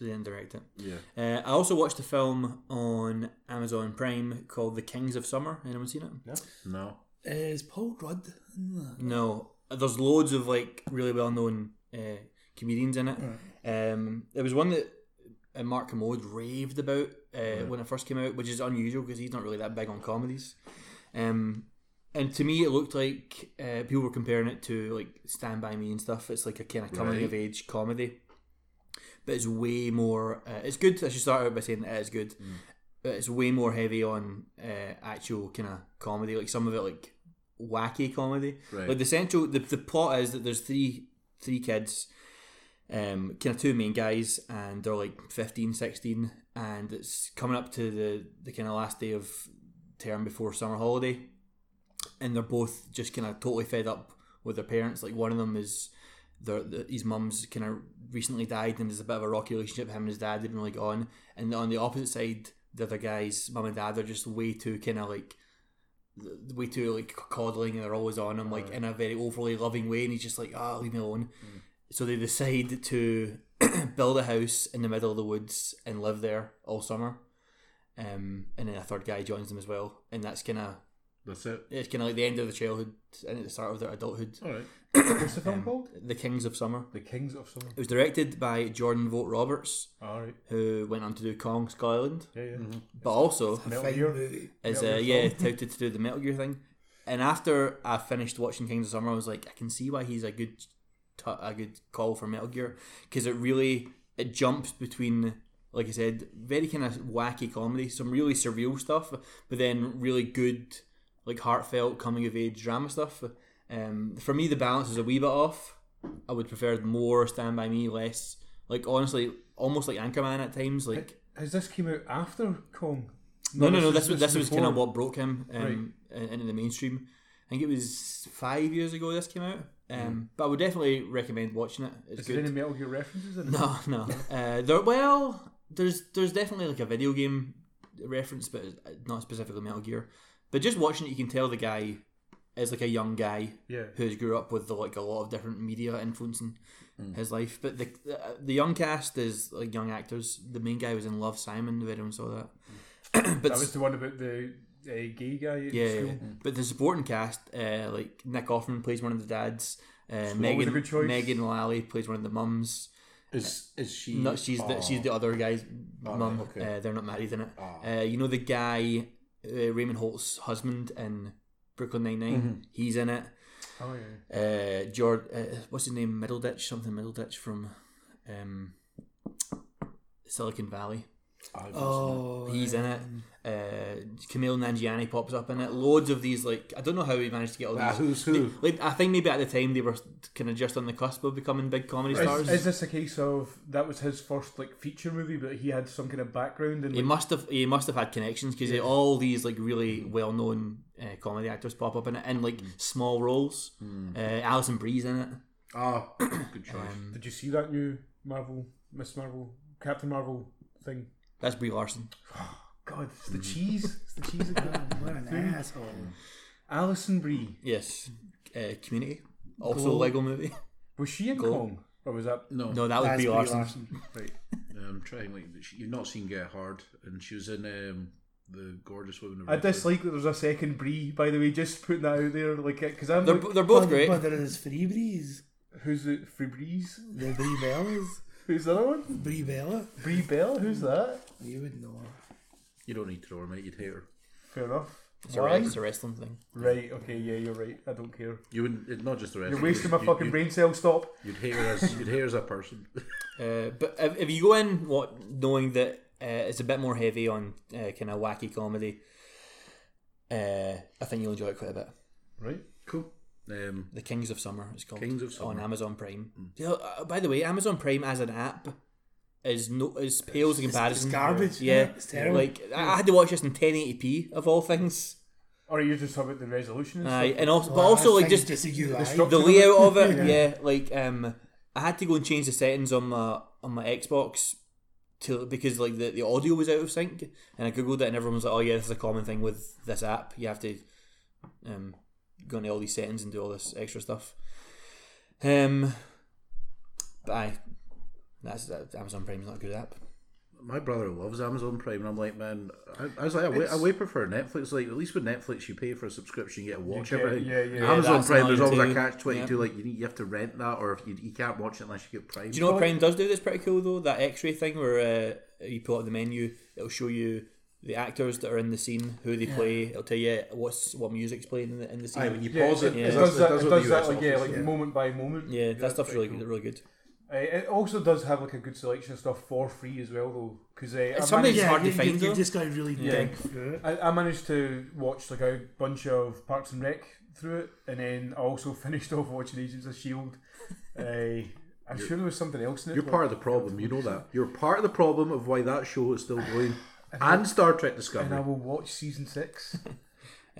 [SPEAKER 3] They didn't direct it.
[SPEAKER 4] Yeah.
[SPEAKER 3] Uh, I also watched a film on Amazon Prime called The Kings of Summer. Anyone seen it?
[SPEAKER 4] No.
[SPEAKER 2] Uh, is Paul Rudd in that?
[SPEAKER 3] No, there's loads of like really well known uh, comedians in it. Um, there was one that uh, Mark Commode raved about uh, when it first came out, which is unusual because he's not really that big on comedies. Um, and to me, it looked like uh, people were comparing it to like Stand by Me and stuff. It's like a kind of coming
[SPEAKER 4] Right.
[SPEAKER 3] of age comedy, but it's way more. Uh, it's good. I should start out by saying that it is good. But it's way more heavy on uh, actual kind of comedy. Like some of it, like wacky comedy.
[SPEAKER 4] Right.
[SPEAKER 3] Like the central, the, the plot is that there's three three kids, um, kind of two main guys, and they're like 15, 16, and it's coming up to the the kind of last day of term before summer holiday, and they're both just kind of totally fed up with their parents. Like one of them is their, the, his mum's kind of recently died, and there's a bit of a rocky relationship. Him and his dad didn't really get on, and on the opposite side, the other guys, mum and dad, are just way too kind of like th- way too like coddling, and they're always on him like in a very overly loving way, and he's just like, ah, leave me alone. So they decide to build a house in the middle of the woods and live there all summer. Um, and then a third guy joins them as well, and that's kind of
[SPEAKER 4] That's it.
[SPEAKER 3] it's kind of like the end of the childhood and at the start of their adulthood.
[SPEAKER 4] All right.
[SPEAKER 1] What's the film called?
[SPEAKER 3] The Kings of Summer.
[SPEAKER 1] Um, The Kings of Summer.
[SPEAKER 3] It was directed by Jordan Vogt Roberts,
[SPEAKER 1] All Ah, right.
[SPEAKER 3] who went on to do Kong Skull Island,
[SPEAKER 1] Yeah, yeah.
[SPEAKER 3] but also
[SPEAKER 1] Metal
[SPEAKER 2] Fine
[SPEAKER 1] Gear.
[SPEAKER 2] movie.
[SPEAKER 3] is
[SPEAKER 1] Metal
[SPEAKER 3] uh,
[SPEAKER 1] Gear
[SPEAKER 3] yeah touted to do the Metal Gear thing. And after I finished watching Kings of Summer, I was like, I can see why he's a good, t- a good call for Metal Gear because it really it jumps between, like I said, very kind of wacky comedy, some really surreal stuff, but then really good, like heartfelt coming of age drama stuff. Um, for me, the balance is a wee bit off. I would prefer more Stand by Me, less like honestly, almost like Anchorman at times, like.
[SPEAKER 1] Has this came out after Kong?
[SPEAKER 3] No, no, no. This,
[SPEAKER 1] is-
[SPEAKER 3] was
[SPEAKER 1] is
[SPEAKER 3] this was kind of
[SPEAKER 1] before.
[SPEAKER 3] what broke him um, in into the mainstream. I think it was five years ago this came out. Um, But I would definitely recommend watching it. It's
[SPEAKER 1] Mm. Is there
[SPEAKER 3] good.
[SPEAKER 1] any Metal Gear references in it?
[SPEAKER 3] No, no. Uh, there, well, there's there's definitely like a video game reference, but uh, not specifically Metal Gear. But just watching it, you can tell the guy is like a young guy
[SPEAKER 1] Yeah.
[SPEAKER 3] who's grew up with like a lot of different media influencing
[SPEAKER 1] Mm.
[SPEAKER 3] his life. But the, the the young cast is like young actors. The main guy was in Love Simon. If anyone saw that. but
[SPEAKER 1] That was the one about the uh, gay guy at
[SPEAKER 3] yeah,
[SPEAKER 1] school.
[SPEAKER 3] but the supporting cast, uh, like Nick Offerman plays one of the dads. Uh,
[SPEAKER 1] always a
[SPEAKER 3] Megan
[SPEAKER 1] good choice.
[SPEAKER 3] Megan Lally plays one of the mums.
[SPEAKER 4] Is is she?
[SPEAKER 3] No, she's the she's the other guy's mum.
[SPEAKER 4] okay.
[SPEAKER 3] Uh, they're not married in it. Uh, you know the guy uh, Raymond Holt's husband in Brooklyn Nine
[SPEAKER 1] Mm-hmm.
[SPEAKER 3] He's in it.
[SPEAKER 1] Oh yeah.
[SPEAKER 3] Uh, George, uh, what's his name? Middleditch, something Middleditch from um, Silicon Valley.
[SPEAKER 2] Oh,
[SPEAKER 3] He's in it. Uh, Camille Nanjiani pops up in it. Loads of these, like I don't know how he managed to get all these.
[SPEAKER 4] Ah, who's who?
[SPEAKER 3] Like I think maybe at the time they were kind of just on the cusp of becoming big comedy stars.
[SPEAKER 1] Is, is this a case of that was his first like feature movie, but he had some kind of background and
[SPEAKER 3] he
[SPEAKER 1] like,
[SPEAKER 3] must have he must have had connections because all these like really well known uh, comedy actors pop up in it in like small roles. Uh, Alison Bree's in it.
[SPEAKER 4] Ah, good choice.
[SPEAKER 1] did you see that new Marvel Miss Marvel Captain Marvel thing?
[SPEAKER 3] That's Brie Larson.
[SPEAKER 1] God, it's the
[SPEAKER 3] Mm.
[SPEAKER 1] cheese. It's the cheese again.
[SPEAKER 2] What an asshole.
[SPEAKER 1] Alison Brie
[SPEAKER 3] Yes, uh, Community. Also
[SPEAKER 1] Glow.
[SPEAKER 3] Lego movie.
[SPEAKER 1] was she in
[SPEAKER 3] Go. Mm.
[SPEAKER 1] Kong or was that?
[SPEAKER 4] no,
[SPEAKER 3] No, that was
[SPEAKER 2] That's
[SPEAKER 3] Brie
[SPEAKER 2] Brie
[SPEAKER 3] Larson.
[SPEAKER 2] Larson.
[SPEAKER 1] Right.
[SPEAKER 4] I'm trying. Like she- you've not seen Get Hard, and she was in um, the Gorgeous Woman. Of
[SPEAKER 1] I
[SPEAKER 4] Red Cliff.
[SPEAKER 1] dislike that there's a second Brie. By the way, just putting that out there, like because I'm
[SPEAKER 3] They're
[SPEAKER 1] like,
[SPEAKER 3] they're both
[SPEAKER 2] But-
[SPEAKER 3] great.
[SPEAKER 2] But there is Free Breeze.
[SPEAKER 1] who's the Free Breeze?
[SPEAKER 2] The Brie Bellas.
[SPEAKER 1] Who's the other one?
[SPEAKER 2] Brie Bella.
[SPEAKER 1] Brie Bell. Who's that?
[SPEAKER 2] You would know.
[SPEAKER 4] You You don't need to know her, mate. You'd hate her.
[SPEAKER 1] Fair enough.
[SPEAKER 3] It's a, it's a wrestling thing.
[SPEAKER 1] Right, okay, yeah, you're right. I don't care.
[SPEAKER 4] You wouldn't. it- Not just the rest.
[SPEAKER 1] You're wasting my fucking
[SPEAKER 4] you'd,
[SPEAKER 1] brain cell, stop.
[SPEAKER 4] You'd hate her as you'd hate her as a person.
[SPEAKER 3] Uh, but if, if you go in what knowing that uh, it's a bit more heavy on uh, kind of wacky comedy, uh, I think you'll enjoy it quite a bit.
[SPEAKER 1] Right?
[SPEAKER 4] cool. Um,
[SPEAKER 3] The Kings of Summer is called
[SPEAKER 4] Kings of
[SPEAKER 3] on
[SPEAKER 4] Summer.
[SPEAKER 3] Amazon Prime.
[SPEAKER 2] Mm.
[SPEAKER 3] You know, uh, by the way, Amazon Prime as an app is no is pales in comparison.
[SPEAKER 2] garbage,
[SPEAKER 3] Yeah,
[SPEAKER 2] isn't it? It's terrible.
[SPEAKER 3] Like I I had to watch this in 1080p of all things,
[SPEAKER 1] Or you're just talking about the resolution and
[SPEAKER 3] Aye,
[SPEAKER 1] stuff?
[SPEAKER 3] and also, but
[SPEAKER 2] Well,
[SPEAKER 3] also
[SPEAKER 2] Oh, I
[SPEAKER 3] like
[SPEAKER 2] think
[SPEAKER 3] just
[SPEAKER 2] it's just a UI.
[SPEAKER 1] structure
[SPEAKER 3] the
[SPEAKER 1] of
[SPEAKER 3] layout of it. yeah. like um, I had to go and change the settings on my on my Xbox to because like the, the audio was out of sync, and I googled it, and everyone was like, "Oh yeah, this is a common thing with this app. You have to um go into all these settings and do all this extra stuff." Um, but I that's that Amazon Prime's not a good app.
[SPEAKER 4] my brother loves Amazon Prime, and I'm like, man, I, I was like, I way, I way prefer Netflix. Like, at least with Netflix, you pay for a subscription, you get to watch
[SPEAKER 1] get-
[SPEAKER 4] everything.
[SPEAKER 1] yeah, yeah. Yeah,
[SPEAKER 4] Amazon
[SPEAKER 3] that's
[SPEAKER 4] Prime, there's
[SPEAKER 3] annoying
[SPEAKER 4] always a
[SPEAKER 3] too.
[SPEAKER 4] catch twenty two. Like, you need, you have to rent that, or if you, you can't watch it unless you get Prime.
[SPEAKER 3] Do you know what Prime does do? That's pretty cool though. That X-ray thing where uh, you pull up the menu, it'll show you the actors that are in the scene, who they play. It'll tell you what's what music's playing in the, in the scene.
[SPEAKER 4] Aye, when you
[SPEAKER 1] Yeah,
[SPEAKER 4] pause it,
[SPEAKER 1] it,
[SPEAKER 3] yeah.
[SPEAKER 4] it
[SPEAKER 1] does that, it
[SPEAKER 4] what
[SPEAKER 1] does
[SPEAKER 4] the
[SPEAKER 1] that
[SPEAKER 4] US
[SPEAKER 1] like, yeah,
[SPEAKER 4] offers,
[SPEAKER 1] like moment by moment.
[SPEAKER 3] yeah, that
[SPEAKER 1] that's
[SPEAKER 3] stuff's
[SPEAKER 1] pretty
[SPEAKER 3] really good, really good.
[SPEAKER 1] Uh, it also does have like a good selection of stuff for free as well, though, because uh, I,
[SPEAKER 3] something-
[SPEAKER 1] managed,
[SPEAKER 3] It's hard to
[SPEAKER 2] you,
[SPEAKER 3] find,
[SPEAKER 2] You,
[SPEAKER 3] though.
[SPEAKER 2] have just got to really
[SPEAKER 1] Yeah.
[SPEAKER 2] dig through it.
[SPEAKER 1] I, I managed to watch like a bunch of Parks and Rec through it, and then I also finished off watching Agents of Shield. Uh, I'm sure there was something else in it.
[SPEAKER 4] You're
[SPEAKER 1] but-
[SPEAKER 4] part of the problem. You know that. You're part of the problem of why that show is still going. and Star Trek
[SPEAKER 1] and I
[SPEAKER 4] Discovery.
[SPEAKER 1] will watch season six.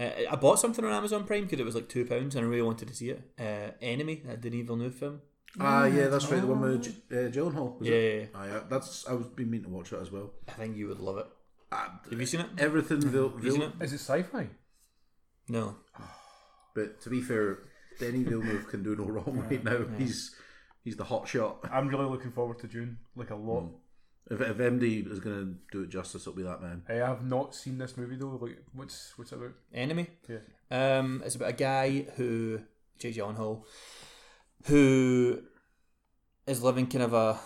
[SPEAKER 3] Uh, I bought something on Amazon Prime because it was like two pounds, and I really wanted to see it. Uh, Enemy, that Denis Villeneuve film.
[SPEAKER 4] Ah, yeah, that's right. The one with G- uh, Gyllenhaal. Was
[SPEAKER 3] Yeah,
[SPEAKER 4] it?
[SPEAKER 3] yeah, yeah.
[SPEAKER 4] Ah, yeah, that's. I was been meaning to watch it as well.
[SPEAKER 3] I
[SPEAKER 4] Ah,
[SPEAKER 3] think you would love it. Have you seen it?
[SPEAKER 4] Everything Vil,
[SPEAKER 3] you seen
[SPEAKER 4] Vil,
[SPEAKER 3] it?
[SPEAKER 1] Is it sci-fi?
[SPEAKER 3] No.
[SPEAKER 4] but to be fair, Denny Villeneuve can do no wrong right now. He's he's the hot shot.
[SPEAKER 1] I'm really looking forward to June, like a lot.
[SPEAKER 4] If, if MD is going to do it justice, it'll be that man.
[SPEAKER 1] I have not seen this movie though. Like, what's what's it about?
[SPEAKER 3] Enemy.
[SPEAKER 1] Yeah.
[SPEAKER 3] Um, it's about a guy who Jake Gyllenhaal, who is living kind of a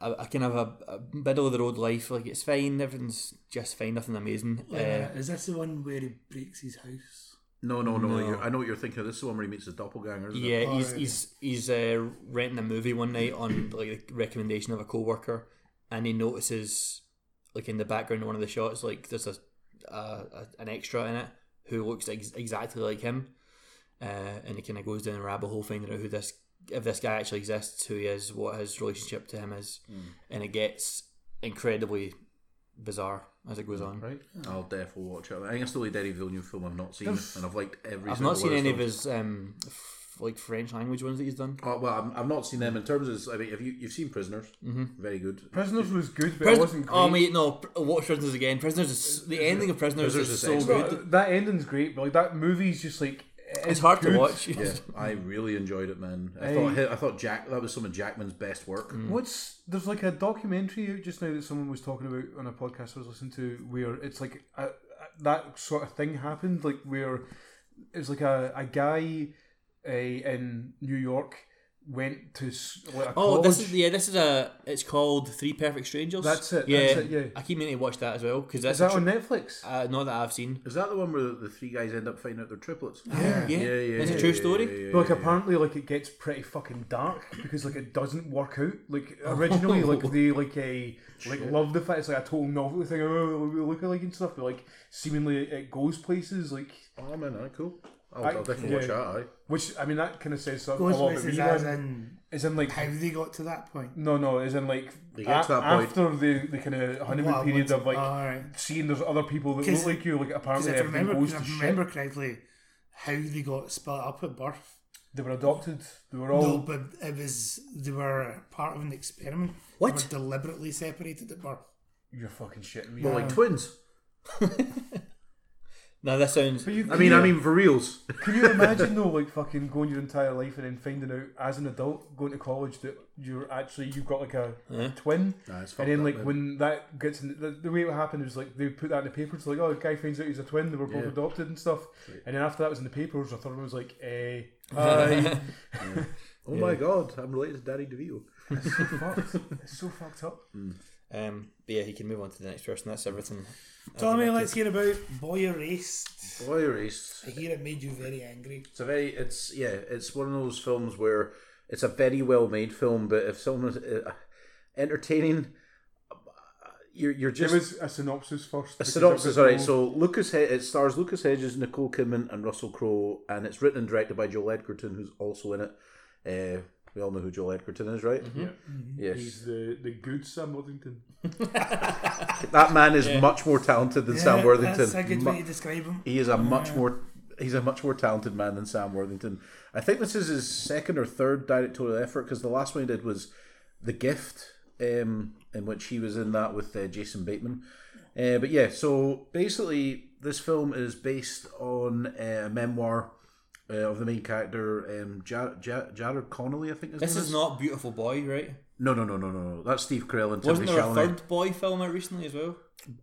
[SPEAKER 3] a, a kind of a, a middle of the road life. Like it's fine, everything's just fine, nothing amazing. Uh,
[SPEAKER 2] Wait a minute, is this the one where he breaks his house?
[SPEAKER 4] No, no, no.
[SPEAKER 3] No.
[SPEAKER 4] you're- I know what you're thinking. of. This is the one where he meets the doppelganger. Isn't
[SPEAKER 3] Yeah,
[SPEAKER 4] It?
[SPEAKER 3] he's he's he's uh, renting a movie one night on like the recommendation of a coworker, and he notices like in the background of one of the shots, like there's a, a, a an extra in it who looks ex- exactly like him, uh, and he kind of goes down a rabbit hole finding out who this if this guy actually exists, who he is, what his relationship to him is,
[SPEAKER 4] Hmm.
[SPEAKER 3] and it gets incredibly bizarre as it
[SPEAKER 4] Hmm.
[SPEAKER 3] goes on.
[SPEAKER 1] Right.
[SPEAKER 4] I'll definitely watch it. I think it's the only Denny Villeneuve film I've not seen, and I've liked every.
[SPEAKER 3] I've not
[SPEAKER 4] single
[SPEAKER 3] seen
[SPEAKER 4] one
[SPEAKER 3] any of
[SPEAKER 4] his.
[SPEAKER 3] his um f- like French language ones that he's done.
[SPEAKER 4] films. Oh, well, I'm, I've not seen them in terms of. I mean, have you you've seen Prisoners? Mm-hmm. Very good.
[SPEAKER 1] Prisoners was good, but
[SPEAKER 3] Pris-
[SPEAKER 1] it wasn't great.
[SPEAKER 3] Oh mate, no! Pr- Watch Prisoners again. Prisoners is the ending of Prisoners,
[SPEAKER 4] Prisoners
[SPEAKER 3] is
[SPEAKER 4] is
[SPEAKER 3] so
[SPEAKER 4] excellent.
[SPEAKER 1] Well,
[SPEAKER 3] good.
[SPEAKER 1] that ending's great, but like that movie's just like it
[SPEAKER 3] It's
[SPEAKER 1] is
[SPEAKER 3] hard
[SPEAKER 1] good.
[SPEAKER 3] to watch.
[SPEAKER 4] Yeah, I really enjoyed it, man. I
[SPEAKER 1] Hey.
[SPEAKER 4] thought hi- I thought Jack that was some of Jackman's best work.
[SPEAKER 3] Mm.
[SPEAKER 1] What's there's like a documentary out just now that someone was talking about on a podcast I was listening to where it's like a, a, that sort of thing happened, like where it's like a a guy uh, in New York went to s- like a
[SPEAKER 3] Oh, this
[SPEAKER 1] college.
[SPEAKER 3] is yeah. This is a. It's called Three Perfect Strangers.
[SPEAKER 1] That's it,
[SPEAKER 3] Yeah,
[SPEAKER 1] that's it, yeah.
[SPEAKER 3] I keep meaning to watch that as well because
[SPEAKER 1] Is
[SPEAKER 3] that's
[SPEAKER 1] that
[SPEAKER 3] a
[SPEAKER 1] on Netflix?
[SPEAKER 3] tr- uh, not that I've seen.
[SPEAKER 4] Is that the one where the, the three guys end up finding out they're triplets?
[SPEAKER 3] Yeah, yeah. It's a true story.
[SPEAKER 4] yeah,
[SPEAKER 1] But, like apparently, like it gets pretty fucking dark because like it doesn't work out. Like
[SPEAKER 4] Oh.
[SPEAKER 1] originally, like they like a like love the fact it's like a total novelty thing. Oh, we look alike and stuff, but like seemingly it goes places. Like
[SPEAKER 4] yeah. Oh man, aye, cool. I'll,
[SPEAKER 1] I-
[SPEAKER 4] I'll definitely
[SPEAKER 1] yeah.
[SPEAKER 4] watch that. Aye.
[SPEAKER 1] which I mean, that kind of says something.
[SPEAKER 2] Ghost
[SPEAKER 1] a lot about
[SPEAKER 2] Places
[SPEAKER 1] me,
[SPEAKER 2] as
[SPEAKER 1] then.
[SPEAKER 2] in
[SPEAKER 1] Is in like
[SPEAKER 2] how they got to that point.
[SPEAKER 1] no, no, is in like
[SPEAKER 4] They get to
[SPEAKER 1] a-
[SPEAKER 4] that point.
[SPEAKER 1] after the the kind of honeymoon
[SPEAKER 2] Well,
[SPEAKER 1] period of like
[SPEAKER 2] oh, all right.
[SPEAKER 1] seeing there's other people that
[SPEAKER 2] 'Cause-
[SPEAKER 1] look like you. Like
[SPEAKER 2] Because
[SPEAKER 1] apparently
[SPEAKER 2] if I
[SPEAKER 1] everything
[SPEAKER 2] remember,
[SPEAKER 1] goes
[SPEAKER 2] if
[SPEAKER 1] to
[SPEAKER 2] I
[SPEAKER 1] shit.
[SPEAKER 2] remember correctly, how they got split up at birth.
[SPEAKER 1] They were adopted. They were all.
[SPEAKER 2] No, but it was they were part of an experiment.
[SPEAKER 3] What?
[SPEAKER 2] They were deliberately separated at birth.
[SPEAKER 1] You're fucking shitting me.
[SPEAKER 4] Well, like twins.
[SPEAKER 3] Now that sounds.
[SPEAKER 1] But you-
[SPEAKER 4] I mean,
[SPEAKER 1] you-
[SPEAKER 4] I mean for reals.
[SPEAKER 1] Can you imagine though, like fucking going your entire life and then finding out as an adult going to college that you're actually you've got like a twin,
[SPEAKER 4] Nah, it's
[SPEAKER 1] and then
[SPEAKER 4] fucked up,
[SPEAKER 1] like
[SPEAKER 4] man.
[SPEAKER 1] when that gets in, the, the way it happened is like they put that in the papers like oh the guy finds out he's a twin they were both
[SPEAKER 4] Yeah.
[SPEAKER 1] uh, adopted and stuff, and then after that was in the papers I thought it was like eh hi
[SPEAKER 5] Oh my god, I'm related to Danny DeVito.
[SPEAKER 1] It's so fucked. It's so fucked up.
[SPEAKER 3] Um, but yeah, he can move on to the next person. That's everything.
[SPEAKER 2] Tommy, let's hear about Boy Erased.
[SPEAKER 4] Boy Erased.
[SPEAKER 2] I hear it made you very angry.
[SPEAKER 4] It's a very. It's yeah. It's one of those films where it's a very well made film, but if someone's uh, entertaining, uh, you're you're
[SPEAKER 1] Give us
[SPEAKER 4] just
[SPEAKER 1] a synopsis first.
[SPEAKER 4] A
[SPEAKER 1] because
[SPEAKER 4] synopsis,
[SPEAKER 1] there's
[SPEAKER 4] all right.
[SPEAKER 1] no-
[SPEAKER 4] So Lucas, He- it stars Lucas Hedges, Nicole Kidman, and Russell Crowe, and it's written and directed by Joel Edgerton, who's also in it. Uh, we all know who Joel Edgerton is, right?
[SPEAKER 1] Yeah.
[SPEAKER 2] Mm-hmm.
[SPEAKER 4] Yes,
[SPEAKER 1] He's the, the good Sam Worthington.
[SPEAKER 4] that man is much more talented than Sam
[SPEAKER 2] Yeah,
[SPEAKER 4] Worthington.
[SPEAKER 2] Uh, That's a good
[SPEAKER 4] Mu-
[SPEAKER 2] way to describe him.
[SPEAKER 4] he is a much more he's a much more talented man than Sam Worthington. I think this is his second or third directorial effort because the last one he did was The Gift, um, in which he was in that with uh, Jason Bateman. Uh, but yeah, so basically, this film is based on uh, a memoir uh, of the main character, um, Ja- Ja- Jared Connolly, I think his
[SPEAKER 3] This
[SPEAKER 4] name
[SPEAKER 3] is not Beautiful Boy, right?
[SPEAKER 4] No, no, no, no, no, no. That's Steve Carell and
[SPEAKER 3] Wasn't
[SPEAKER 4] Timothy
[SPEAKER 3] there a
[SPEAKER 4] Chalamet.
[SPEAKER 3] third boy film out recently as well?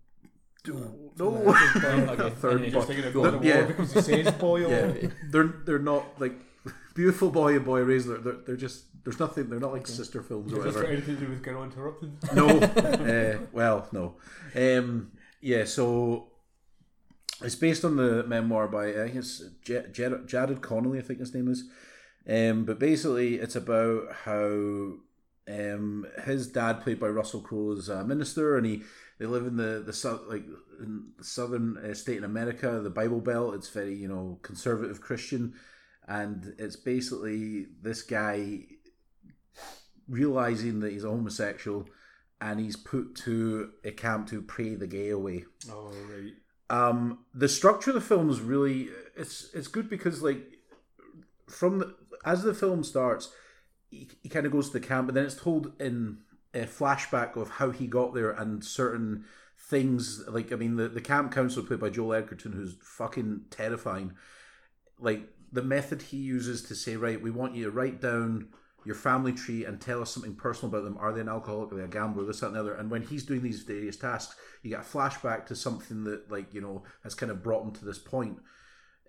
[SPEAKER 4] No,
[SPEAKER 3] Okay,
[SPEAKER 4] third
[SPEAKER 3] anyway,
[SPEAKER 4] boy.
[SPEAKER 3] just thinking of-
[SPEAKER 1] Go on the wall
[SPEAKER 4] yeah.
[SPEAKER 1] because he says boy.
[SPEAKER 4] yeah,
[SPEAKER 1] or-
[SPEAKER 4] they're they're not like beautiful boy and boy raised. They're, they're they're just there's nothing. They're not like sister films
[SPEAKER 1] It's
[SPEAKER 4] or
[SPEAKER 1] got
[SPEAKER 4] whatever.
[SPEAKER 1] anything to do with girl interrupted.
[SPEAKER 4] no, uh, well, no. Um, yeah, so it's based on the memoir by I think it's J- J- Jared Connolly. I think his name is. Um, but basically, it's about how um, his dad, played by Russell Crowe, is a minister, and he they live in the the sou- like in the southern uh, state in America, the Bible Belt. It's very you know conservative Christian, and it's basically this guy realizing that he's a homosexual, and he's put to a camp to pray the gay away.
[SPEAKER 1] Oh, right.
[SPEAKER 4] Um, the structure of the film is really it's it's good because like from the, as the film starts, he, he kind of goes to the camp, and then it's told in a flashback of how he got there and certain things. Like I mean, the the camp counselor played by Joel Edgerton, who's fucking terrifying. Like the method he uses to say, right, we want you to write down your family tree and tell us something personal about them. Are they an alcoholic? Are they a gambler? This, that, and the other. And when he's doing these various tasks, you get a flashback to something that, like, you know, has kind of brought him to this point.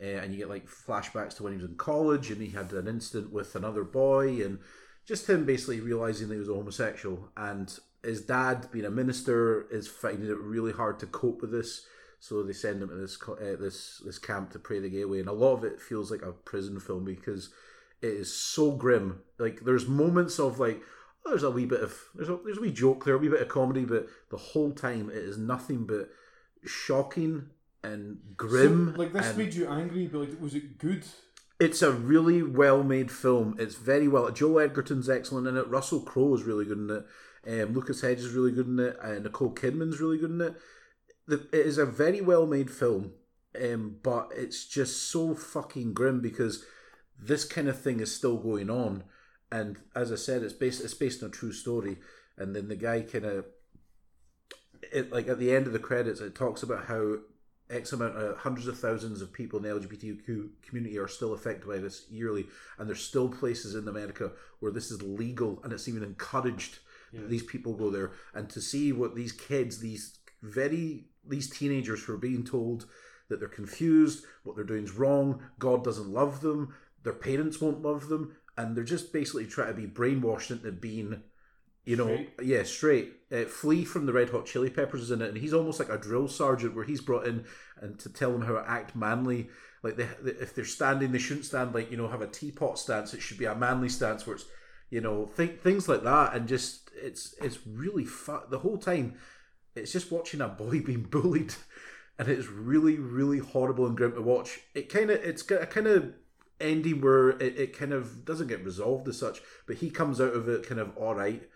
[SPEAKER 4] Uh, and you get like flashbacks to when he was in college and he had an incident with another boy and just him basically realizing that he was a homosexual and his dad being a minister is finding it really hard to cope with this so they send him to this co- uh, this this camp to pray the gay away and a lot of it feels like a prison film because it is so grim like there's moments of like oh, there's a wee bit of there's a, there's a wee joke there a wee bit of comedy but the whole time it is nothing but shocking and grim
[SPEAKER 1] So, like this
[SPEAKER 4] and-
[SPEAKER 1] made you angry, but like, was it good?
[SPEAKER 4] it's a really well made film. It's very well. Joel Edgerton's excellent in it. Russell Crowe is really good in it. Um, Lucas Hedges is really good in it. Uh, Nicole Kidman's really good in it. The, it is a very well made film, um, but it's just so fucking grim because this kind of thing is still going on. And as I said, it's based it's based on a true story. And then the guy kind of it like at the end of the credits, it talks about how X amount of hundreds of thousands of people in the LGBTQ community are still affected by this yearly, and there's still places in America where this is legal and it's even encouraged that these people go there. And to see what these kids, these very these teenagers who are being told that they're confused, what they're doing is wrong, God doesn't love them, their parents won't love them, and they're just basically trying to be brainwashed into being you know,
[SPEAKER 1] Straight.
[SPEAKER 4] yeah, straight. Uh, Flea from the Red Hot Chili Peppers is in it, and he's almost like a drill sergeant, where he's brought in and to tell them how to act manly. Like they, they, if they're standing, they shouldn't stand like you know have a teapot stance. It should be a manly stance, where it's you know think things like that, and just it's it's really fu- the whole time. It's just watching a boy being bullied, and it's really really horrible and grim to watch. It kind of it's got a kind of ending where it, it kind of doesn't get resolved as such, but he comes out of it kind of all right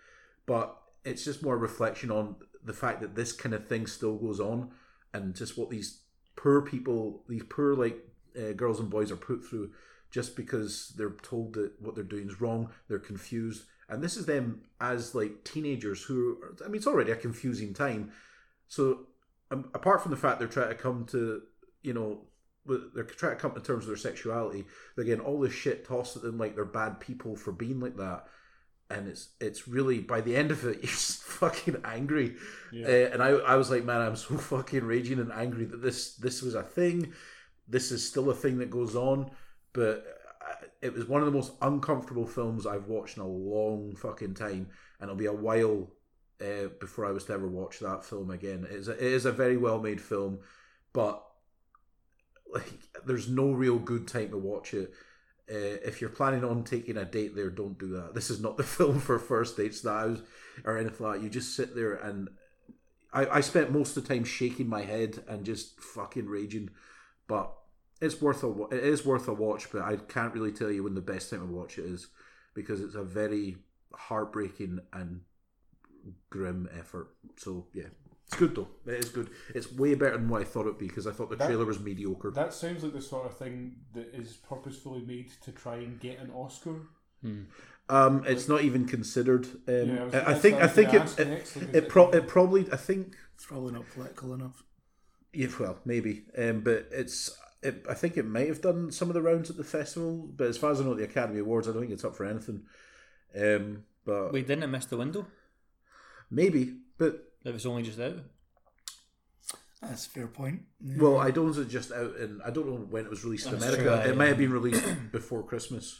[SPEAKER 4] but it's just more a reflection on the fact that this kind of thing still goes on and just what these poor people these poor like uh, girls and boys are put through just because they're told that what they're doing is wrong they're confused and this is them as like teenagers who are, i mean it's already a confusing time so um, apart from the fact they're trying to come to you know with- they're trying to come to terms with their sexuality they're getting all this shit tossed at them like they're bad people for being like that and it's it's really by the end of it you're just fucking angry
[SPEAKER 1] Yeah.
[SPEAKER 4] uh, and I, I was like man i'm so fucking raging and angry that this this was a thing this is still a thing that goes on but uh, it was one of the most uncomfortable films I've watched in a long fucking time, and it'll be a while uh, before I was to ever watch that film again. It's a, it is a very well made film, but like there's no real good time to watch it. Uh, if you're planning on taking a date there, don't do that. This is not the film for first dates that I was, or anything like that. You just sit there and I, I spent most of the time shaking my head and just fucking raging, but it's worth a wa- it is worth a watch. But I can't really tell you when the best time to watch it is because it's a very heartbreaking and grim effort. So yeah, it's good though. It is good. It's way better than what I thought it'd be because I thought the
[SPEAKER 1] That-
[SPEAKER 4] trailer was mediocre.
[SPEAKER 1] That sounds like the sort of thing that is purposefully made to try and get an Oscar.
[SPEAKER 4] Um, it's not even considered. Um,
[SPEAKER 1] Yeah, I was-
[SPEAKER 4] I, I
[SPEAKER 1] that's
[SPEAKER 4] think
[SPEAKER 1] what I
[SPEAKER 4] I
[SPEAKER 1] was
[SPEAKER 4] think
[SPEAKER 1] gonna
[SPEAKER 4] it
[SPEAKER 1] ask
[SPEAKER 4] it,
[SPEAKER 1] next, like,
[SPEAKER 4] it,
[SPEAKER 1] is it-
[SPEAKER 4] pro- it probably I think
[SPEAKER 2] It's probably not political enough.
[SPEAKER 4] yeah well maybe um, but it's it, I think it might have done some of the rounds at the festival but as far as I know at the Academy Awards I don't think it's up for anything. Um, but
[SPEAKER 3] Wait, didn't it miss the window?
[SPEAKER 4] maybe but
[SPEAKER 3] It was only just out.
[SPEAKER 2] That's a fair point.
[SPEAKER 1] Mm.
[SPEAKER 4] well I don't know if it's just out and I don't know when it was released in
[SPEAKER 3] That's
[SPEAKER 4] America.
[SPEAKER 3] true,
[SPEAKER 4] it
[SPEAKER 3] yeah.
[SPEAKER 4] may have been released before Christmas.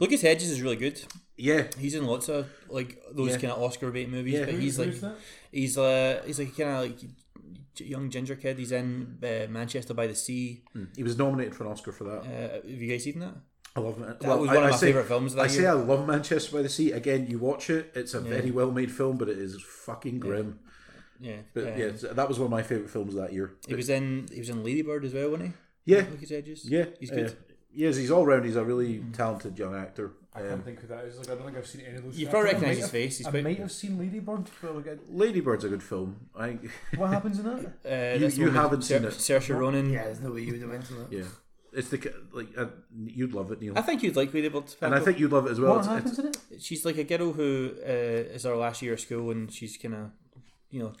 [SPEAKER 3] Lucas Hedges is really good.
[SPEAKER 4] Yeah,
[SPEAKER 3] He's in lots of like those
[SPEAKER 4] Yeah.
[SPEAKER 3] kind of Oscar bait movies,
[SPEAKER 4] Yeah.
[SPEAKER 3] but
[SPEAKER 4] Who-
[SPEAKER 3] he's like
[SPEAKER 1] Who's that?
[SPEAKER 3] he's uh he's like kind of like g- young ginger kid. He's in uh, Manchester by the Sea.
[SPEAKER 4] he was nominated for an Oscar for that.
[SPEAKER 3] Uh, have you guys seen that?
[SPEAKER 4] I love it.
[SPEAKER 3] That was one of my favourite films of that
[SPEAKER 4] I say
[SPEAKER 3] year.
[SPEAKER 4] I love Manchester by the Sea. Again, you watch it; it's a very well-made film, but it is fucking grim.
[SPEAKER 3] Yeah,
[SPEAKER 4] But
[SPEAKER 3] um,
[SPEAKER 4] yeah, so that was one of my favourite films that year.
[SPEAKER 3] He was in he was in Ladybird as well, wasn't he?
[SPEAKER 4] Yeah,
[SPEAKER 3] Lucas Hedges.
[SPEAKER 4] yeah,
[SPEAKER 3] he's good. Mm-hmm.
[SPEAKER 4] Uh, yes, he's all round. He's a really talented young actor. Um,
[SPEAKER 1] I can't think who that is. Like, I don't think I've seen any of those.
[SPEAKER 3] You
[SPEAKER 1] I
[SPEAKER 3] probably
[SPEAKER 1] think I
[SPEAKER 3] recognise
[SPEAKER 1] might
[SPEAKER 3] his
[SPEAKER 1] have-
[SPEAKER 3] face, he's
[SPEAKER 1] I
[SPEAKER 3] quite-
[SPEAKER 1] might have seen Ladybird, but like, I-
[SPEAKER 4] Ladybird's a good film. I
[SPEAKER 1] what happens in that?
[SPEAKER 3] Uh,
[SPEAKER 4] You-
[SPEAKER 3] that's the
[SPEAKER 4] you
[SPEAKER 3] one with
[SPEAKER 4] haven't seen it.
[SPEAKER 3] Saoirse Ronan.
[SPEAKER 2] Yeah, there's no way you would have went to that.
[SPEAKER 4] yeah, it's the ki- like uh, you'd love it, Neil,
[SPEAKER 3] I think you'd like Ladybird.
[SPEAKER 4] and I think you'd love it as well.
[SPEAKER 1] What
[SPEAKER 4] It's- it's-
[SPEAKER 1] happens in it?
[SPEAKER 3] she's like a girl who uh, is her last year of school and she's kind of you know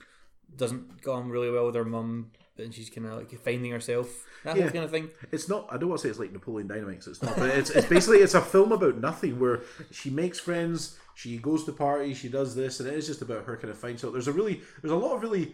[SPEAKER 3] doesn't go on really well with her mum and she's kind of like finding herself that
[SPEAKER 4] Yeah.
[SPEAKER 3] kind of thing
[SPEAKER 4] It's not. I don't want to say it's like Napoleon Dynamite. 'cause It's not. But it's, it's basically it's a film about nothing where she makes friends, she goes to parties, she does this, and it is just about her kind of finding. So there's a really there's a lot of really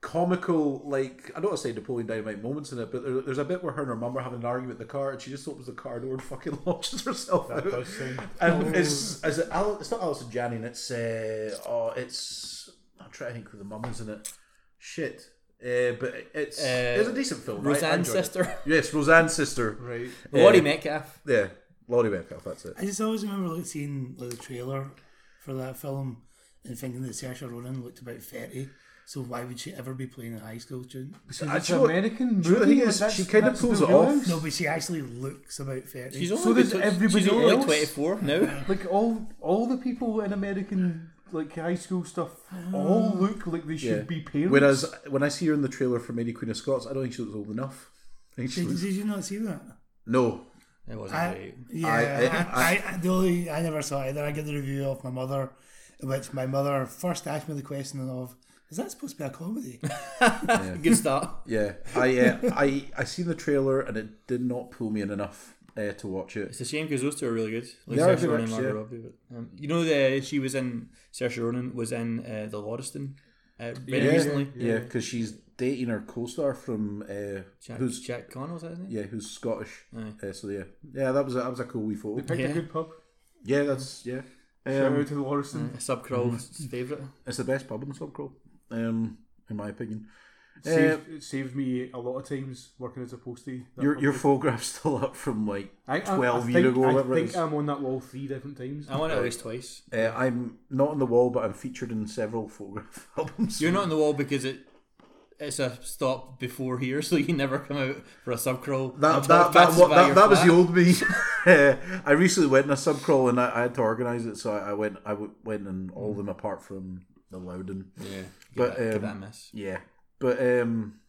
[SPEAKER 4] comical like I don't want to say Napoleon Dynamite moments in it, but there, there's a bit where her and her mum are having an argument in the car, and she just opens the car door and fucking launches herself out.
[SPEAKER 1] does sound-
[SPEAKER 4] and it's is it Al- it's not Alison Janning. It's uh, oh it's I'm trying to think who the mum is in it. Shit. Uh, but it's
[SPEAKER 3] Uh,
[SPEAKER 4] it's a decent film. I- I
[SPEAKER 3] Roseanne's
[SPEAKER 4] enjoyed it.
[SPEAKER 3] sister
[SPEAKER 4] Yes, Roseanne's sister.
[SPEAKER 1] Right.
[SPEAKER 3] Laurie Metcalf
[SPEAKER 4] Yeah, Laurie Metcalf. That's it.
[SPEAKER 2] I just always remember like seeing like the trailer for that film and thinking that Saoirse Ronan looked about thirty. So why would she ever be playing a high school student?
[SPEAKER 4] I-
[SPEAKER 1] It's
[SPEAKER 4] do you
[SPEAKER 1] an
[SPEAKER 4] know what-
[SPEAKER 1] American
[SPEAKER 4] do you know what the
[SPEAKER 1] movie.
[SPEAKER 4] thing is?
[SPEAKER 1] like,
[SPEAKER 4] She
[SPEAKER 1] that's-
[SPEAKER 4] kinda
[SPEAKER 1] that's the
[SPEAKER 4] pulls it
[SPEAKER 1] real
[SPEAKER 4] off.
[SPEAKER 1] life.
[SPEAKER 2] No, but she actually looks about thirty.
[SPEAKER 3] she's only,
[SPEAKER 1] So does
[SPEAKER 3] between-
[SPEAKER 1] everybody
[SPEAKER 3] she's only like
[SPEAKER 1] else.
[SPEAKER 3] 24 now
[SPEAKER 1] Like all, all the people in American like high school stuff all look like they should
[SPEAKER 4] Ah. Yeah.
[SPEAKER 1] be parents.
[SPEAKER 4] Whereas when I see her in the trailer for Lady Queen of Scots, I don't think she looks old enough. I think she
[SPEAKER 2] did,
[SPEAKER 4] looks-
[SPEAKER 2] did you not see that?
[SPEAKER 4] no.
[SPEAKER 3] it wasn't
[SPEAKER 2] I,
[SPEAKER 3] great
[SPEAKER 2] yeah,
[SPEAKER 4] I-
[SPEAKER 2] I, I, I, the only I never saw it either. I get the review off my mother, in which my mother first asked me the question of, "Is that supposed to be a comedy?"
[SPEAKER 3] good start
[SPEAKER 4] Yeah, I uh, I I seen the trailer and it did not pull me in enough uh, to watch it.
[SPEAKER 3] it's a shame because those two are really good like
[SPEAKER 4] They are
[SPEAKER 3] Saoirse
[SPEAKER 4] good,
[SPEAKER 3] Ronan and
[SPEAKER 4] actually,
[SPEAKER 3] Margot Robbie but, um, you know the, she was in Saoirse Ronan was in uh, The Lauriston uh, very
[SPEAKER 4] Yeah,
[SPEAKER 3] recently
[SPEAKER 4] yeah, because she's dating her co-star from uh,
[SPEAKER 3] Jack,
[SPEAKER 4] who's
[SPEAKER 3] Jack Connell is that his name
[SPEAKER 4] yeah who's Scottish.
[SPEAKER 3] Aye.
[SPEAKER 4] Uh, so yeah, yeah, that was a, that was a cool wee
[SPEAKER 1] they
[SPEAKER 4] photo.
[SPEAKER 1] picked
[SPEAKER 3] Yeah.
[SPEAKER 1] a good pub.
[SPEAKER 4] Yeah, that's yeah.
[SPEAKER 1] Shout
[SPEAKER 4] Um,
[SPEAKER 1] out to the Lauriston.
[SPEAKER 3] Sub Crawl's
[SPEAKER 4] Mm-hmm.
[SPEAKER 3] favourite
[SPEAKER 4] it's the best pub in Subcrow, um, in my opinion.
[SPEAKER 1] Saved,
[SPEAKER 4] Uh,
[SPEAKER 1] it saved me a lot of times working as a postie. that
[SPEAKER 4] Your
[SPEAKER 1] pub
[SPEAKER 4] your
[SPEAKER 1] did.
[SPEAKER 4] photograph's still up from like
[SPEAKER 1] I- I- I
[SPEAKER 4] twelve
[SPEAKER 1] think-
[SPEAKER 4] years ago. or
[SPEAKER 1] I
[SPEAKER 4] whatever it
[SPEAKER 1] think um,
[SPEAKER 4] is.
[SPEAKER 1] I'm on that wall three different times.
[SPEAKER 3] I want it at least twice
[SPEAKER 4] Uh, I'm not on the wall, but I'm featured in several photograph albums.
[SPEAKER 3] You're not on the wall because it it's a stop before here, so you never come out for a sub crawl.
[SPEAKER 4] that that that, what, that, that was the old me. Uh, I recently went in a sub crawl and I, I had to organise it, so I, I went I w- went in all of them apart from the Loudon.
[SPEAKER 3] Yeah, give
[SPEAKER 4] But,
[SPEAKER 3] that, give
[SPEAKER 4] um,
[SPEAKER 3] that a miss.
[SPEAKER 4] Yeah, but um,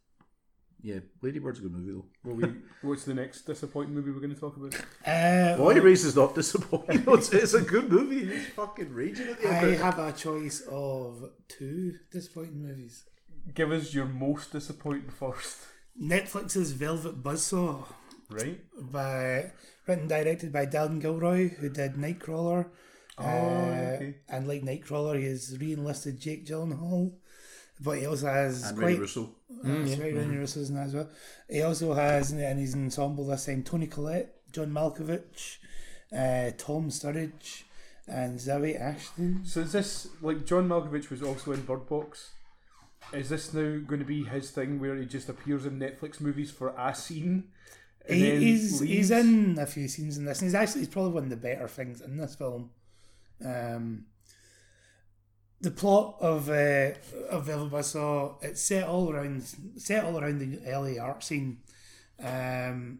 [SPEAKER 4] yeah, Ladybird's a good movie though.
[SPEAKER 1] Well, we, what's the next disappointing movie we're going to talk about?
[SPEAKER 2] Uh,
[SPEAKER 4] Boy Race is not disappointing. It's, it's a good movie. He's fucking raging at the
[SPEAKER 2] I
[SPEAKER 4] end. of it.
[SPEAKER 2] have a choice of two disappointing movies.
[SPEAKER 1] Give us your most disappointing first,
[SPEAKER 2] Netflix's Velvet Buzzsaw,
[SPEAKER 1] right?
[SPEAKER 2] by written and directed by Dalton Gilroy, who did Nightcrawler. Oh,
[SPEAKER 1] okay.
[SPEAKER 2] And like Nightcrawler, he has re-enlisted Jake Gyllenhaal, but he also has
[SPEAKER 4] And Rennie
[SPEAKER 2] quite uh,
[SPEAKER 4] Russo.
[SPEAKER 2] That's right, Randy Russell's in that as well. He also has, and he's an ensemble this time, Tony Collette, John Malkovich, uh, Tom Sturridge, and Zoe Ashton.
[SPEAKER 1] So is this like John Malkovich was also in Bird Box? Is this now going to be his thing where he just appears in Netflix movies for a scene? and
[SPEAKER 2] He,
[SPEAKER 1] then
[SPEAKER 2] he's, he's
[SPEAKER 1] leaves?
[SPEAKER 2] in a few scenes in this, and he's actually he's probably one of the better things in this film. Um, the plot of uh, of Velvet Buzzsaw it's set all around set all around the LA art scene. Um,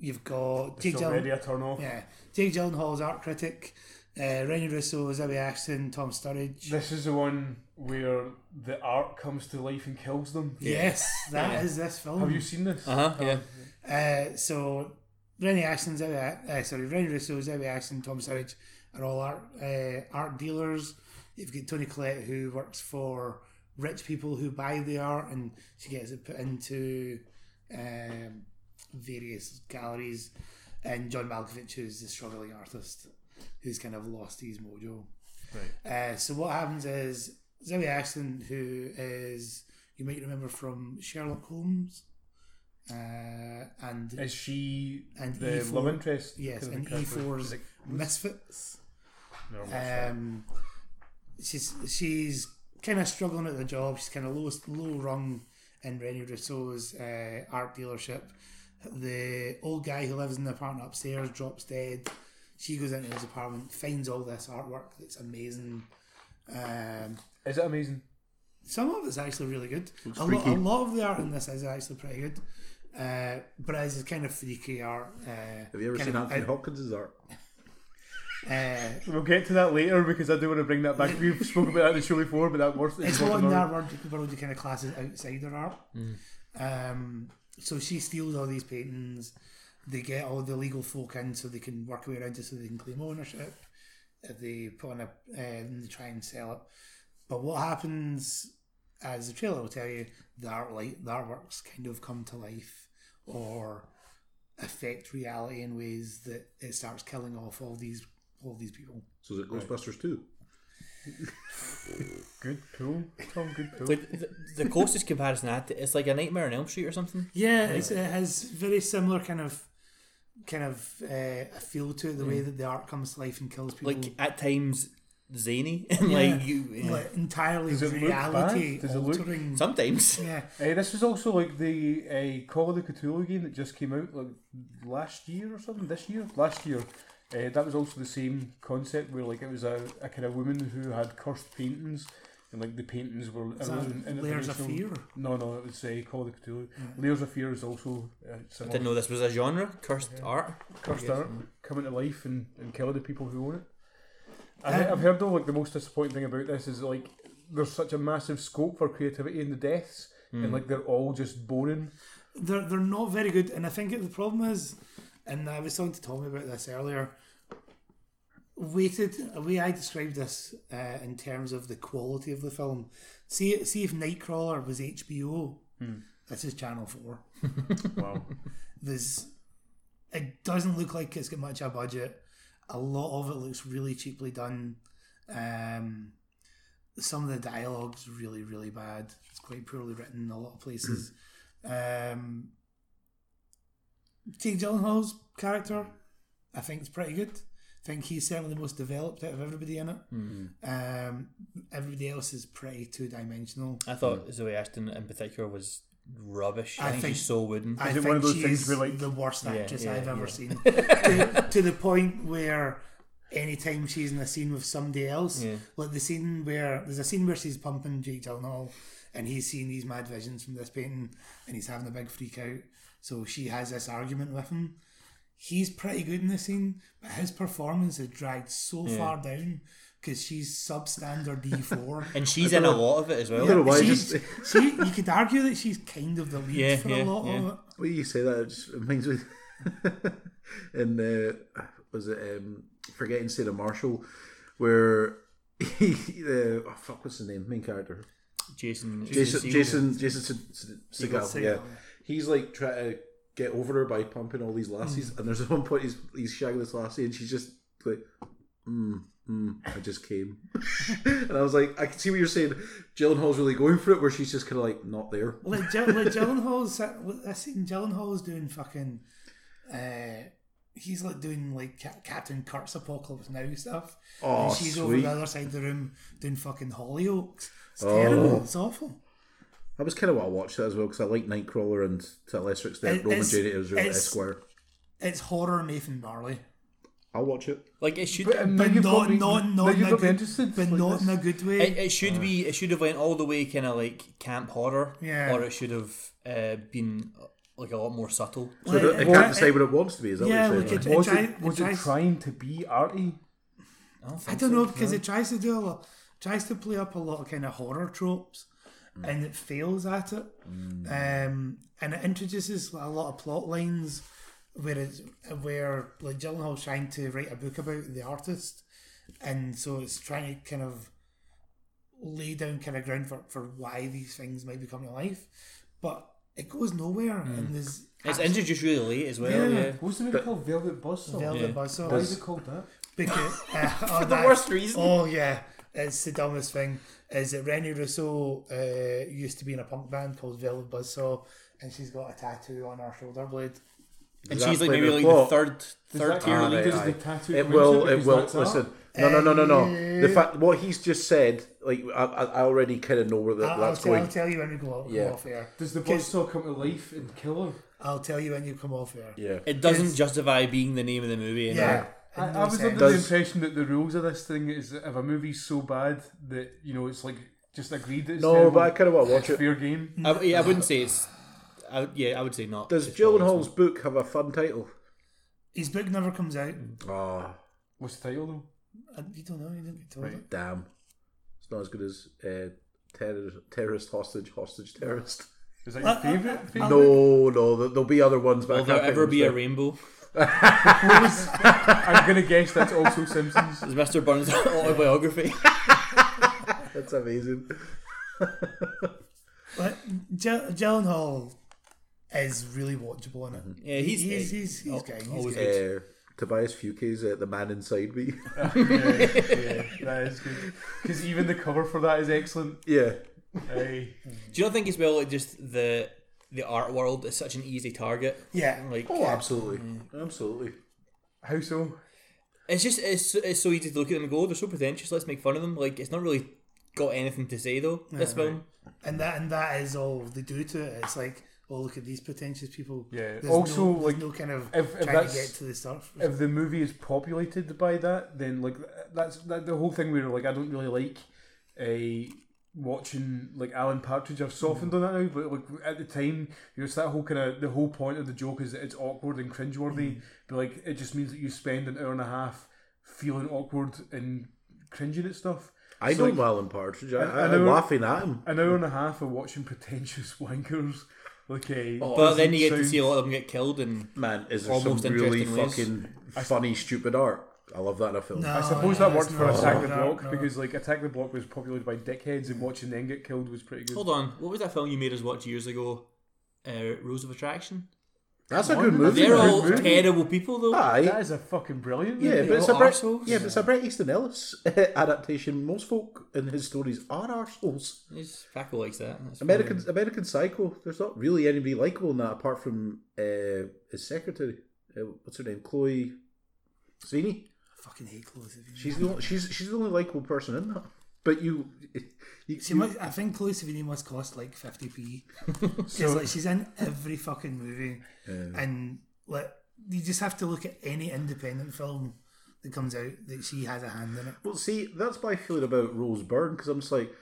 [SPEAKER 2] you've got Jake
[SPEAKER 1] It's already
[SPEAKER 2] Gyllenhaal,
[SPEAKER 1] a turn off.
[SPEAKER 2] yeah, Jake Gyllenhaal's art critic, uh, Renny Russo, Zoe Ashton, Tom Sturridge.
[SPEAKER 1] This is the one where the art comes to life and kills them.
[SPEAKER 2] Yes, that is this film.
[SPEAKER 1] Have you seen this?
[SPEAKER 3] Uh huh. Yeah.
[SPEAKER 2] Uh, so Rennie Ashton, Zoe, uh, sorry, Rennie Russo, Zoe Ashton, Tom Savage are all art uh, art dealers. You've got Tony Collette who works for rich people who buy the art, and she gets it put into um, various galleries. And John Malkovich, who's the struggling artist, who's kind of lost his mojo. Right. Uh, so what happens is Zoe Ashton, who is you might remember from Sherlock Holmes, uh, and
[SPEAKER 1] Is she
[SPEAKER 2] And
[SPEAKER 1] the
[SPEAKER 2] E4
[SPEAKER 1] love interest?
[SPEAKER 2] E Yes, E
[SPEAKER 1] Kind of
[SPEAKER 2] and
[SPEAKER 1] character?
[SPEAKER 2] E4's
[SPEAKER 1] Is it-
[SPEAKER 2] Misfits.
[SPEAKER 1] no, I'm not sure.
[SPEAKER 2] Um, she's she's kind of struggling at the job. She's kind of low low rung in Rennie Rousseau's uh, art dealership. The old guy who lives in the apartment upstairs drops dead. She goes into his apartment, finds all this artwork that's amazing. Um,
[SPEAKER 1] Is it amazing?
[SPEAKER 2] some of it's actually really good. A, lo- a lot of the art in this is actually pretty good. Uh, but it's kind of freaky art. Uh,
[SPEAKER 5] Have you ever
[SPEAKER 2] kind
[SPEAKER 5] seen
[SPEAKER 2] of
[SPEAKER 5] Anthony
[SPEAKER 2] out-
[SPEAKER 5] Hopkins' art?
[SPEAKER 2] uh,
[SPEAKER 1] We'll get to that later because I do want to bring that back. We've spoken about that in the show before, but that worth
[SPEAKER 2] it's what in that world, world you kind of classes outsider art. Um, so she steals all these paintings. They get all the legal folk in so they can work a way around it, so they can claim ownership. If they put on a, uh, and they try and sell it. But what happens, as the trailer will tell you, the art light, the artworks kind of come to life, or affect reality in ways that it starts killing off all these all these people.
[SPEAKER 5] So is it Ghostbusters 2?
[SPEAKER 1] Good pull, Tom. Good pull.
[SPEAKER 3] Like the, the closest comparison I had to it's like a Nightmare on Elm Street or something.
[SPEAKER 2] Yeah, it's, it has very similar kind of kind of uh, a feel to it. The
[SPEAKER 1] Mm.
[SPEAKER 2] way that the art comes to life and kills people,
[SPEAKER 3] Like at times zany and like you. eh,
[SPEAKER 2] like entirely
[SPEAKER 1] Does it look
[SPEAKER 2] reality
[SPEAKER 1] bad? Does it look-
[SPEAKER 2] altering.
[SPEAKER 3] Sometimes.
[SPEAKER 2] yeah,
[SPEAKER 1] Uh, this was also like the uh, Call of the Cthulhu game that just came out like last year or something. This year, last year. Uh, that was also the same concept where like it was a, a kind of woman who had cursed paintings, and like the paintings were
[SPEAKER 2] Is that
[SPEAKER 1] in- in-
[SPEAKER 2] layers of fear. Mm.
[SPEAKER 1] interdimensional- No, no, it was uh, Call of the Cthulhu. Layers of Fear is also uh,
[SPEAKER 3] I
[SPEAKER 1] similar.
[SPEAKER 3] didn't know this was a genre. Cursed art.
[SPEAKER 1] cursed art coming to life and, and killing the people who own it.
[SPEAKER 2] Um,
[SPEAKER 1] I, I've heard though, like the most disappointing thing about this is like there's such a massive scope for creativity in the deaths,
[SPEAKER 2] Hmm.
[SPEAKER 1] and like they're all just boring.
[SPEAKER 2] They're they're not very good, and I think the problem is, and I was talking to Tommy about this earlier. Weighted, the way I described this uh, in terms of the quality of the film. See, see if Nightcrawler was HBO.
[SPEAKER 1] Hmm.
[SPEAKER 2] This is Channel Four.
[SPEAKER 1] Wow.
[SPEAKER 2] there's it doesn't look like it's got much of a budget. A lot of it looks really cheaply done. Um, some of the dialogue's really, really bad. It's quite poorly written in a lot of places. um, Jake Gyllenhaal's character, I think, is pretty good. I think he's certainly the most developed out of everybody in it. Um, everybody else is pretty two dimensional.
[SPEAKER 3] I thought Zoe Ashton in particular was rubbish. I,
[SPEAKER 2] I
[SPEAKER 3] think,
[SPEAKER 2] think-
[SPEAKER 3] she's so wooden.
[SPEAKER 2] I
[SPEAKER 1] Is it
[SPEAKER 2] think
[SPEAKER 1] one of those
[SPEAKER 2] she
[SPEAKER 1] things
[SPEAKER 2] is
[SPEAKER 1] where, like-
[SPEAKER 2] the worst actress
[SPEAKER 3] yeah,
[SPEAKER 2] I've ever
[SPEAKER 3] yeah.
[SPEAKER 2] seen. to, to the point where anytime she's in a scene with somebody else,
[SPEAKER 3] Yeah.
[SPEAKER 2] like the scene where there's a scene where she's pumping Jake Gyllenhaal and he's seeing these mad visions from this painting and he's having a big freak out. So she has this argument with him. He's pretty good in the scene, but his performance is dragged so far down because she's substandard D4.
[SPEAKER 3] and she's in a lot of it as well.
[SPEAKER 5] don't know why I
[SPEAKER 2] She's-
[SPEAKER 5] just-
[SPEAKER 2] she, you could argue that she's kind of the lead
[SPEAKER 3] Yeah,
[SPEAKER 2] for
[SPEAKER 3] yeah,
[SPEAKER 2] a lot of
[SPEAKER 3] yeah.
[SPEAKER 2] it.
[SPEAKER 5] Well, you say that, it just reminds me. and uh, was it um, Forgetting Sarah Marshall, where he, uh, oh, fuck, what's his name? Main character.
[SPEAKER 3] Jason.
[SPEAKER 5] Jason,
[SPEAKER 3] Segel.
[SPEAKER 5] Jason, Jason, Se- Se- Segel,
[SPEAKER 2] Segel,
[SPEAKER 5] yeah.
[SPEAKER 2] yeah.
[SPEAKER 5] He's like trying to get over her by pumping all these lassies, and there's one point he's, he's shagging this lassie, and she's just like, mm, mm, I just came. and I was like, I can see what you're saying. Gyllenhaal's really going for it, where she's just kind of like, not there.
[SPEAKER 2] Like, Gy- like Gyllenhaal's, I seen Gyllenhaal's doing fucking uh, he's like doing like Ca- Captain Kurt's Apocalypse Now stuff.
[SPEAKER 4] Oh,
[SPEAKER 2] and she's over
[SPEAKER 4] sweet. Oh.
[SPEAKER 2] the other side of the room doing fucking Hollyoaks. It's terrible. It's awful.
[SPEAKER 4] That was kind of what I watched that as well because I like Nightcrawler and to a lesser extent
[SPEAKER 2] It-
[SPEAKER 4] Roman
[SPEAKER 2] it's-
[SPEAKER 4] J. Israel
[SPEAKER 2] it's-
[SPEAKER 4] Esquire.
[SPEAKER 2] It's horror Nathan Barley,
[SPEAKER 4] I'll watch it.
[SPEAKER 3] Like it should.
[SPEAKER 1] But,
[SPEAKER 3] It,
[SPEAKER 1] um,
[SPEAKER 2] but
[SPEAKER 1] you've
[SPEAKER 2] not
[SPEAKER 1] got me-
[SPEAKER 2] not
[SPEAKER 1] now
[SPEAKER 2] not in
[SPEAKER 1] you've
[SPEAKER 2] a
[SPEAKER 1] got me
[SPEAKER 2] good-
[SPEAKER 1] interested,
[SPEAKER 2] but
[SPEAKER 1] like
[SPEAKER 2] not in a
[SPEAKER 1] this.
[SPEAKER 2] good way.
[SPEAKER 3] it should be. It should have went all the way kind of like camp horror.
[SPEAKER 2] Yeah.
[SPEAKER 3] Or it should have uh, been uh, like a lot more subtle.
[SPEAKER 4] So it, it can't decide what it wants to be. Is that
[SPEAKER 2] yeah,
[SPEAKER 4] what you're
[SPEAKER 2] like
[SPEAKER 4] saying?
[SPEAKER 2] it, it,
[SPEAKER 1] Was
[SPEAKER 2] try-
[SPEAKER 1] it, was it
[SPEAKER 2] tries-
[SPEAKER 1] trying to be arty?
[SPEAKER 3] I don't,
[SPEAKER 2] I
[SPEAKER 3] think
[SPEAKER 2] don't
[SPEAKER 3] so.
[SPEAKER 2] know because it tries to do a lot, tries to play up a lot of kind of horror tropes,
[SPEAKER 3] Mm.
[SPEAKER 2] and it fails at it. Um, and it introduces a lot of plot lines where it's where like Gyllenhaal's trying to write a book about the artist, and so it's trying to kind of lay down kind of ground for, for why these things might be coming to life, but it goes nowhere. And there's
[SPEAKER 3] Mm. It's introduced really late as well.
[SPEAKER 2] Yeah.
[SPEAKER 3] Yeah.
[SPEAKER 1] What's the movie called? Velvet Buzzsaw?
[SPEAKER 2] Velvet
[SPEAKER 3] Yeah.
[SPEAKER 2] Buzzsaw.
[SPEAKER 1] Why is it called that?
[SPEAKER 2] because uh, for
[SPEAKER 3] the worst reason.
[SPEAKER 2] Oh yeah, it's the dumbest thing. Is that Rennie Rousseau uh, used to be in a punk band called Velvet Buzzsaw, and she's got a tattoo on her shoulder blade.
[SPEAKER 3] And
[SPEAKER 4] that
[SPEAKER 3] she's like
[SPEAKER 4] play
[SPEAKER 3] maybe
[SPEAKER 4] the
[SPEAKER 3] like
[SPEAKER 4] plot?
[SPEAKER 3] the third third
[SPEAKER 1] that
[SPEAKER 3] tier
[SPEAKER 1] count?
[SPEAKER 3] leader.
[SPEAKER 1] Does the tattoo
[SPEAKER 4] it
[SPEAKER 1] come
[SPEAKER 4] will.
[SPEAKER 1] into
[SPEAKER 4] It
[SPEAKER 1] because
[SPEAKER 4] will.
[SPEAKER 1] that's art?
[SPEAKER 4] Listen, no, no, no, no, no. The fact what he's just said, like I, I I already kind of know where that,
[SPEAKER 2] I'll, I'll,
[SPEAKER 4] that's
[SPEAKER 2] tell, I'll
[SPEAKER 4] going.
[SPEAKER 2] tell you when we go off,
[SPEAKER 4] Yeah.
[SPEAKER 2] come off air.
[SPEAKER 1] Does the
[SPEAKER 2] 'Cause-
[SPEAKER 1] buzzsaw come to life and kill her?
[SPEAKER 2] I'll tell you when you come off air.
[SPEAKER 4] Yeah.
[SPEAKER 3] It doesn't justify being the name of the movie. and
[SPEAKER 2] Yeah. in
[SPEAKER 1] I,
[SPEAKER 2] no
[SPEAKER 1] I was
[SPEAKER 2] sense.
[SPEAKER 1] under the
[SPEAKER 4] Does-
[SPEAKER 1] impression that the rules of this thing is that if a movie's so bad that you know it's like just agreed that it's
[SPEAKER 4] No,
[SPEAKER 1] terrible,
[SPEAKER 4] but I kind of want to watch
[SPEAKER 1] it's
[SPEAKER 4] it.
[SPEAKER 1] fair game.
[SPEAKER 3] I, yeah, I wouldn't say it's. I, would- yeah, I would say not.
[SPEAKER 4] Does
[SPEAKER 3] It's
[SPEAKER 4] Gyllenhaal's book have a fun title?
[SPEAKER 2] His book never comes out.
[SPEAKER 4] Ah,
[SPEAKER 1] What's the title though?
[SPEAKER 2] And You don't know. You didn't get told. it.
[SPEAKER 4] damn. It's not as good as uh, terror, terrorist, hostage, hostage, terrorist.
[SPEAKER 1] Is that your favourite? thing?
[SPEAKER 4] No, no, there- there'll be other ones. But I
[SPEAKER 3] Will there
[SPEAKER 4] can't
[SPEAKER 3] ever be a
[SPEAKER 4] think of
[SPEAKER 3] rainbow?
[SPEAKER 1] I'm gonna guess that's also Simpsons.
[SPEAKER 3] Is Mr. Burns' autobiography?
[SPEAKER 4] them. That's amazing.
[SPEAKER 2] But Gy- Gyllenhaal is really watchable in it.
[SPEAKER 3] Yeah, he's
[SPEAKER 2] He's-
[SPEAKER 3] eh,
[SPEAKER 2] he's- he's
[SPEAKER 3] al-
[SPEAKER 2] gang, he's
[SPEAKER 3] always
[SPEAKER 2] gang.
[SPEAKER 3] good.
[SPEAKER 4] Uh, Tobias Fuke's uh, the man inside me.
[SPEAKER 1] Yeah, that is good. Because even the cover for that is excellent.
[SPEAKER 4] yeah,
[SPEAKER 1] Aye.
[SPEAKER 3] Do you not think as well? Like just the the art world is such an easy target.
[SPEAKER 2] Yeah.
[SPEAKER 3] Like
[SPEAKER 4] oh, absolutely, absolutely.
[SPEAKER 1] How so?
[SPEAKER 3] it's just it's, so- it's so easy to look at them and go, oh, they're so pretentious. Let's make fun of them. Like it's not really got anything to say though. This film.
[SPEAKER 2] And that and that is all they do to it. It's like, oh look at these pretentious people.
[SPEAKER 1] Yeah.
[SPEAKER 2] There's
[SPEAKER 1] Also,
[SPEAKER 2] no, there's
[SPEAKER 1] like,
[SPEAKER 2] no kind of
[SPEAKER 1] if- if
[SPEAKER 2] trying to
[SPEAKER 1] that's-
[SPEAKER 2] get to the stuff.
[SPEAKER 1] if the movie is populated by that, then like that's that, the whole thing where like I don't really like a watching like Alan Partridge. I've softened on that now, but like at the time, you know, it's that whole kind of the whole point of the joke is that it's awkward and cringeworthy. But like it just means that you spend an hour and a half feeling awkward and cringing at stuff.
[SPEAKER 4] I
[SPEAKER 1] So,
[SPEAKER 4] know
[SPEAKER 1] like,
[SPEAKER 4] Marlon Partridge. I,
[SPEAKER 1] I- I
[SPEAKER 4] I, am
[SPEAKER 1] know-
[SPEAKER 4] laughing at him.
[SPEAKER 1] an hour and a half of watching pretentious wankers. Like uh, a,
[SPEAKER 3] Oh, But then you get to see a lot of them get killed and
[SPEAKER 4] Man, is there
[SPEAKER 3] Almost
[SPEAKER 4] some really
[SPEAKER 3] interesting ways.
[SPEAKER 4] fucking funny, stupid art? I love that in a film.
[SPEAKER 2] No,
[SPEAKER 1] I suppose
[SPEAKER 2] no,
[SPEAKER 1] that worked
[SPEAKER 2] Oh, it's
[SPEAKER 1] for
[SPEAKER 2] not.
[SPEAKER 1] Attack the
[SPEAKER 2] No,
[SPEAKER 1] Block
[SPEAKER 2] no.
[SPEAKER 1] because like Attack the Block was populated by dickheads and watching them get killed was pretty good.
[SPEAKER 3] Hold on, what was that film you made us watch years ago? Uh, Rules of Attraction.
[SPEAKER 4] That's a good movie.
[SPEAKER 3] They're
[SPEAKER 4] man.
[SPEAKER 3] all
[SPEAKER 1] movie.
[SPEAKER 3] terrible people though.
[SPEAKER 1] That
[SPEAKER 4] Aye.
[SPEAKER 1] is a fucking brilliant.
[SPEAKER 4] Yeah,
[SPEAKER 1] movie.
[SPEAKER 4] but it's a
[SPEAKER 3] all
[SPEAKER 4] Brett,
[SPEAKER 3] arseholes.
[SPEAKER 4] yeah, but it's a Bret Easton Ellis adaptation. Most folk in his stories are arseholes.
[SPEAKER 3] It's Paco likes that. That's
[SPEAKER 4] American American Psycho. There's not really anybody likable in that apart from uh, his secretary. Uh, what's her name? Chloe Sweeney.
[SPEAKER 2] I fucking hate Chloe Sevigny.
[SPEAKER 4] She's the only, she's she's the only likable person in that. But you, you,
[SPEAKER 2] She must, I think Chloe Sevigny must cost like fifty p. she's like she's in every fucking movie, and like you just have to look at any independent film that comes out that she has a hand in it.
[SPEAKER 4] well, see, that's my feeling about Rose Byrne because I'm just like,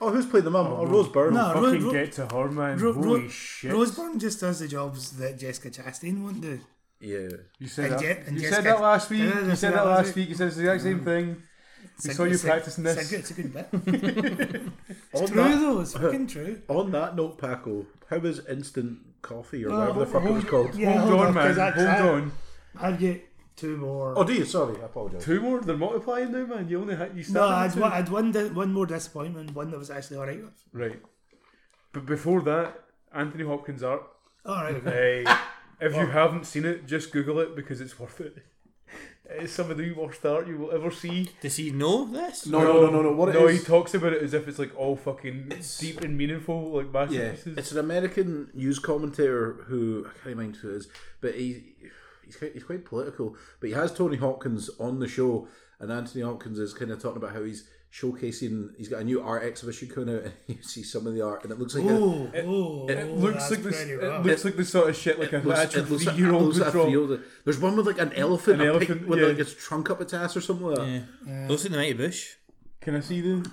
[SPEAKER 4] oh, who's played the mum? Oh, Rose Byrne.
[SPEAKER 2] No, Ro-
[SPEAKER 1] fucking
[SPEAKER 2] Ro-
[SPEAKER 1] get to her, man.
[SPEAKER 2] Ro-
[SPEAKER 1] Holy
[SPEAKER 2] Ro-
[SPEAKER 1] shit!
[SPEAKER 2] Rose Byrne just does the jobs that Jessica Chastain won't do.
[SPEAKER 4] Yeah.
[SPEAKER 1] you said
[SPEAKER 2] and
[SPEAKER 1] that.
[SPEAKER 2] Je- and
[SPEAKER 1] you
[SPEAKER 2] Jessica-
[SPEAKER 1] said that last week.
[SPEAKER 2] Yeah, I
[SPEAKER 1] You
[SPEAKER 2] said
[SPEAKER 1] said that last week. You said it's the exact
[SPEAKER 2] Mm.
[SPEAKER 1] same thing. We saw you
[SPEAKER 2] It's a-
[SPEAKER 1] practicing
[SPEAKER 2] it's a
[SPEAKER 1] this.
[SPEAKER 2] good- It's a good bit.
[SPEAKER 4] On
[SPEAKER 2] True
[SPEAKER 4] that,
[SPEAKER 2] though, it's fucking true.
[SPEAKER 4] on that note, Paco, how is instant coffee or
[SPEAKER 2] No,
[SPEAKER 4] whatever the fuck it was called?
[SPEAKER 2] oh, Yeah,
[SPEAKER 1] Hold on, man.
[SPEAKER 2] 'cause I-
[SPEAKER 1] Hold
[SPEAKER 2] I-
[SPEAKER 1] on.
[SPEAKER 2] I'd get two more.
[SPEAKER 4] Oh, do you? Sorry, I apologise.
[SPEAKER 1] Two more. They're multiplying now, man. You only had you
[SPEAKER 2] no,
[SPEAKER 1] started.
[SPEAKER 2] I'd,
[SPEAKER 1] with
[SPEAKER 2] one,
[SPEAKER 1] two.
[SPEAKER 2] I'd one, di- one more disappointment, one that was actually alright with.
[SPEAKER 1] Right. But before that, Anthony Hopkins art.
[SPEAKER 2] Alright, okay.
[SPEAKER 1] Hey, if
[SPEAKER 4] Oh.
[SPEAKER 1] you haven't seen it, just Google it because it's worth it. It's some of the worst art you will ever see.
[SPEAKER 3] Does he know this?
[SPEAKER 4] No, no, no, no, no. What
[SPEAKER 1] no,
[SPEAKER 4] it is?
[SPEAKER 1] he talks about it as if it's like all fucking deep and meaningful, like
[SPEAKER 4] Yeah,
[SPEAKER 1] masterpieces.
[SPEAKER 4] it's an American news commentator who I can't remember who it is, but he he's quite, he's quite political, but he has Tony Hopkins on the show, and Anthony Hopkins is kind of talking about how he's showcasing. He's got a new art exhibition coming out, and you see some of the art, and it looks like a,
[SPEAKER 2] Oh, oh,
[SPEAKER 1] It looks
[SPEAKER 2] that's
[SPEAKER 1] like this.
[SPEAKER 2] pretty
[SPEAKER 1] It
[SPEAKER 2] rough.
[SPEAKER 1] looks like the sort of shit like a
[SPEAKER 4] looks-
[SPEAKER 1] natural
[SPEAKER 4] it looks like-
[SPEAKER 1] three year
[SPEAKER 4] it
[SPEAKER 1] old
[SPEAKER 4] looks
[SPEAKER 1] would
[SPEAKER 4] like a
[SPEAKER 1] draw.
[SPEAKER 4] three-year-old- There's one with like an
[SPEAKER 1] An
[SPEAKER 4] elephant, a pic-
[SPEAKER 1] elephant,
[SPEAKER 4] with
[SPEAKER 1] yeah.
[SPEAKER 4] like its trunk up its ass or something like that.
[SPEAKER 3] Yeah. Looks like the Mighty Bush.
[SPEAKER 1] Can I see the?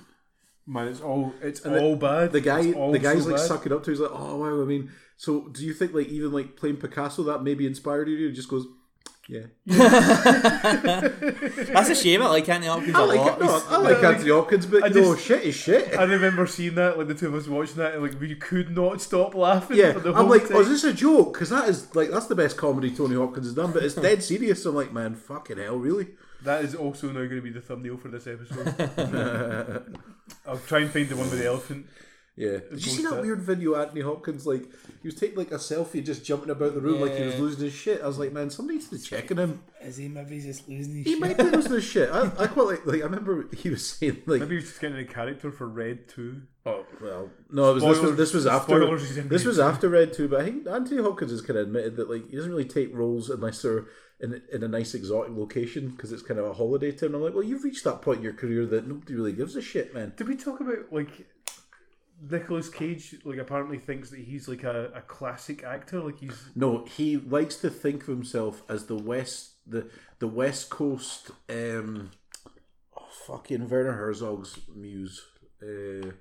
[SPEAKER 1] Man, it's all it's
[SPEAKER 4] the-
[SPEAKER 1] all bad.
[SPEAKER 4] The guy,
[SPEAKER 1] It's all
[SPEAKER 4] the guy's
[SPEAKER 1] so
[SPEAKER 4] like
[SPEAKER 1] bad.
[SPEAKER 4] sucking up to. it. He's like, oh wow. I mean, so do you think like even like playing Picasso that maybe inspired you? He just goes, yeah.
[SPEAKER 3] That's a shame. I like Anthony Hopkins a lot. He's-
[SPEAKER 4] I like Anthony Hopkins, but
[SPEAKER 1] I
[SPEAKER 4] you know,
[SPEAKER 1] just-
[SPEAKER 4] shit is shit.
[SPEAKER 1] I remember seeing that, like the two of us watching that, and like we could not stop laughing.
[SPEAKER 4] Yeah,
[SPEAKER 1] for the
[SPEAKER 4] I'm
[SPEAKER 1] whole
[SPEAKER 4] like,
[SPEAKER 1] thing.
[SPEAKER 4] oh, is this a joke? Because that is like that's the best comedy Tony Hopkins has done, but it's dead serious. I'm like, man, fucking hell, really?
[SPEAKER 1] That is also now going to be the thumbnail for this episode. I'll try and find the one with the elephant.
[SPEAKER 4] Yeah. Did you see that
[SPEAKER 1] bullshit.
[SPEAKER 4] weird video Anthony Hopkins like he was taking like a selfie just jumping about the room like he was
[SPEAKER 3] Yeah.
[SPEAKER 4] losing his shit. I was like, man, somebody needs to be checking him.
[SPEAKER 2] Is he maybe just losing his
[SPEAKER 4] He
[SPEAKER 2] shit?
[SPEAKER 4] might be losing his shit. I, I quite like like I remember he was saying like
[SPEAKER 1] Maybe he's just getting a character for Red Two.
[SPEAKER 4] Oh well, no. It was, this was
[SPEAKER 1] Spoilers-
[SPEAKER 4] this was after
[SPEAKER 1] spoilers is in
[SPEAKER 4] this
[SPEAKER 1] Red
[SPEAKER 4] was
[SPEAKER 1] two.
[SPEAKER 4] after Red Two, but I think Anthony Hopkins has kind of admitted that like he doesn't really take roles unless they're in in a nice exotic location because it's kind of a holiday to him. I'm like, well, you've reached that point in your career that nobody really gives a shit, man.
[SPEAKER 1] Did we talk about like Nicolas Cage? Like apparently thinks that he's like a, a classic actor. Like he's
[SPEAKER 4] No, he likes to think of himself as the West the the West Coast um oh, fucking Werner Herzog's muse. Uh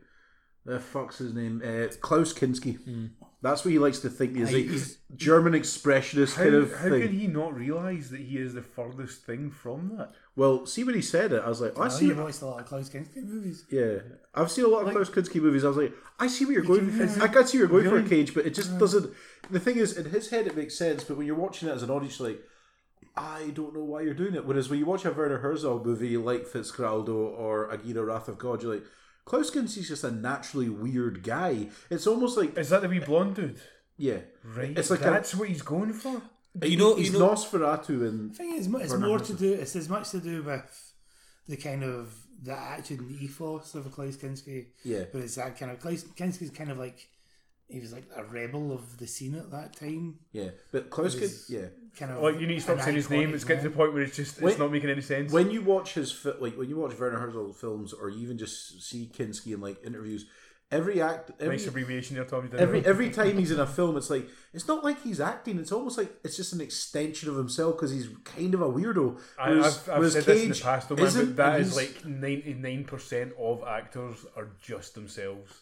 [SPEAKER 4] the fuck's his name? Uh, Klaus Kinski.
[SPEAKER 1] Hmm.
[SPEAKER 4] That's what he likes to think. He's like German expressionist
[SPEAKER 1] how,
[SPEAKER 4] kind of
[SPEAKER 1] how
[SPEAKER 4] thing.
[SPEAKER 1] can he not realize that he is the furthest thing from that?
[SPEAKER 4] Well, see when he said it, I was like, I
[SPEAKER 2] Oh,
[SPEAKER 4] see.
[SPEAKER 2] you watched a lot of Klaus Kinski movies.
[SPEAKER 4] Yeah, I've seen a lot of Klaus Kinski movies. I was like, I see where you're going. I can see you're going for a cage, but it just doesn't. The thing is, in his head, it makes sense, but when you're watching it as an audience, you're like, I don't know why you're doing it. Whereas when you watch a Werner Herzog movie like Fitzcarraldo or Aguirre Wrath of God, you're like, Klaus Kinski's just a naturally weird guy. It's almost like,
[SPEAKER 1] Is that the wee blonde dude?
[SPEAKER 4] yeah,
[SPEAKER 1] Right.
[SPEAKER 4] It's like a-
[SPEAKER 1] that's what he's going for.
[SPEAKER 3] you know,
[SPEAKER 4] he's
[SPEAKER 3] you know,
[SPEAKER 4] Nosferatu in
[SPEAKER 2] The thing is, it's more to do. It's as much to do with the kind of the attitude and the ethos of a Klaus Kinski.
[SPEAKER 4] Yeah.
[SPEAKER 2] But it's that kind of Klaus Kinski's kind of like he was like a rebel of the scene at that time.
[SPEAKER 4] yeah, but Klaus Kinski, yeah.
[SPEAKER 2] Kind of.
[SPEAKER 1] Like you need to stop
[SPEAKER 2] an
[SPEAKER 1] saying his name.
[SPEAKER 2] iconic
[SPEAKER 1] It's getting to
[SPEAKER 2] man.
[SPEAKER 1] the point where it's just it's
[SPEAKER 4] Wait.
[SPEAKER 1] not making any sense.
[SPEAKER 4] When you watch his fi- like when you watch Werner Herzog films or you even just see Kinski in like interviews, every act every
[SPEAKER 1] nice abbreviation there, Tom. You did
[SPEAKER 4] every
[SPEAKER 1] it.
[SPEAKER 4] every time he's in a film, it's like it's not like he's acting. It's almost like it's just an extension of himself because he's kind of a weirdo.
[SPEAKER 1] I,
[SPEAKER 4] Whereas-
[SPEAKER 1] I've, I've
[SPEAKER 4] whereas
[SPEAKER 1] said this in the
[SPEAKER 4] Cage
[SPEAKER 1] past, though, man,
[SPEAKER 4] isn't,
[SPEAKER 1] but that
[SPEAKER 4] and
[SPEAKER 1] is
[SPEAKER 4] he's-
[SPEAKER 1] like ninety nine percent of actors are just themselves.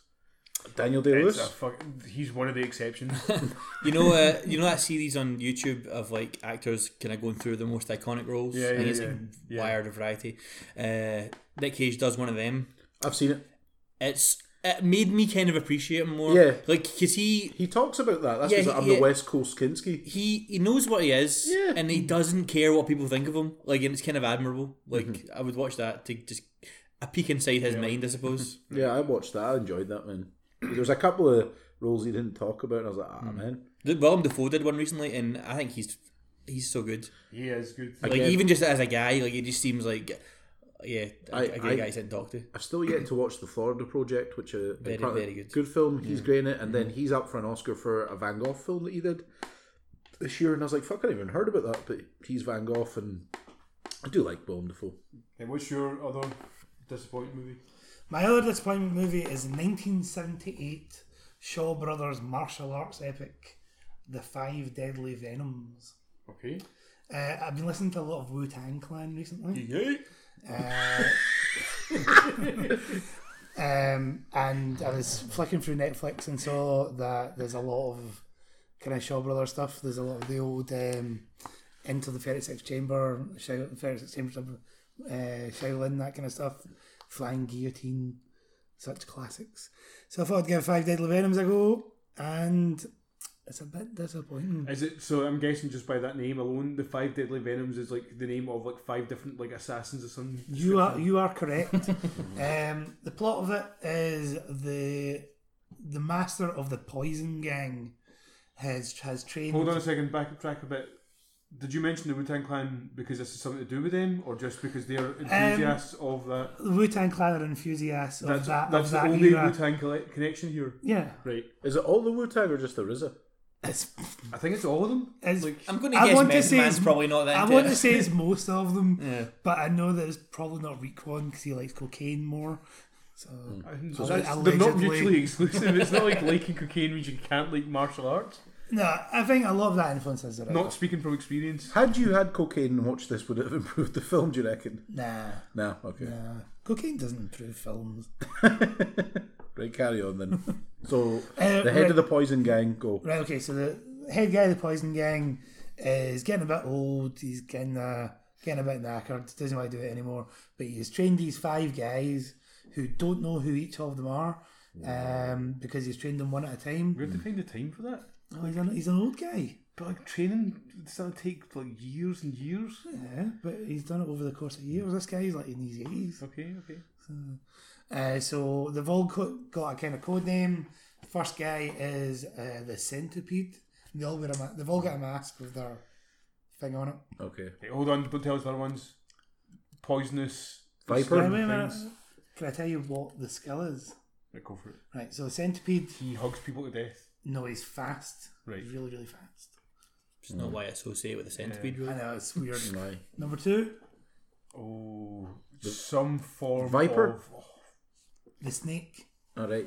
[SPEAKER 4] Daniel Day
[SPEAKER 1] It's a
[SPEAKER 4] Lewis.
[SPEAKER 1] fuck, he's one of the exceptions.
[SPEAKER 3] you know, uh, you know that series on YouTube of like actors kind of going through their most iconic roles.
[SPEAKER 1] Yeah,
[SPEAKER 3] I think
[SPEAKER 1] yeah,
[SPEAKER 3] it's like
[SPEAKER 1] yeah.
[SPEAKER 3] Wired or Variety. Uh, Nick Cage does one of them.
[SPEAKER 4] I've seen it.
[SPEAKER 3] It's it made me kind of appreciate him more.
[SPEAKER 4] Yeah.
[SPEAKER 3] like because he
[SPEAKER 4] He talks about that. That's
[SPEAKER 3] Yeah,
[SPEAKER 4] because
[SPEAKER 3] he-
[SPEAKER 4] I'm
[SPEAKER 3] yeah.
[SPEAKER 4] the West Coast Kinski.
[SPEAKER 3] he he knows what he is,
[SPEAKER 4] Yeah.
[SPEAKER 3] and he doesn't care what people think of him. Like, and it's kind of admirable. Like, I would watch that to just a peek inside his mind, I suppose.
[SPEAKER 4] Yeah, I watched that. I enjoyed that man. There's a couple of roles he didn't talk about, and I was like, ah
[SPEAKER 1] Hmm.
[SPEAKER 4] man.
[SPEAKER 3] The- Willem Dafoe did one recently, and I think he's he's so good.
[SPEAKER 1] he is good.
[SPEAKER 3] Like even just as a guy, like it just seems like yeah, a,
[SPEAKER 4] I-
[SPEAKER 3] a great
[SPEAKER 4] I-
[SPEAKER 3] guy to talk to.
[SPEAKER 4] I've still yet to watch the Florida Project, which uh,
[SPEAKER 3] Very,
[SPEAKER 4] apparently-
[SPEAKER 3] very good. Mm-hmm.
[SPEAKER 4] good film. He's great in it, and then he's up for an Oscar for a Van Gogh film that he did this year. And I was like, "Fuck, I didn't even heard about that." But he's Van Gogh, and I do like Willem Dafoe.
[SPEAKER 1] And what's your other disappointing movie?
[SPEAKER 2] My other disappointment movie is 1978 Shaw Brothers martial arts epic, The Five Deadly Venoms.
[SPEAKER 1] Okay.
[SPEAKER 2] Uh, I've been listening to a lot of Wu Tang Clan recently. Um, and I was flicking through Netflix and saw that there's a lot of kind of Shaw Brothers stuff. There's a lot of the old um, Into the 36 Chamber, Shao- 36 Chamber, uh, Shaolin, that kind of stuff, Flying Guillotine, such classics. So I thought I'd give Five Deadly Venoms a go, and it's a bit disappointing.
[SPEAKER 1] Is it so? I'm guessing just by that name alone, the Five Deadly Venoms is like the name of like five different like assassins or something.
[SPEAKER 2] You are you are correct. um, the plot of it is the the master of the poison gang has has trained.
[SPEAKER 1] Hold on a second. Back track a bit. Did you mention the Wu Tang Clan because this is something to do with them, or just because they are enthusiasts of that?
[SPEAKER 2] The Wu Tang Clan are enthusiasts of
[SPEAKER 1] That's,
[SPEAKER 2] that
[SPEAKER 1] that's
[SPEAKER 2] of that
[SPEAKER 1] the only
[SPEAKER 2] era.
[SPEAKER 1] Wu Tang connection here.
[SPEAKER 2] Yeah,
[SPEAKER 1] Right.
[SPEAKER 4] Is it all the Wu Tang or just the RZA?
[SPEAKER 2] It's,
[SPEAKER 1] I think it's um, all of them.
[SPEAKER 2] it's,
[SPEAKER 3] I'm going to
[SPEAKER 2] I
[SPEAKER 3] guess
[SPEAKER 2] want to
[SPEAKER 3] Method
[SPEAKER 2] say
[SPEAKER 3] Man's
[SPEAKER 2] it's-
[SPEAKER 3] probably not that.
[SPEAKER 2] I
[SPEAKER 3] into
[SPEAKER 2] want
[SPEAKER 3] it.
[SPEAKER 2] to say it's most of them,
[SPEAKER 3] Yeah.
[SPEAKER 2] but I know that it's probably not Reek One because he likes cocaine more. So
[SPEAKER 1] So
[SPEAKER 2] Alle-
[SPEAKER 1] it's- they're not
[SPEAKER 2] allegedly.
[SPEAKER 1] mutually exclusive. It's not like liking cocaine means you can't like martial arts.
[SPEAKER 2] no, I think a lot of that influences it.
[SPEAKER 1] Not speaking from experience.
[SPEAKER 5] Had you had cocaine and watched this, would it have improved the film? Do you reckon?
[SPEAKER 2] nah,
[SPEAKER 5] No. Okay.
[SPEAKER 2] nah. Cocaine doesn't improve films.
[SPEAKER 5] Right. Carry on then. so
[SPEAKER 2] Uh,
[SPEAKER 5] the head of the poison gang. Go.
[SPEAKER 2] Right, okay, so the head guy of the Poison Gang is getting a bit old, he's getting, uh, getting a bit knackered, doesn't want to do it anymore, but he's trained these five guys who don't know who each of them are um, because he's trained them one at a time.
[SPEAKER 1] We have to find the time for that.
[SPEAKER 2] Oh, he's, an, he's an old guy.
[SPEAKER 1] But like training, it's gonna take like years and years.
[SPEAKER 2] Yeah, but he's done it over the course of years. This guy's like in his 80s.
[SPEAKER 1] Okay, okay.
[SPEAKER 2] Uh, so they've all co- got a kind of code name. First guy is uh, the Centipede. They all wear a ma- they've all got a mask with their thing on it.
[SPEAKER 5] Okay.
[SPEAKER 1] Hey, hold on, don't tell us the other ones. Poisonous.
[SPEAKER 5] Viper.
[SPEAKER 1] slime
[SPEAKER 2] Wait a minute.
[SPEAKER 1] things.
[SPEAKER 2] Can I tell you what the skill is?
[SPEAKER 1] Right, go for it.
[SPEAKER 2] Right, so centipede,
[SPEAKER 1] He hugs people to death.
[SPEAKER 2] no, he's fast.
[SPEAKER 1] Right.
[SPEAKER 2] He's really, really fast.
[SPEAKER 3] It's not why I associate it with a centipede.
[SPEAKER 2] I know, it's weird.
[SPEAKER 5] Aye.
[SPEAKER 2] Number two,
[SPEAKER 1] Oh, some form
[SPEAKER 5] Viper?
[SPEAKER 1] of.
[SPEAKER 2] the snake,
[SPEAKER 5] All right.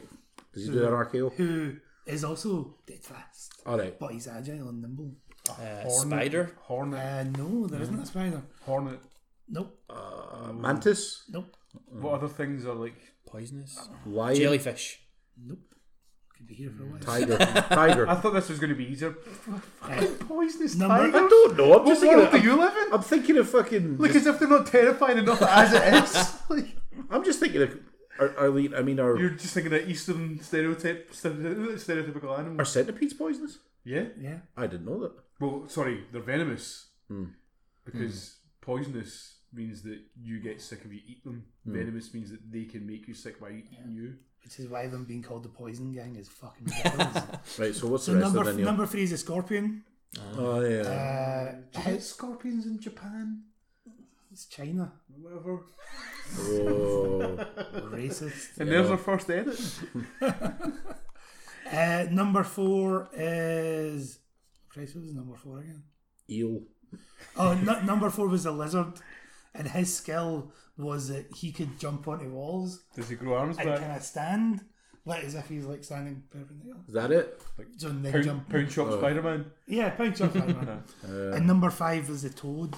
[SPEAKER 5] Does he do an RKO?
[SPEAKER 2] who is also dead fast,
[SPEAKER 5] All right.
[SPEAKER 2] but he's agile and nimble.
[SPEAKER 3] Uh,
[SPEAKER 1] hornet,
[SPEAKER 3] spider.
[SPEAKER 1] Hornet.
[SPEAKER 2] Uh, no, there not a spider.
[SPEAKER 1] Hornet.
[SPEAKER 2] Nope,
[SPEAKER 5] Uh, mantis.
[SPEAKER 2] nope,
[SPEAKER 5] Mm.
[SPEAKER 1] What other things are like.
[SPEAKER 3] Poisonous.
[SPEAKER 5] Lion.
[SPEAKER 3] Jellyfish.
[SPEAKER 2] nope. Could be here
[SPEAKER 5] Mm.
[SPEAKER 2] for a while.
[SPEAKER 5] Tiger. Tiger.
[SPEAKER 1] I thought this was going to be easier.
[SPEAKER 2] Uh,
[SPEAKER 1] Poisonous
[SPEAKER 2] Number-
[SPEAKER 1] tiger?
[SPEAKER 5] I don't know. I'm
[SPEAKER 1] What
[SPEAKER 5] just thinking.
[SPEAKER 1] world do
[SPEAKER 5] Of,
[SPEAKER 1] you live in?
[SPEAKER 5] I'm thinking of fucking.
[SPEAKER 1] Like as if they're not terrifying enough as it is. Like,
[SPEAKER 5] I'm just thinking of. Our, our lead, I mean, our,
[SPEAKER 1] you're just thinking of Eastern stereotype, stere- stereotypical
[SPEAKER 5] our
[SPEAKER 1] animals.
[SPEAKER 5] centipedes poisonous?
[SPEAKER 1] Yeah.
[SPEAKER 2] yeah,
[SPEAKER 5] I didn't know that.
[SPEAKER 1] Well, sorry, they're venomous because poisonous means that you get sick if you eat them. Venomous means that they can make you sick by eating you.
[SPEAKER 2] which is why them being called the poison gang is fucking ridiculous.
[SPEAKER 5] Right, so what's
[SPEAKER 2] so
[SPEAKER 5] the rest
[SPEAKER 2] number
[SPEAKER 5] of the menu?
[SPEAKER 2] number three is a scorpion.
[SPEAKER 5] oh, yeah.
[SPEAKER 2] Uh,
[SPEAKER 1] Do you get scorpions in Japan?
[SPEAKER 2] it's China.
[SPEAKER 1] Whatever.
[SPEAKER 5] oh.
[SPEAKER 2] Racist.
[SPEAKER 1] And there's our first edit.
[SPEAKER 2] Uh, number four is. Christ, what was number four again?
[SPEAKER 5] Eel.
[SPEAKER 2] Oh, nu- number four was a lizard, and his skill was that he could jump onto walls
[SPEAKER 1] Does he grow arms
[SPEAKER 2] and
[SPEAKER 1] back?
[SPEAKER 2] kind of stand, like as if he's like standing perpendicular.
[SPEAKER 5] Is that it?
[SPEAKER 2] So and then
[SPEAKER 1] Pound,
[SPEAKER 2] jump.
[SPEAKER 1] pound shop Spider Man.
[SPEAKER 2] Yeah, pound jump. Spider-Man. and number five was the toad,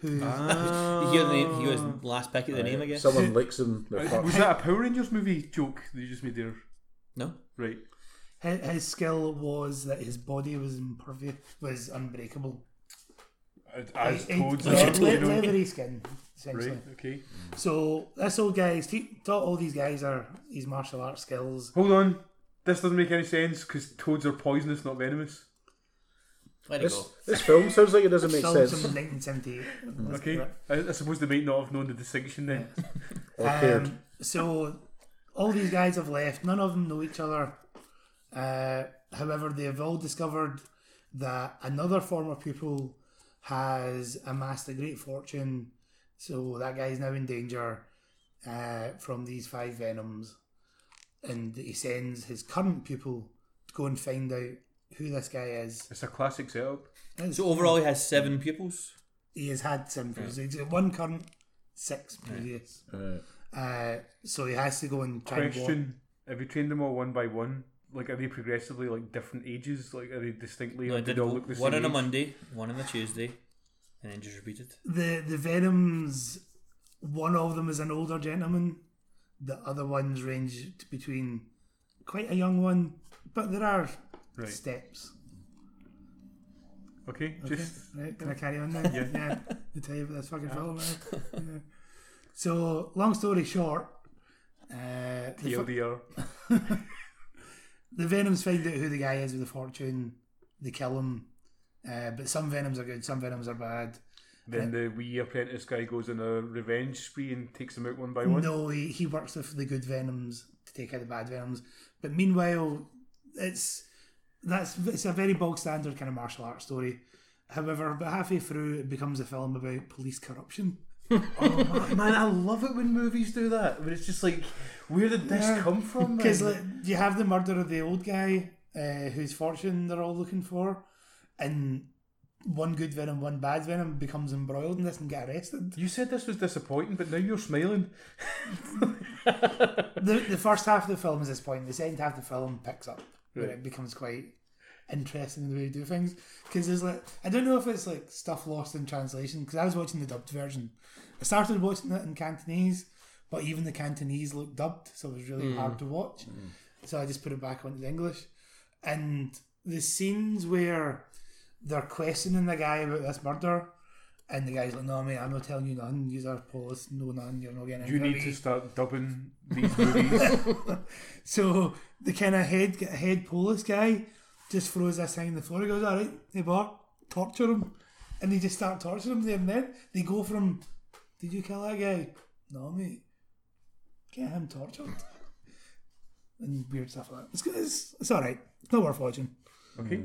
[SPEAKER 2] who
[SPEAKER 1] Ah.
[SPEAKER 3] You hear the name, he was last pick at the name, I guess.
[SPEAKER 5] Someone licks him. They're fucked.
[SPEAKER 1] Was that a Power Rangers movie joke that you just made there?
[SPEAKER 3] No.
[SPEAKER 1] Right.
[SPEAKER 2] his, his skill was that his body was impervious, was unbreakable.
[SPEAKER 1] As
[SPEAKER 2] He- he-
[SPEAKER 1] toads
[SPEAKER 2] le-
[SPEAKER 1] are, you know.
[SPEAKER 2] leathery skin, essentially.
[SPEAKER 1] Right, okay.
[SPEAKER 2] So this old guy has te- taught all these guys are these martial arts skills.
[SPEAKER 1] Hold on. This doesn't make any sense because toads are poisonous, not venomous.
[SPEAKER 3] Let it
[SPEAKER 5] This,
[SPEAKER 3] go.
[SPEAKER 5] this film sounds like it doesn't make
[SPEAKER 2] Filmed
[SPEAKER 5] sense.
[SPEAKER 2] from 1978.
[SPEAKER 1] Okay. I, I suppose they might not have known the distinction then.
[SPEAKER 5] Or cared.
[SPEAKER 2] Um, so all these guys have left. None of them know each other. Uh, however, they have all discovered that another former pupil has amassed a great fortune. So that guy is now in danger uh, from these five venoms, and he sends his current pupil to go and find out who this guy is.
[SPEAKER 1] It's a classic setup.
[SPEAKER 3] So overall, he has seven pupils.
[SPEAKER 2] He has had some previous. He's got One current, six previous.
[SPEAKER 5] Right.
[SPEAKER 2] Uh, so he has to go and try and warn-
[SPEAKER 1] Question: Have you trained them all one by one? Like, are they progressively like different ages? Like, are they distinctly?
[SPEAKER 3] No,
[SPEAKER 1] or
[SPEAKER 3] I
[SPEAKER 1] do
[SPEAKER 3] did
[SPEAKER 1] they all look the
[SPEAKER 3] one
[SPEAKER 1] same
[SPEAKER 3] on a
[SPEAKER 1] age?
[SPEAKER 3] Monday, one on a Tuesday, and then just repeated.
[SPEAKER 2] the the Venoms, one of them is an older gentleman. The other ones range t- between quite a young one, but there are
[SPEAKER 1] Right.
[SPEAKER 2] steps.
[SPEAKER 1] Okay, just
[SPEAKER 2] Right? Can I carry on now? yeah. yeah. To tell you about this fucking film. Right? Yeah. So, long story short, uh, the, fu-
[SPEAKER 1] TLDR.
[SPEAKER 2] the Venoms find out who the guy is with the fortune. They kill him. Uh, but some Venoms are good, some Venoms are bad.
[SPEAKER 1] Then the wee apprentice guy goes on a revenge spree and takes them out one by one.
[SPEAKER 2] No, he, he works with the good Venoms to take out the bad Venoms. But meanwhile, it's that's it's a very bog standard kind of martial arts story. However, about halfway through, it becomes a film about police corruption.
[SPEAKER 1] Man, I love it when movies do that. But it's just like, where did this
[SPEAKER 2] Yeah.
[SPEAKER 1] come from?
[SPEAKER 2] Because
[SPEAKER 1] man?
[SPEAKER 2] like, you have the murder of the old guy, uh, whose fortune they're all looking for, and one good Venom, one bad Venom becomes embroiled in this and get arrested.
[SPEAKER 1] You said this was disappointing, but now you're smiling.
[SPEAKER 2] the, the first half of the film is this point. The second half of the film picks up where it becomes quite interesting in the way we do things. Because there's like I don't know if it's like stuff lost in translation. Because I was watching the dubbed version. I started watching it in Cantonese, but even the Cantonese looked dubbed, so it was really
[SPEAKER 1] Mm.
[SPEAKER 2] hard to watch. So I just put it back onto the English. And the scenes where they're questioning the guy about this murder. And the guy's like, no, mate, I'm not telling you none. These are police, no, none. You're not getting
[SPEAKER 1] You
[SPEAKER 2] any of
[SPEAKER 1] need to
[SPEAKER 2] these."
[SPEAKER 1] start dubbing these movies.
[SPEAKER 2] So the kind of head head police guy just throws this thing in the floor. He goes, "All right, hey Bart, torture him," and they just start torturing him there and then. They go from, "Did you kill that guy?" No, mate. Get him tortured and weird stuff like that. It's it's, it's all right. It's not worth watching.
[SPEAKER 1] okay.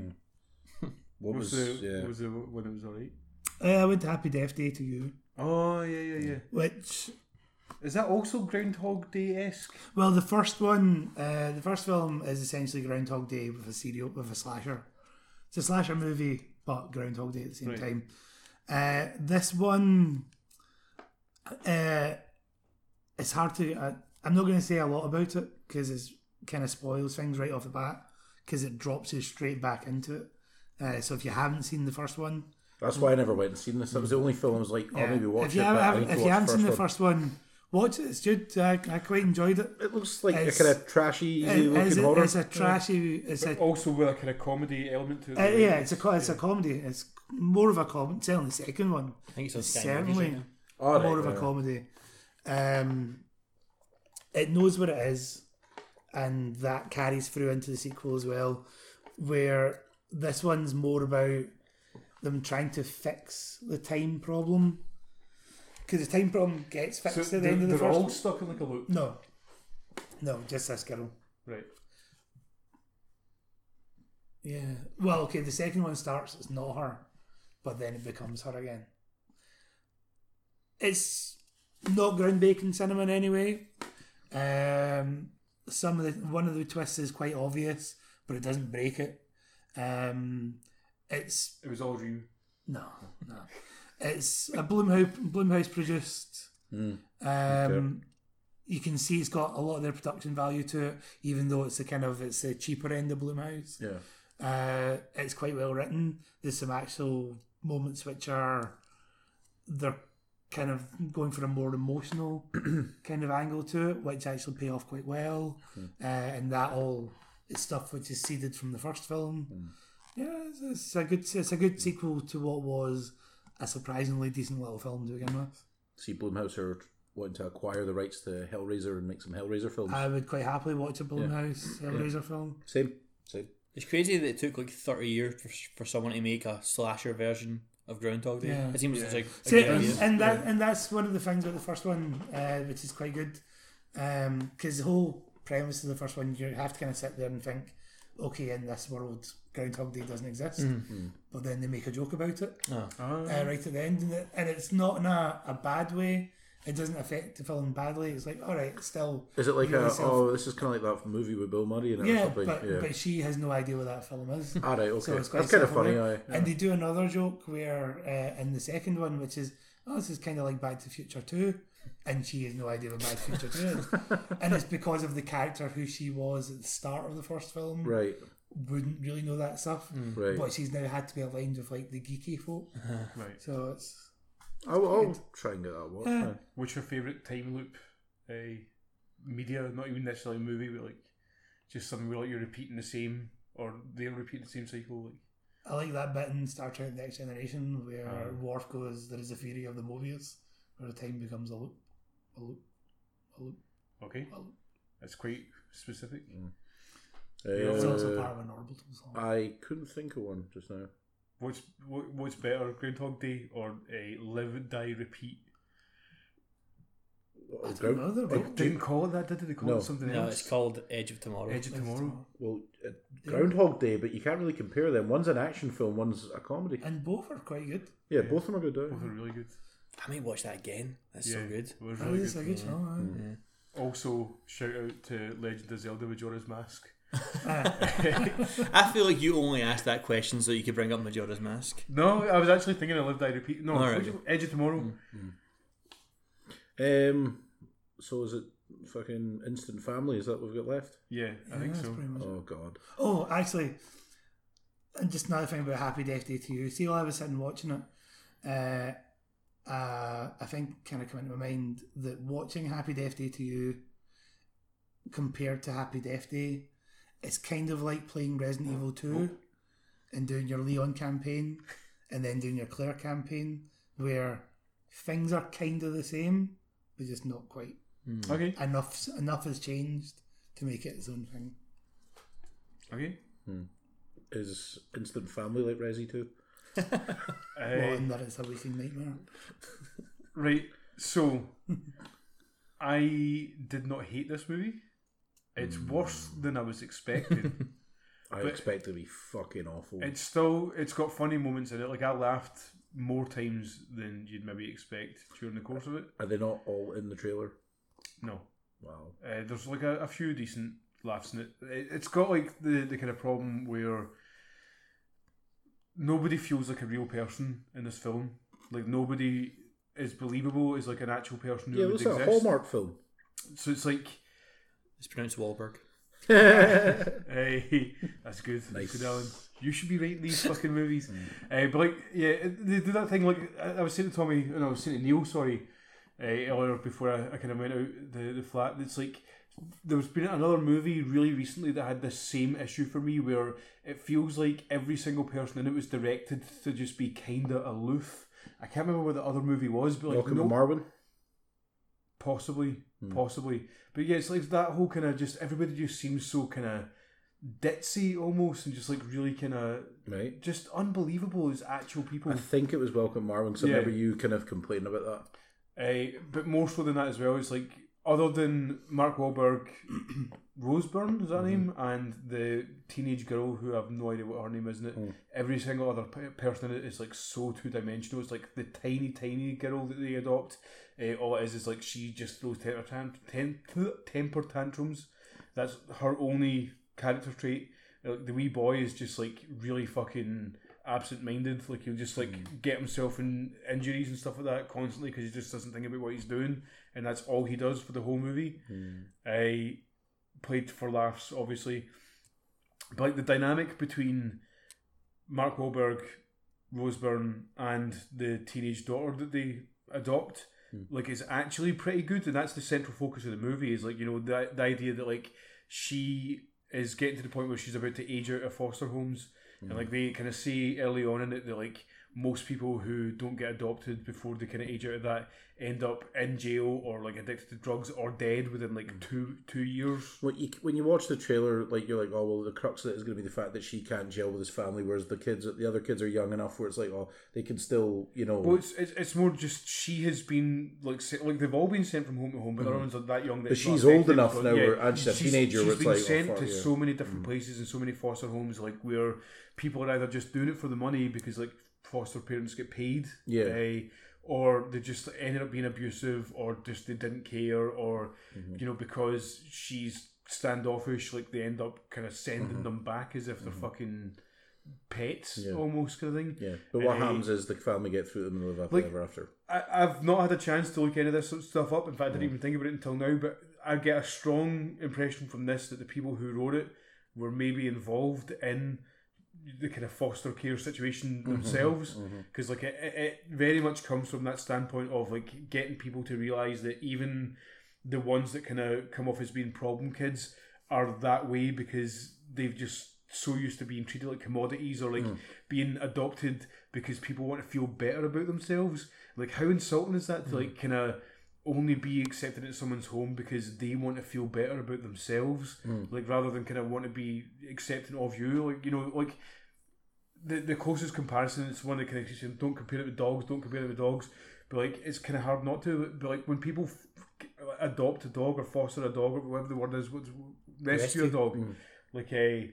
[SPEAKER 5] What
[SPEAKER 1] What
[SPEAKER 5] was,
[SPEAKER 1] was the
[SPEAKER 5] yeah?
[SPEAKER 1] what was the one that was alright?
[SPEAKER 2] Uh, I went to Happy Death Day to you,
[SPEAKER 1] Oh yeah, yeah, yeah.
[SPEAKER 2] which
[SPEAKER 1] Is that also Groundhog Day esque?
[SPEAKER 2] well, the first one, uh, the first film is essentially Groundhog Day with a serial with a slasher. It's a slasher movie, but Groundhog Day at the same
[SPEAKER 1] Right.
[SPEAKER 2] time. Uh, this one, uh, it's hard to. Uh, I'm not going to say a lot about it because it kind of spoils things right off the bat because it drops you straight back into it. Uh, so if you haven't seen the first one,
[SPEAKER 5] That's why I never went and seen this. That was the only film I was like, oh,
[SPEAKER 2] yeah.
[SPEAKER 5] maybe watch
[SPEAKER 2] if
[SPEAKER 5] it.
[SPEAKER 2] you,
[SPEAKER 5] but I
[SPEAKER 2] haven't,
[SPEAKER 5] need to
[SPEAKER 2] if you
[SPEAKER 5] watch
[SPEAKER 2] haven't seen the
[SPEAKER 5] one.
[SPEAKER 2] first one, watch it. It's good. I, I quite enjoyed it.
[SPEAKER 5] It looks like a
[SPEAKER 2] It's-
[SPEAKER 5] kind of trashy,
[SPEAKER 2] It- it's,
[SPEAKER 5] easy-looking
[SPEAKER 2] a-
[SPEAKER 5] horror.
[SPEAKER 2] it's a trashy. It's a
[SPEAKER 1] Also with a kind of comedy element to it.
[SPEAKER 2] Uh, yeah, it's a co- it's a comedy. It's more of a comedy. Certainly, the second one.
[SPEAKER 3] I think it's on Sky Movies
[SPEAKER 2] Certainly,
[SPEAKER 3] right now.
[SPEAKER 5] All right,
[SPEAKER 2] more of a
[SPEAKER 5] yeah.
[SPEAKER 2] comedy. Um, it knows what it is, and that carries through into the sequel as well, where this one's more about them trying to fix the time problem. Because the time problem gets
[SPEAKER 1] So
[SPEAKER 2] fixed at the
[SPEAKER 1] they're,
[SPEAKER 2] end of the
[SPEAKER 1] they're
[SPEAKER 2] first.
[SPEAKER 1] all
[SPEAKER 2] one.
[SPEAKER 1] stuck in like a loop.
[SPEAKER 2] No, no, just this girl.
[SPEAKER 1] Right.
[SPEAKER 2] Yeah. Well, okay, the second one starts, it's not her, but then it becomes her again. It's not groundbreaking cinema in any way. Um, some of the one of the twists is quite obvious, but it doesn't break it. Um, it's
[SPEAKER 1] It was all dream.
[SPEAKER 2] no, no. It's a Bloomhouse Bloomhouse produced. um, You can see it's got a lot of their production value to it, even though it's the kind of it's the cheaper end of Bloomhouse.
[SPEAKER 5] Yeah.
[SPEAKER 2] Uh, it's quite well written. There's some actual moments which are they're kind of going for a more emotional kind of angle to it, which actually pay off quite well. Uh, and that all is stuff which is seeded from the first film. Yeah, it's, it's a good it's a good sequel to what was a surprisingly decent little film to begin with.
[SPEAKER 5] See, Blumhouse are wanting to acquire the rights to Hellraiser and make some Hellraiser
[SPEAKER 4] Hmm.
[SPEAKER 5] films.
[SPEAKER 2] I would quite happily watch a Blumhouse Hellraiser film.
[SPEAKER 5] same, same.
[SPEAKER 3] It's crazy that it took like 30 years for, for someone to make a slasher version of Groundhog Day.
[SPEAKER 2] Yeah.
[SPEAKER 3] It seems it's like a
[SPEAKER 2] So,
[SPEAKER 3] good
[SPEAKER 2] and,
[SPEAKER 3] idea.
[SPEAKER 2] and that and that's one of the things about the first one, uh, which is quite good, because the whole premise of the first one, you have to kind of sit there and think, okay, in this world, Groundhog Day doesn't exist,
[SPEAKER 5] Mm-hmm.
[SPEAKER 2] but then they make a joke about it
[SPEAKER 5] Ah.
[SPEAKER 2] uh, right at the end, and, it, and it's not in a, a bad way. It doesn't affect the film badly. It's like all right, it's still
[SPEAKER 5] Is it like
[SPEAKER 2] really
[SPEAKER 5] a,
[SPEAKER 2] self-
[SPEAKER 5] oh, this is kind of like that movie with Bill Murray in it or
[SPEAKER 2] yeah,
[SPEAKER 5] something?
[SPEAKER 2] but
[SPEAKER 5] yeah.
[SPEAKER 2] but she has no idea what that film is.
[SPEAKER 5] All right, okay.
[SPEAKER 2] So it's quite
[SPEAKER 5] That's kind of funny,
[SPEAKER 2] self-aware.
[SPEAKER 5] aye.
[SPEAKER 2] And they do another joke where uh, in the second one, which is, oh, this is kind of like Back to the Future 2. And she has no idea what Back to the Future 2 is. and it's because of the character who she was at the start of the first film.
[SPEAKER 5] Right, Mm.
[SPEAKER 2] Wouldn't really know that stuff.
[SPEAKER 5] right.
[SPEAKER 2] But she's now had to be aligned with like the geeky folk.
[SPEAKER 1] Right.
[SPEAKER 2] So it's.
[SPEAKER 5] I'll, I'll try and get that one.
[SPEAKER 2] Yeah.
[SPEAKER 1] What's your favourite time loop? Uh, media, not even necessarily a movie, but like just something where like you're repeating the same or they're repeating the same cycle. Like
[SPEAKER 2] I like that bit in Star Trek Next Generation where Worf goes, there is a theory of the Mobius, where the time becomes a loop, a loop, a loop.
[SPEAKER 1] okay, that's quite specific.
[SPEAKER 2] It's
[SPEAKER 5] Uh,
[SPEAKER 2] also part of an orbital song.
[SPEAKER 5] I couldn't think of one just now.
[SPEAKER 1] What's what, what's better, Groundhog Day or a live, die, repeat?
[SPEAKER 5] Oh,
[SPEAKER 2] don't know,
[SPEAKER 5] Ground-
[SPEAKER 2] they're
[SPEAKER 5] oh,
[SPEAKER 2] both-
[SPEAKER 5] do-
[SPEAKER 1] Didn't call it that, did they? They called
[SPEAKER 5] No.
[SPEAKER 1] it something
[SPEAKER 3] no,
[SPEAKER 1] else.
[SPEAKER 3] it's called Edge of Tomorrow.
[SPEAKER 1] Edge of Tomorrow.
[SPEAKER 5] Well, uh, Groundhog Day, but you can't really compare them. One's an action film, one's a comedy.
[SPEAKER 2] And both are quite good.
[SPEAKER 5] Yeah, both of them are good.
[SPEAKER 1] Both
[SPEAKER 5] Aye.
[SPEAKER 1] are really good.
[SPEAKER 3] I might watch that again. That's so
[SPEAKER 1] Yeah,
[SPEAKER 3] good.
[SPEAKER 1] It was
[SPEAKER 2] That
[SPEAKER 1] really
[SPEAKER 2] is a
[SPEAKER 1] good.
[SPEAKER 2] good film. aye.
[SPEAKER 1] Also, shout out to Legend of Zelda Majora's Mask.
[SPEAKER 3] I feel like you only asked that question so you could bring up Majora's Mask.
[SPEAKER 1] No, I was actually thinking I lived I repeat. No,
[SPEAKER 3] Alright.
[SPEAKER 1] would
[SPEAKER 3] Mm.
[SPEAKER 1] you- Edge of Tomorrow.
[SPEAKER 5] Um, so is it fucking instant family? Is that what we've got left?
[SPEAKER 1] Yeah, I think so.
[SPEAKER 2] pretty much.
[SPEAKER 5] Oh god.
[SPEAKER 2] Oh, actually, and just another thing about Happy Death Day to You. See, while I was sitting watching it, uh, uh, I think kind of came into my mind that watching Happy Death Day to You compared to Happy Death Day, it's kind of like playing
[SPEAKER 1] Oh.
[SPEAKER 2] Resident Evil 2 and doing your Leon campaign and then doing your Claire campaign, where things are kind of the same, but just not quite.
[SPEAKER 1] Okay,
[SPEAKER 2] Enough, enough has changed to make it its own thing.
[SPEAKER 1] okay.
[SPEAKER 5] Is instant family like Resi too?
[SPEAKER 1] Uh,
[SPEAKER 2] Well, and that is a waking nightmare.
[SPEAKER 1] Right. So, I did not hate this movie. It's
[SPEAKER 3] Mm.
[SPEAKER 1] worse than I was expecting.
[SPEAKER 5] I expect it to be fucking awful.
[SPEAKER 1] it's still it's got funny moments in it. Like I laughed more times than you'd maybe expect during the course of it.
[SPEAKER 5] Are they not all in the trailer?
[SPEAKER 1] No,
[SPEAKER 5] Wow.
[SPEAKER 1] uh, there's like a, a few decent laughs in it. it. It's got like the the kind of problem where nobody feels like a real person in this film. Like nobody is believable is like an actual person who
[SPEAKER 5] Yeah, it
[SPEAKER 1] would
[SPEAKER 5] looks
[SPEAKER 1] exist.
[SPEAKER 5] like a Hallmark film.
[SPEAKER 1] So it's like.
[SPEAKER 3] It's pronounced Wahlberg.
[SPEAKER 1] Hey, that's good. That's good, Alan. You should be writing these fucking movies. Uh, but like, yeah, it- they do that thing. Like, I, I was saying to Tommy, and I was saying to Neil, sorry, uh, earlier before I, I kind of went out the the flat. It's like there's been another movie really recently that had the same issue for me, where it feels like every single person in it was directed to just be kinda aloof. I can't remember what the other movie was, but like
[SPEAKER 5] Welcome
[SPEAKER 1] no-
[SPEAKER 5] to Marvin.
[SPEAKER 1] Possibly, possibly. But yeah, it's like that whole kind of just everybody just seems so kind of ditzy almost, and just like really kind of
[SPEAKER 5] Right.
[SPEAKER 1] just unbelievable as actual people.
[SPEAKER 5] I think it was Welcome Marvin, so
[SPEAKER 1] Yeah.
[SPEAKER 5] remember you kind of complaining about that.
[SPEAKER 1] Uh, but more so than that as well, it's like other than Mark Wahlberg, Roseburn is that her name, and the teenage girl who I have no idea what her name is in it. Every single other p- person in it is like so two dimensional. It's like the tiny, tiny girl that they adopt. Uh, all it is is like she just throws temper, tant- ten- temper tantrums. That's her only character trait. Like the wee boy is just like really fucking absent-minded. Like he'll just like get himself in injuries and stuff like that constantly because he just doesn't think about what he's doing, and that's all he does for the whole movie. I played for laughs, obviously, but like the dynamic between Mark Wahlberg, Roseburn, and the teenage daughter that they adopt, like, is actually pretty good, and that's the central focus of the movie. Is like you know the the idea that like she is getting to the point where she's about to age out of foster homes, and like they kind of say early on in it that like most people who don't get adopted before they kind of age out of that end up in jail or like addicted to drugs or dead within like two two years.
[SPEAKER 5] When you, when you watch the trailer, like you're like, oh well, the crux of it is going to be the fact that she can't gel with his family, whereas the kids, the other kids, are young enough where it's like, oh, they can still, you know,
[SPEAKER 1] Well, it's, it's, it's more just she has been like se- like they've all been sent from home to home, but mm ones are that young. That
[SPEAKER 5] But
[SPEAKER 1] it's not
[SPEAKER 5] she's old
[SPEAKER 1] affected,
[SPEAKER 5] enough
[SPEAKER 1] but
[SPEAKER 5] now where- and she's a teenager
[SPEAKER 1] She's
[SPEAKER 5] where it's
[SPEAKER 1] been
[SPEAKER 5] like, oh,
[SPEAKER 1] sent
[SPEAKER 5] fuck,
[SPEAKER 1] to
[SPEAKER 5] yeah. Mm.
[SPEAKER 1] so many different places and so many foster homes, like where people are either just doing it for the money because like foster parents get paid,
[SPEAKER 5] Yeah.
[SPEAKER 1] eh, or they just ended up being abusive, or just they didn't care, or
[SPEAKER 5] Mm-hmm.
[SPEAKER 1] you know because she's standoffish, like they end up kind of sending
[SPEAKER 5] Mm-hmm.
[SPEAKER 1] them back as if they're fucking pets almost kind of thing.
[SPEAKER 5] yeah. But what
[SPEAKER 1] Eh,
[SPEAKER 5] happens is the family get through them and live happily
[SPEAKER 1] Like-
[SPEAKER 5] ever after.
[SPEAKER 1] I, I've not had a chance to look any of this sort of stuff up. In fact, I didn't even think about it until now. But I get a strong impression from this that the people who wrote it were maybe involved in the kind of foster care situation themselves, because like it, it, it very much comes from that standpoint of like getting people to realize that even the ones that kind of come off as being problem kids are that way because they've just so used to being treated like commodities or like being adopted because people want to feel better about themselves. Like how insulting is that to like kind of only be accepted at someone's home because they want to feel better about themselves, like rather than kind of want to be accepting of you. Like you know, like the the closest comparison is one that kind of teaches them, don't compare it with dogs, don't compare it with dogs. But like it's kind of hard not to. But like when people f- adopt a dog or foster a dog or whatever the word is, what's, rescue,
[SPEAKER 3] Rescue.
[SPEAKER 1] a dog, like eh, a.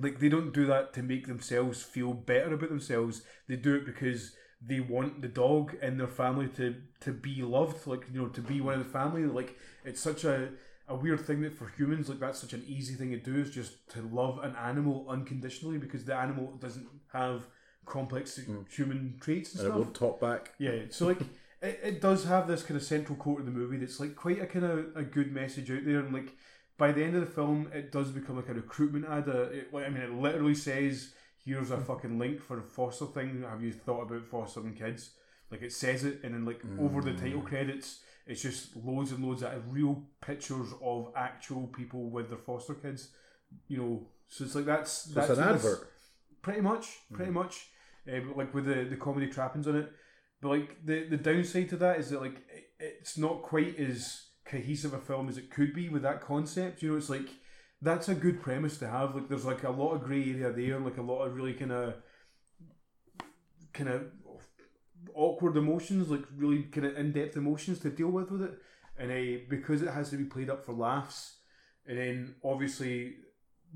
[SPEAKER 1] like they don't do that to make themselves feel better about themselves. They do it because they want the dog and their family to to be loved, like you know, to be one of the family. Like it's such a a weird thing that for humans, like that's such an easy thing to do is just to love an animal unconditionally because the animal doesn't have complex human traits and
[SPEAKER 5] Hmm. And it
[SPEAKER 1] stuff.
[SPEAKER 5] won't top back.
[SPEAKER 1] Yeah, so like it, it does have this kind of central quote in the movie that's like quite a kind of a good message out there, and like by the end of the film, it does become like a recruitment ad. uh, It, like, I mean, it literally says, "Here's
[SPEAKER 5] Hmm.
[SPEAKER 1] a fucking link for foster thing. Have you thought about fostering kids?" Like it says it, and then like over the title
[SPEAKER 5] Hmm.
[SPEAKER 1] credits, it's just loads and loads of real pictures of actual people with their foster kids. You know, so it's like that's that's
[SPEAKER 5] It's an
[SPEAKER 1] what this-
[SPEAKER 5] advert.
[SPEAKER 1] pretty much, pretty much, uh, but, like with the, the comedy trappings on it. But like the the downside to that is that like it, it's not quite as cohesive a film as it could be with that concept. You know, it's like that's a good premise to have. Like there's like a lot of grey area there, and like a lot of really kind of kind of awkward emotions, like really kind of in depth emotions to deal with with it. And uh, because it has to be played up for laughs, and then obviously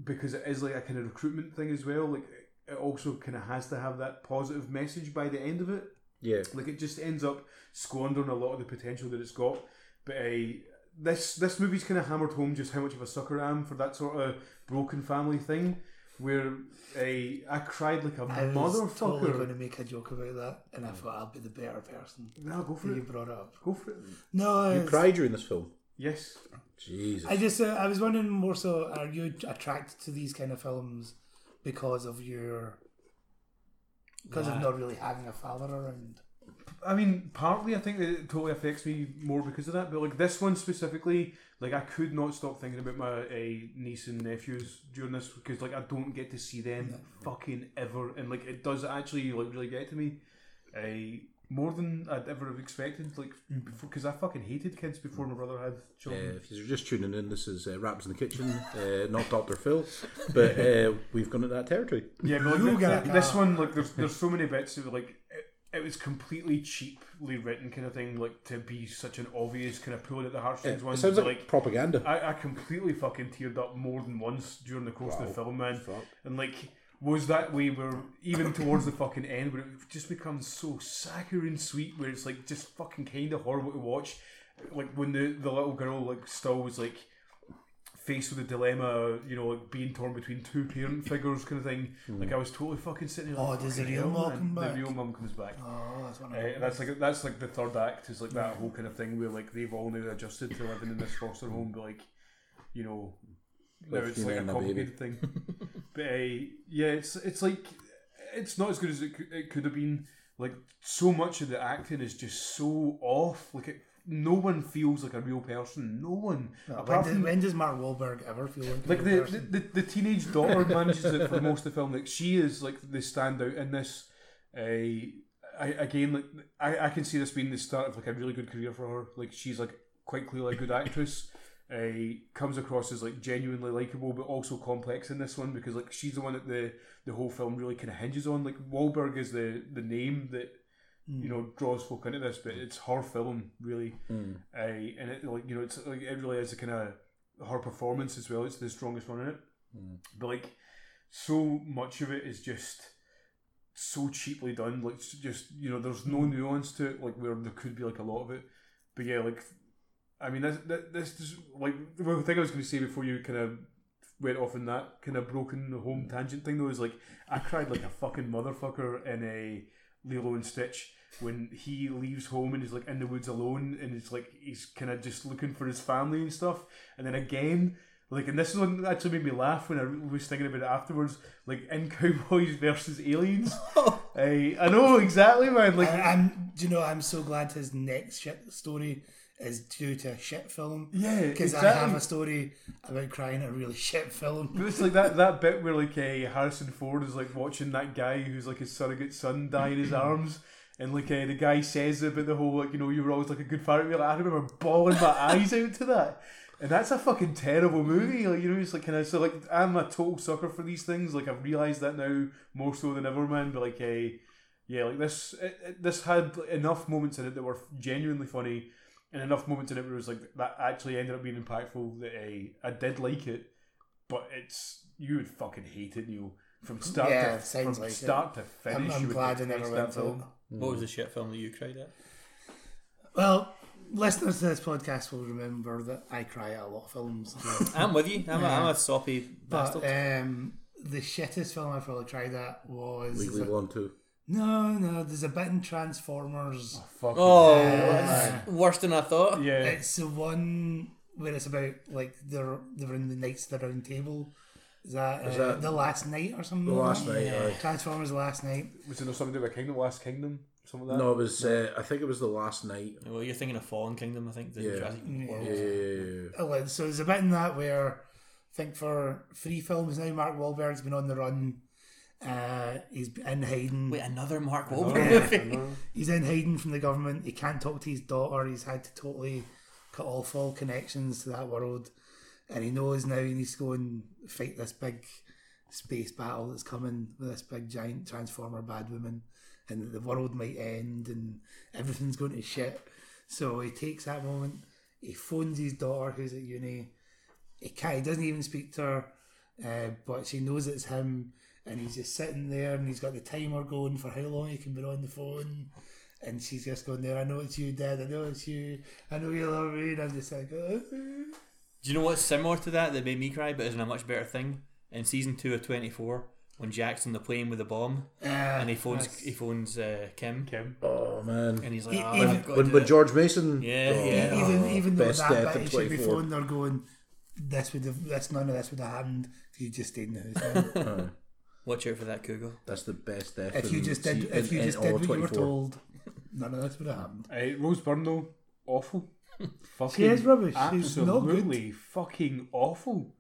[SPEAKER 1] because it is like a kind of recruitment thing as well. Like it also kind of has to have that positive message by the end of it.
[SPEAKER 5] Yeah.
[SPEAKER 1] Like it just ends up squandering a lot of the potential that it's got. But uh, this this movie's kind of hammered home just how much of a sucker I am for that sort of broken family thing. Where I I cried like a
[SPEAKER 2] I was
[SPEAKER 1] motherfucker.
[SPEAKER 2] totally going to make a joke about that, and I thought I'll be the better person
[SPEAKER 1] No, go for
[SPEAKER 2] that you
[SPEAKER 1] it.
[SPEAKER 2] brought it up.
[SPEAKER 1] Go for it.
[SPEAKER 2] No,
[SPEAKER 5] You
[SPEAKER 2] it's-
[SPEAKER 5] cry during this film.
[SPEAKER 1] Yes.
[SPEAKER 5] Jesus.
[SPEAKER 2] I just uh, I was wondering more so are you attracted to these kind of films because of your because of not really having a father around?
[SPEAKER 1] I mean, partly I think that it totally affects me more because of that. But like this one specifically, like I could not stop thinking about my uh, niece and nephews during this because like I don't get to see them fucking ever, and like it does actually like really get to me. I more than I'd ever have expected, like because I fucking hated kids before my brother had
[SPEAKER 5] Uh,
[SPEAKER 1] children.
[SPEAKER 5] if you're just tuning in, this is uh, Raps in the Kitchen, uh, not Dr. Phil, but uh, we've gone into that territory.
[SPEAKER 1] Yeah, but
[SPEAKER 2] You
[SPEAKER 1] like, th-
[SPEAKER 2] get
[SPEAKER 1] th- this one, like, there's there's so many bits of like it, it was completely cheaply written kind of thing, like to be such an obvious kind of pulling at the heartstrings one.
[SPEAKER 5] It sounds
[SPEAKER 1] but,
[SPEAKER 5] like, propaganda.
[SPEAKER 1] I, I completely fucking teared up more than once during the course of the film, man. And like, was that way where even towards the fucking end, where it just becomes so saccharine sweet, where it's like just fucking kind of horrible to watch. Like when the the little girl like still was like faced with a dilemma, you know, like being torn between two parent figures, kind of thing. Like I was totally fucking sitting there. Like,
[SPEAKER 2] Oh, does the
[SPEAKER 1] fucking hell,
[SPEAKER 2] real mum
[SPEAKER 1] man.
[SPEAKER 2] come back?
[SPEAKER 1] The real mum comes back.
[SPEAKER 2] Oh, that's one
[SPEAKER 1] Uh, and that's like that's like the third act is like that whole kind of thing where like they've all now adjusted to living in this foster home, but like you know, now
[SPEAKER 5] With
[SPEAKER 1] it's like a
[SPEAKER 5] female and a baby.
[SPEAKER 1] complicated thing. but uh, yeah, it's it's like it's not as good as it could, it could have been. Like so much of the acting is just so off. Like it, no one feels like a real person. No one
[SPEAKER 2] when,
[SPEAKER 1] apart
[SPEAKER 2] does,
[SPEAKER 1] from
[SPEAKER 2] when does Mark Wahlberg ever feel like, a
[SPEAKER 1] like
[SPEAKER 2] real
[SPEAKER 1] the,
[SPEAKER 2] person?
[SPEAKER 1] the, the teenage daughter manages it for most of the film. Like she is like the standout in this. Uh, I again like I, I can see this being the start of like a really good career for her. Like she's like quite clearly a good actress. Uh, comes across as like genuinely likable, but also complex in this one because like she's the one that the the whole film really kind of hinges on. Like Wahlberg is the the name that
[SPEAKER 2] Hmm.
[SPEAKER 1] you know draws folk into this, but it's her film really,
[SPEAKER 2] Hmm.
[SPEAKER 1] uh, and it like you know it's like it really is a kind of her performance as well. It's the strongest one in it. But like, so much of it is just so cheaply done. Like, s- just you know, there's no nuance to it. Like, where there could be like a lot of it. But yeah, like, I mean, this that- this is like the thing I was going to say before you kind of went off in that kind of broken home
[SPEAKER 2] Mm.
[SPEAKER 1] tangent thing though is like I cried like a fucking motherfucker in a Lilo and Stitch when he leaves home and he's like in the woods alone and it's like he's kind of just looking for his family and stuff and then again like and this one actually made me laugh when I was thinking about it afterwards like in Cowboys versus Aliens I, I know exactly man like
[SPEAKER 2] I, am do you know I'm so glad his next shit story is due to a shit film.
[SPEAKER 1] Yeah,
[SPEAKER 2] because I have
[SPEAKER 1] exactly.
[SPEAKER 2] a story about crying at a really shit film.
[SPEAKER 1] But it's like that, that bit where like uh, Harrison Ford is like watching that guy who's like his surrogate son die in his arms, and like uh, the guy says about the whole like you know you were always like a good father. to me." Like, I remember bawling my eyes out to that, and that's a fucking terrible movie. Like you know it's like kind of so like I'm a total sucker for these things. Like I've realised that now more so than ever, man. But like uh, yeah, like this it, it- this had enough moments in it that were genuinely funny. And enough moments in it where it was like that actually ended up being impactful that uh, I did like it, but it's you would fucking hate it, Neil. From start
[SPEAKER 2] Yeah,
[SPEAKER 1] to
[SPEAKER 2] it sounds
[SPEAKER 1] from
[SPEAKER 2] like it.
[SPEAKER 1] start to
[SPEAKER 2] I'm,
[SPEAKER 1] finish.
[SPEAKER 2] I'm
[SPEAKER 1] you would
[SPEAKER 2] glad I
[SPEAKER 1] detest
[SPEAKER 2] never
[SPEAKER 3] Mm.
[SPEAKER 1] that
[SPEAKER 2] went to it.
[SPEAKER 1] film.
[SPEAKER 3] What was the shit film that you cried at?
[SPEAKER 2] Well, listeners to this podcast will remember that I cry at a lot of films.
[SPEAKER 3] I'm with you. I'm, a, I'm a soppy
[SPEAKER 2] but
[SPEAKER 3] bastard.
[SPEAKER 2] um, the shittest film I probably tried at was
[SPEAKER 4] Legally Blonde too.
[SPEAKER 2] no, no. There's a bit in Transformers.
[SPEAKER 1] Fuck.
[SPEAKER 3] oh, that's worse than I thought.
[SPEAKER 1] yeah.
[SPEAKER 2] It's the one where it's about like they're they're in the Knights of the Round Table. Is that, uh,
[SPEAKER 4] that-
[SPEAKER 2] the last night or something?
[SPEAKER 4] The last night, aye.
[SPEAKER 2] Transformers the last night.
[SPEAKER 1] was it not something about Kingdom, Last Kingdom, something like that?
[SPEAKER 4] No, it was. Uh, I think it was the last night.
[SPEAKER 3] Well, you're thinking of Fallen Kingdom, I think. The
[SPEAKER 4] Yeah.
[SPEAKER 3] Jurassic World.
[SPEAKER 4] Yeah, yeah, yeah, yeah.
[SPEAKER 2] Oh, well, So there's a bit in that where I think for three films now, Mark Wahlberg's been on the run. Uh, he's in hiding.
[SPEAKER 3] Wait, another Mark
[SPEAKER 1] Oh,
[SPEAKER 3] Wahlberg
[SPEAKER 1] I
[SPEAKER 3] movie.
[SPEAKER 1] know.
[SPEAKER 2] He's in hiding from the government. He can't talk to his daughter. He's had to totally cut off all connections to that world, and he knows now he needs to go and fight this big space battle that's coming with this big giant transformer bad woman, and that the world might end and everything's going to shit. So he takes that moment. He phones his daughter, who's at uni. He can't. He doesn't even speak to her, uh, but she knows it's him. And he's just sitting there, and he's got the timer going for how long he can be on the phone. And she's just going there. I know it's you, Dad. I know it's you. I know you love me. And I'm just like, "Uh,
[SPEAKER 3] Do you know what's similar to that that made me cry, but isn't a much better thing? In season two of 24, when Jack's on the plane with a bomb
[SPEAKER 2] uh,
[SPEAKER 3] and he phones
[SPEAKER 2] that's-
[SPEAKER 3] he phones uh, Kim,
[SPEAKER 1] Kim.
[SPEAKER 4] Oh man.
[SPEAKER 3] and he's like,
[SPEAKER 2] He-
[SPEAKER 3] "Ah,
[SPEAKER 2] even-
[SPEAKER 3] I've got to
[SPEAKER 4] When,
[SPEAKER 3] do
[SPEAKER 4] when
[SPEAKER 3] it."
[SPEAKER 4] George Mason.
[SPEAKER 3] Yeah,
[SPEAKER 4] oh,
[SPEAKER 3] yeah.
[SPEAKER 2] even even though
[SPEAKER 4] best
[SPEAKER 2] that
[SPEAKER 4] death
[SPEAKER 2] bit
[SPEAKER 4] at
[SPEAKER 2] he should be
[SPEAKER 4] 24.
[SPEAKER 2] phoned, they're going. This would have. That's none of this would have happened if you just stayed in the house. man.
[SPEAKER 3] Watch out for that cougar.
[SPEAKER 4] That's the best death.
[SPEAKER 2] if you
[SPEAKER 4] in
[SPEAKER 2] just did.
[SPEAKER 4] se-
[SPEAKER 2] If
[SPEAKER 4] in-
[SPEAKER 2] you
[SPEAKER 4] in
[SPEAKER 2] just
[SPEAKER 4] all
[SPEAKER 2] did
[SPEAKER 4] of
[SPEAKER 2] what you were
[SPEAKER 4] 24.
[SPEAKER 2] told, none of this would have happened.
[SPEAKER 1] Uh, Rose Byrne though, awful. fucking
[SPEAKER 2] She is rubbish. She's not good.
[SPEAKER 1] Absolutely fucking awful.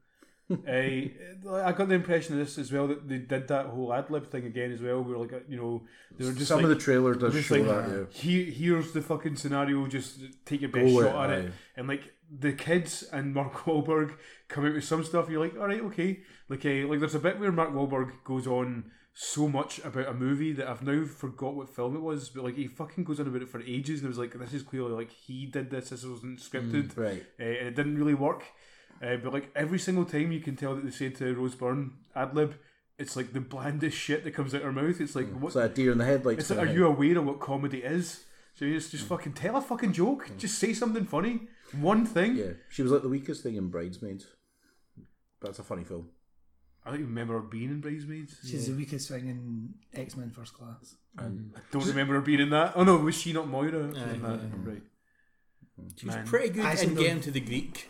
[SPEAKER 1] uh, I got the impression of this as well that they did that whole ad lib thing again as well, where like you know they were just
[SPEAKER 4] Some
[SPEAKER 1] like,
[SPEAKER 4] of the trailer does
[SPEAKER 1] just
[SPEAKER 4] show
[SPEAKER 1] like
[SPEAKER 4] that. Yeah.
[SPEAKER 1] here, here's the fucking scenario. Just take your best
[SPEAKER 4] Go
[SPEAKER 1] shot
[SPEAKER 4] it,
[SPEAKER 1] at it,
[SPEAKER 4] aye.
[SPEAKER 1] and like the kids and Mark Wahlberg come out with some stuff. You're like, all right, okay. Like, uh, like there's a bit where Mark Wahlberg goes on so much about a movie that I've now forgot what film it was, but like he fucking goes on about it for ages, and it was like, this is clearly like he did this. This wasn't scripted,
[SPEAKER 4] Mm, right.
[SPEAKER 1] Uh, and it didn't really work. Uh, but like every single time, you can tell that they say to Rose Byrne ad lib. It's like the blandest shit that comes out her mouth. It's like, what
[SPEAKER 4] Mm. It's like a deer in the
[SPEAKER 1] it's
[SPEAKER 4] headlights.
[SPEAKER 1] like, are you aware of what comedy is? So you just, just fucking tell a fucking joke. Just say something funny. One thing.
[SPEAKER 4] Yeah. She was like the weakest thing in Bridesmaids. That's a funny film.
[SPEAKER 1] I don't even remember her being in Bridesmaids.
[SPEAKER 2] She's the weakest thing in X Men First Class.
[SPEAKER 1] Don't remember her being in that. Oh no, was she not Moira? She was in that. Right.
[SPEAKER 3] She was
[SPEAKER 1] Man.
[SPEAKER 3] pretty good
[SPEAKER 2] I
[SPEAKER 3] in
[SPEAKER 2] should've-
[SPEAKER 3] Get Him to the Greek.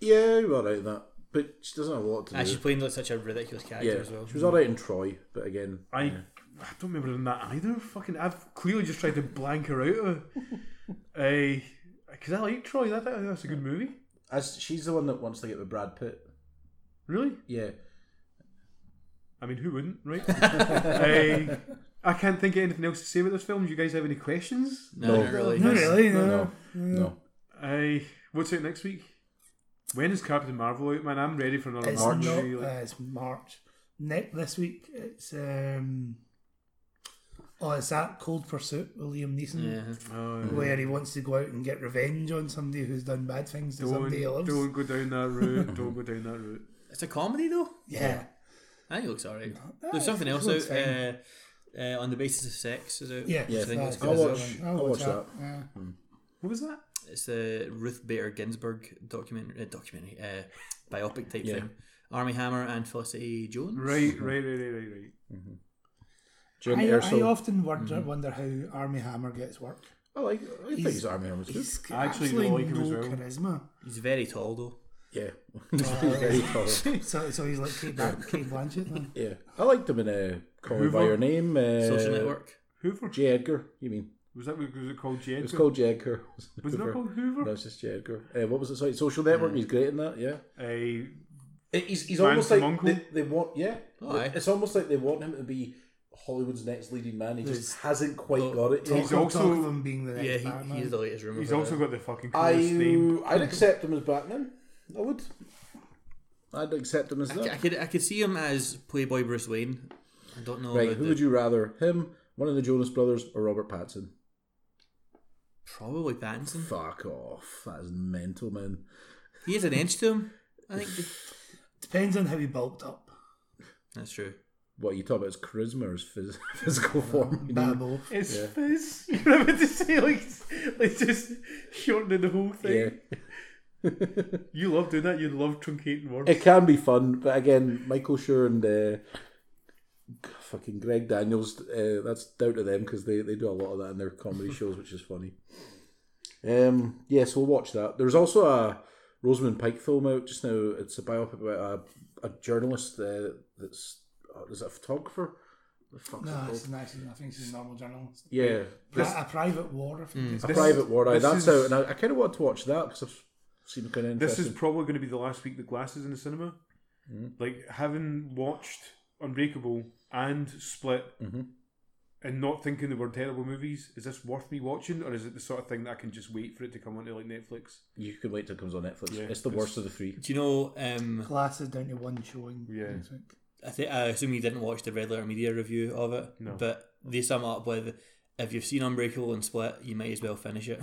[SPEAKER 4] Yeah, you were alright in that. But she doesn't have a lot to do.
[SPEAKER 3] And Ah, she's playing like such a ridiculous character
[SPEAKER 4] yeah.
[SPEAKER 3] as well.
[SPEAKER 4] She was alright in Troy, but again.
[SPEAKER 1] I I don't remember her in that either. Fucking, I've clearly just tried to blank her out. Uh, because I like Troy. That, that that's a good movie.
[SPEAKER 4] As she's the one that wants to get with Brad Pitt.
[SPEAKER 1] Really?
[SPEAKER 4] Yeah.
[SPEAKER 1] I mean, who wouldn't, right? uh, I can't think of anything else to say about this film. Do you guys have any questions?
[SPEAKER 3] no,
[SPEAKER 4] No.
[SPEAKER 3] not really.
[SPEAKER 2] No, really, no.
[SPEAKER 4] No. No.
[SPEAKER 1] Aye. What's out next week? When is Captain Marvel out, man? I'm ready for another
[SPEAKER 2] It's
[SPEAKER 1] March.
[SPEAKER 2] not.
[SPEAKER 1] really.
[SPEAKER 2] Uh, it's March. Next this week, it's um. Oh, it's that Cold Pursuit with Liam Neeson,
[SPEAKER 3] Yeah.
[SPEAKER 1] Oh,
[SPEAKER 2] where he wants to go out and get revenge on somebody who's done bad things to
[SPEAKER 1] don't,
[SPEAKER 2] somebody he loves.
[SPEAKER 1] don't go down that route. don't go down that route.
[SPEAKER 3] It's a comedy though.
[SPEAKER 2] Yeah,
[SPEAKER 3] I think it looks alright. There's something else
[SPEAKER 2] looks
[SPEAKER 3] out. Uh, uh, on the basis of sex is out.
[SPEAKER 2] yeah,
[SPEAKER 3] which I think
[SPEAKER 2] that-
[SPEAKER 3] it's
[SPEAKER 4] I'll
[SPEAKER 3] good.
[SPEAKER 2] that's
[SPEAKER 4] watch-
[SPEAKER 2] the one.
[SPEAKER 4] I'll watch
[SPEAKER 2] Yeah.
[SPEAKER 1] What was that?
[SPEAKER 3] It's the Ruth Bader Ginsburg documentary, uh, documentary, uh, biopic type thing. Army Hammer and Felicity Jones.
[SPEAKER 1] Right, right, right, right, right, right.
[SPEAKER 4] Jim
[SPEAKER 2] I, I
[SPEAKER 4] Erso. I,
[SPEAKER 2] often wonder,
[SPEAKER 3] Mm-hmm.
[SPEAKER 2] wonder how Army Hammer gets work.
[SPEAKER 4] like I think
[SPEAKER 2] He's-
[SPEAKER 4] his army arm was good.
[SPEAKER 2] He's
[SPEAKER 1] I actually
[SPEAKER 2] absolutely
[SPEAKER 1] like him
[SPEAKER 2] no
[SPEAKER 1] as well.
[SPEAKER 2] charisma.
[SPEAKER 3] He's very tall though.
[SPEAKER 4] Yeah.
[SPEAKER 1] Oh,
[SPEAKER 4] He's very tall.
[SPEAKER 2] So, so he's like Kate, Blan- Kate Blanchett. Then.
[SPEAKER 4] Yeah. I liked him in uh, Call Me
[SPEAKER 1] Hoover?
[SPEAKER 4] By Your Name. Uh,
[SPEAKER 3] Social Network.
[SPEAKER 1] Hoover?
[SPEAKER 4] J. Edgar, you mean.
[SPEAKER 1] Was that what was it called? J.
[SPEAKER 4] It was
[SPEAKER 1] Edgar?
[SPEAKER 4] called J. Edgar.
[SPEAKER 1] Was it not called
[SPEAKER 4] No,
[SPEAKER 1] Hoover?
[SPEAKER 4] it's just J. Edgar. Uh, what was it? Sorry, Social Network. He's great in that, yeah.
[SPEAKER 1] Aye.
[SPEAKER 4] He's, he's
[SPEAKER 1] Ransom
[SPEAKER 4] almost like
[SPEAKER 1] Uncle?
[SPEAKER 4] they, they want, yeah.
[SPEAKER 3] Oh, aye.
[SPEAKER 4] It's almost like they want him to be Hollywood's next leading man. He just hasn't quite
[SPEAKER 3] Oh,
[SPEAKER 4] got it
[SPEAKER 2] Talk,
[SPEAKER 4] yet.
[SPEAKER 1] He's
[SPEAKER 2] talk
[SPEAKER 1] also-
[SPEAKER 2] of him being the next
[SPEAKER 3] Yeah, he,
[SPEAKER 2] Batman.
[SPEAKER 3] he's the latest rumor.
[SPEAKER 1] He's
[SPEAKER 3] for
[SPEAKER 1] also
[SPEAKER 3] that.
[SPEAKER 1] got the fucking
[SPEAKER 4] I,
[SPEAKER 1] coolest name.
[SPEAKER 4] I'd accept him as Batman. I would. I'd accept him as that.
[SPEAKER 3] I could I could see him as Playboy Bruce Wayne. I don't know.
[SPEAKER 4] Right,
[SPEAKER 3] about
[SPEAKER 4] who
[SPEAKER 3] the-
[SPEAKER 4] would you rather? Him, one of the Jonas brothers, or Robert Pattinson?
[SPEAKER 3] Probably Pattinson.
[SPEAKER 4] Fuck off. That is mental, man.
[SPEAKER 3] He has an edge to him. I think
[SPEAKER 2] Depends on how he bulked up.
[SPEAKER 3] that's true.
[SPEAKER 4] what you talk about is charisma or is phys- physical
[SPEAKER 3] Mm-hmm.
[SPEAKER 4] form. You know?
[SPEAKER 2] Babble.
[SPEAKER 1] It's fizz. You know what to say? Like, like just shortening the whole thing.
[SPEAKER 4] Yeah.
[SPEAKER 1] You love doing that. You love truncating words.
[SPEAKER 4] It can be fun, but again, Michael Schur and uh, g- fucking Greg Daniels, uh, that's down to them because they, they do a lot of that in their comedy shows, which is funny. Um, yes, we'll watch that. There's also a Rosamund Pike film out just now. It's a biopic about a, a journalist uh, that's oh, is it a photographer. The fuck's it
[SPEAKER 2] No,
[SPEAKER 4] called?
[SPEAKER 2] it's not. I think she's a normal journalist.
[SPEAKER 4] Yeah,
[SPEAKER 2] Pri- a private war, I
[SPEAKER 3] Mm.
[SPEAKER 2] think. it's
[SPEAKER 4] a
[SPEAKER 1] This-
[SPEAKER 4] private war. Aye,
[SPEAKER 1] this
[SPEAKER 4] That's
[SPEAKER 1] is-
[SPEAKER 4] out, and I, I kind of wanted to watch that because I've seen kind of
[SPEAKER 1] This
[SPEAKER 4] interesting.
[SPEAKER 1] is probably going to be the last week the glasses in the cinema.
[SPEAKER 4] Mm-hmm.
[SPEAKER 1] Like having watched Unbreakable and Split,
[SPEAKER 4] Mm-hmm.
[SPEAKER 1] and not thinking they were terrible movies. Is this worth me watching, or is it the sort of thing that I can just wait for it to come onto like Netflix?
[SPEAKER 4] you can wait till it comes on Netflix.
[SPEAKER 1] Yeah,
[SPEAKER 4] it's the
[SPEAKER 1] it's-
[SPEAKER 4] worst of the three.
[SPEAKER 3] Do you know? Um,
[SPEAKER 2] Glasses down to one showing.
[SPEAKER 1] Yeah.
[SPEAKER 2] next week.
[SPEAKER 3] I think I assume you didn't watch the Red Letter Media review of it,
[SPEAKER 1] No.
[SPEAKER 3] but they sum up with. If you've seen Unbreakable and Split, you might as well finish it.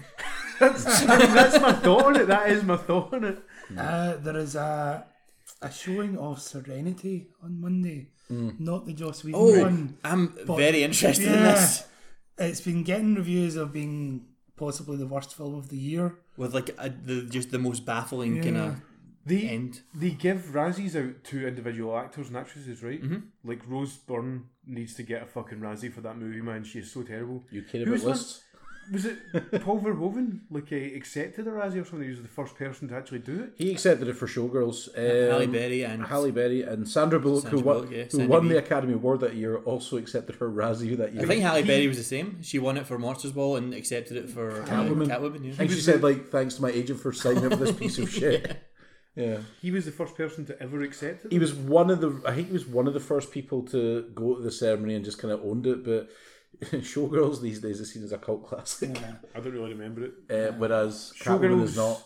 [SPEAKER 1] That's my thought on it. That is my thought on it.
[SPEAKER 2] Uh, there is a a showing of Serenity on Monday,
[SPEAKER 1] Hmm.
[SPEAKER 2] not the Joss Whedon
[SPEAKER 3] Oh,
[SPEAKER 2] one.
[SPEAKER 3] I'm
[SPEAKER 2] But-
[SPEAKER 3] very interested in
[SPEAKER 2] Yeah.
[SPEAKER 3] this.
[SPEAKER 2] It's been getting reviews of being possibly the worst film of the year.
[SPEAKER 3] With like a, the just the most baffling kind of
[SPEAKER 1] The
[SPEAKER 3] end.
[SPEAKER 1] They give Razzies out to individual actors and actresses, right?
[SPEAKER 4] Mm-hmm.
[SPEAKER 1] Like Rose Byrne needs to get a fucking Razzie for that movie, man. She is so terrible.
[SPEAKER 4] You care
[SPEAKER 1] Who's
[SPEAKER 4] about lists?
[SPEAKER 1] Was it Paul Verhoeven? Like, uh, accepted a Razzie or something? He was the first person to actually do it.
[SPEAKER 4] He accepted it for Showgirls. Um,
[SPEAKER 3] Halle Berry and
[SPEAKER 4] Halle Berry and Sandra Bullock,
[SPEAKER 3] Sandra
[SPEAKER 4] who won,
[SPEAKER 3] Bullock, yeah,
[SPEAKER 4] who
[SPEAKER 3] Sandra
[SPEAKER 4] won
[SPEAKER 3] Bee.
[SPEAKER 4] the Academy Award that year, also accepted her Razzie that year.
[SPEAKER 3] I think Halle Berry was the same. She won it for Monsters Ball and accepted it for uh,
[SPEAKER 4] Catwoman.
[SPEAKER 3] Catwoman, yeah.
[SPEAKER 4] and she said, like, thanks to my agent for signing up for this piece of shit. yeah.
[SPEAKER 1] He was the first person to ever accept it.
[SPEAKER 4] He was one of the, I think he was one of the first people to go to the ceremony and just kind of owned it, but Showgirls these days is seen as a cult classic,
[SPEAKER 1] I don't really remember it.
[SPEAKER 4] uh, whereas Catwoman
[SPEAKER 1] Showgirls-
[SPEAKER 4] is not.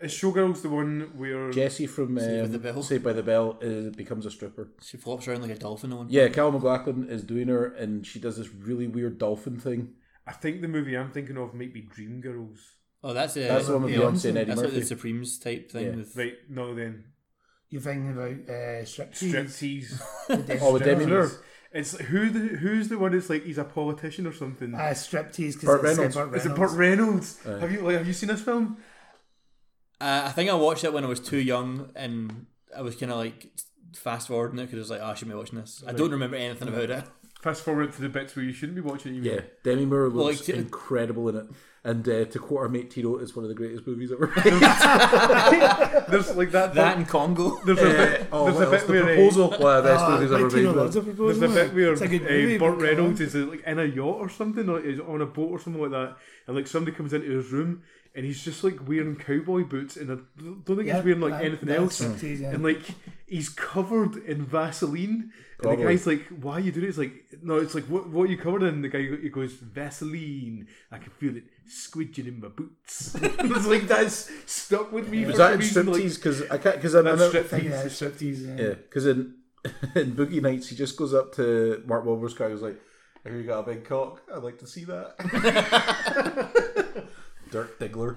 [SPEAKER 1] Is Showgirls the one where
[SPEAKER 4] Jesse from um,
[SPEAKER 3] Saved by the Bell.
[SPEAKER 4] Saved by the Bell uh, becomes a stripper.
[SPEAKER 3] She flops around like a dolphin on.
[SPEAKER 4] Yeah, Cal McLaughlin is doing her, and she does this really weird dolphin thing.
[SPEAKER 1] I think the movie I'm thinking of might be Dreamgirls.
[SPEAKER 3] Oh, that's it.
[SPEAKER 4] That's the one with Beyonce and Eddie
[SPEAKER 3] That's like the
[SPEAKER 4] Murphy.
[SPEAKER 3] Supremes type thing.
[SPEAKER 4] Yeah.
[SPEAKER 3] With,
[SPEAKER 1] Right, no then.
[SPEAKER 2] You're thinking about uh, strip
[SPEAKER 1] Striptease.
[SPEAKER 4] Oh, with Demi Moore.
[SPEAKER 1] It's who the, who's the one that's like he's a politician or something.
[SPEAKER 2] Uh, striptease because
[SPEAKER 4] Burt
[SPEAKER 2] it's
[SPEAKER 4] Ah,
[SPEAKER 2] uh,
[SPEAKER 1] Is
[SPEAKER 2] Burt Reynolds.
[SPEAKER 4] Reynolds.
[SPEAKER 1] it Burt Reynolds? have you like, have you seen this film?
[SPEAKER 3] Uh, I think I watched it when I was too young, and I was kind of like fast forwarding it because I was like, oh, I should be watching this. I don't remember anything about it.
[SPEAKER 1] Fast forward to the bits where you shouldn't be watching it.
[SPEAKER 4] Yeah, Demi Moore looks
[SPEAKER 3] like, t-
[SPEAKER 4] incredible in it. And uh, to quote our mate Tito, it's one of the greatest movies ever made.
[SPEAKER 1] There's like that.
[SPEAKER 3] That and Congo.
[SPEAKER 1] there's a
[SPEAKER 4] Uh,
[SPEAKER 1] bit,
[SPEAKER 4] oh,
[SPEAKER 1] there's
[SPEAKER 4] what
[SPEAKER 1] a
[SPEAKER 4] else?
[SPEAKER 1] bit
[SPEAKER 4] The
[SPEAKER 1] where uh,
[SPEAKER 4] proposal. One of the best
[SPEAKER 2] Ah,
[SPEAKER 4] movies
[SPEAKER 2] my
[SPEAKER 4] ever
[SPEAKER 2] Tina
[SPEAKER 4] made.
[SPEAKER 2] loves a
[SPEAKER 1] there's
[SPEAKER 2] proposal.
[SPEAKER 1] a bit where
[SPEAKER 2] It's a good
[SPEAKER 1] uh,
[SPEAKER 2] movie,
[SPEAKER 1] Burt
[SPEAKER 2] but
[SPEAKER 1] Reynolds is uh, like in a yacht or something, or is on a boat or something like that, and like somebody comes into his room and he's just like wearing cowboy boots and I don't think
[SPEAKER 2] Yeah,
[SPEAKER 1] he's wearing like
[SPEAKER 2] that-
[SPEAKER 1] anything
[SPEAKER 2] that
[SPEAKER 1] else,
[SPEAKER 2] striptease, yeah.
[SPEAKER 1] and like he's covered in Vaseline, and
[SPEAKER 4] Probably.
[SPEAKER 1] the guy's like, "Why are you doing it?" It's like, "No, it's like what what are you covered in?" The guy he goes, "Vaseline. I can feel it squidging in my boots." it's like that's stuck with me.
[SPEAKER 4] Was
[SPEAKER 1] for
[SPEAKER 4] that in
[SPEAKER 1] some reason, like,
[SPEAKER 4] striptease? Because I can't. Because I'm.
[SPEAKER 1] that's
[SPEAKER 4] Strip-
[SPEAKER 1] striptease.
[SPEAKER 2] Yeah, striptease. Yeah.
[SPEAKER 4] yeah, because in in Boogie Nights, he just goes up to Mark Wahlberg's guy. He's like, "Have you got a big cock? I'd like to see that." Dirk Diggler.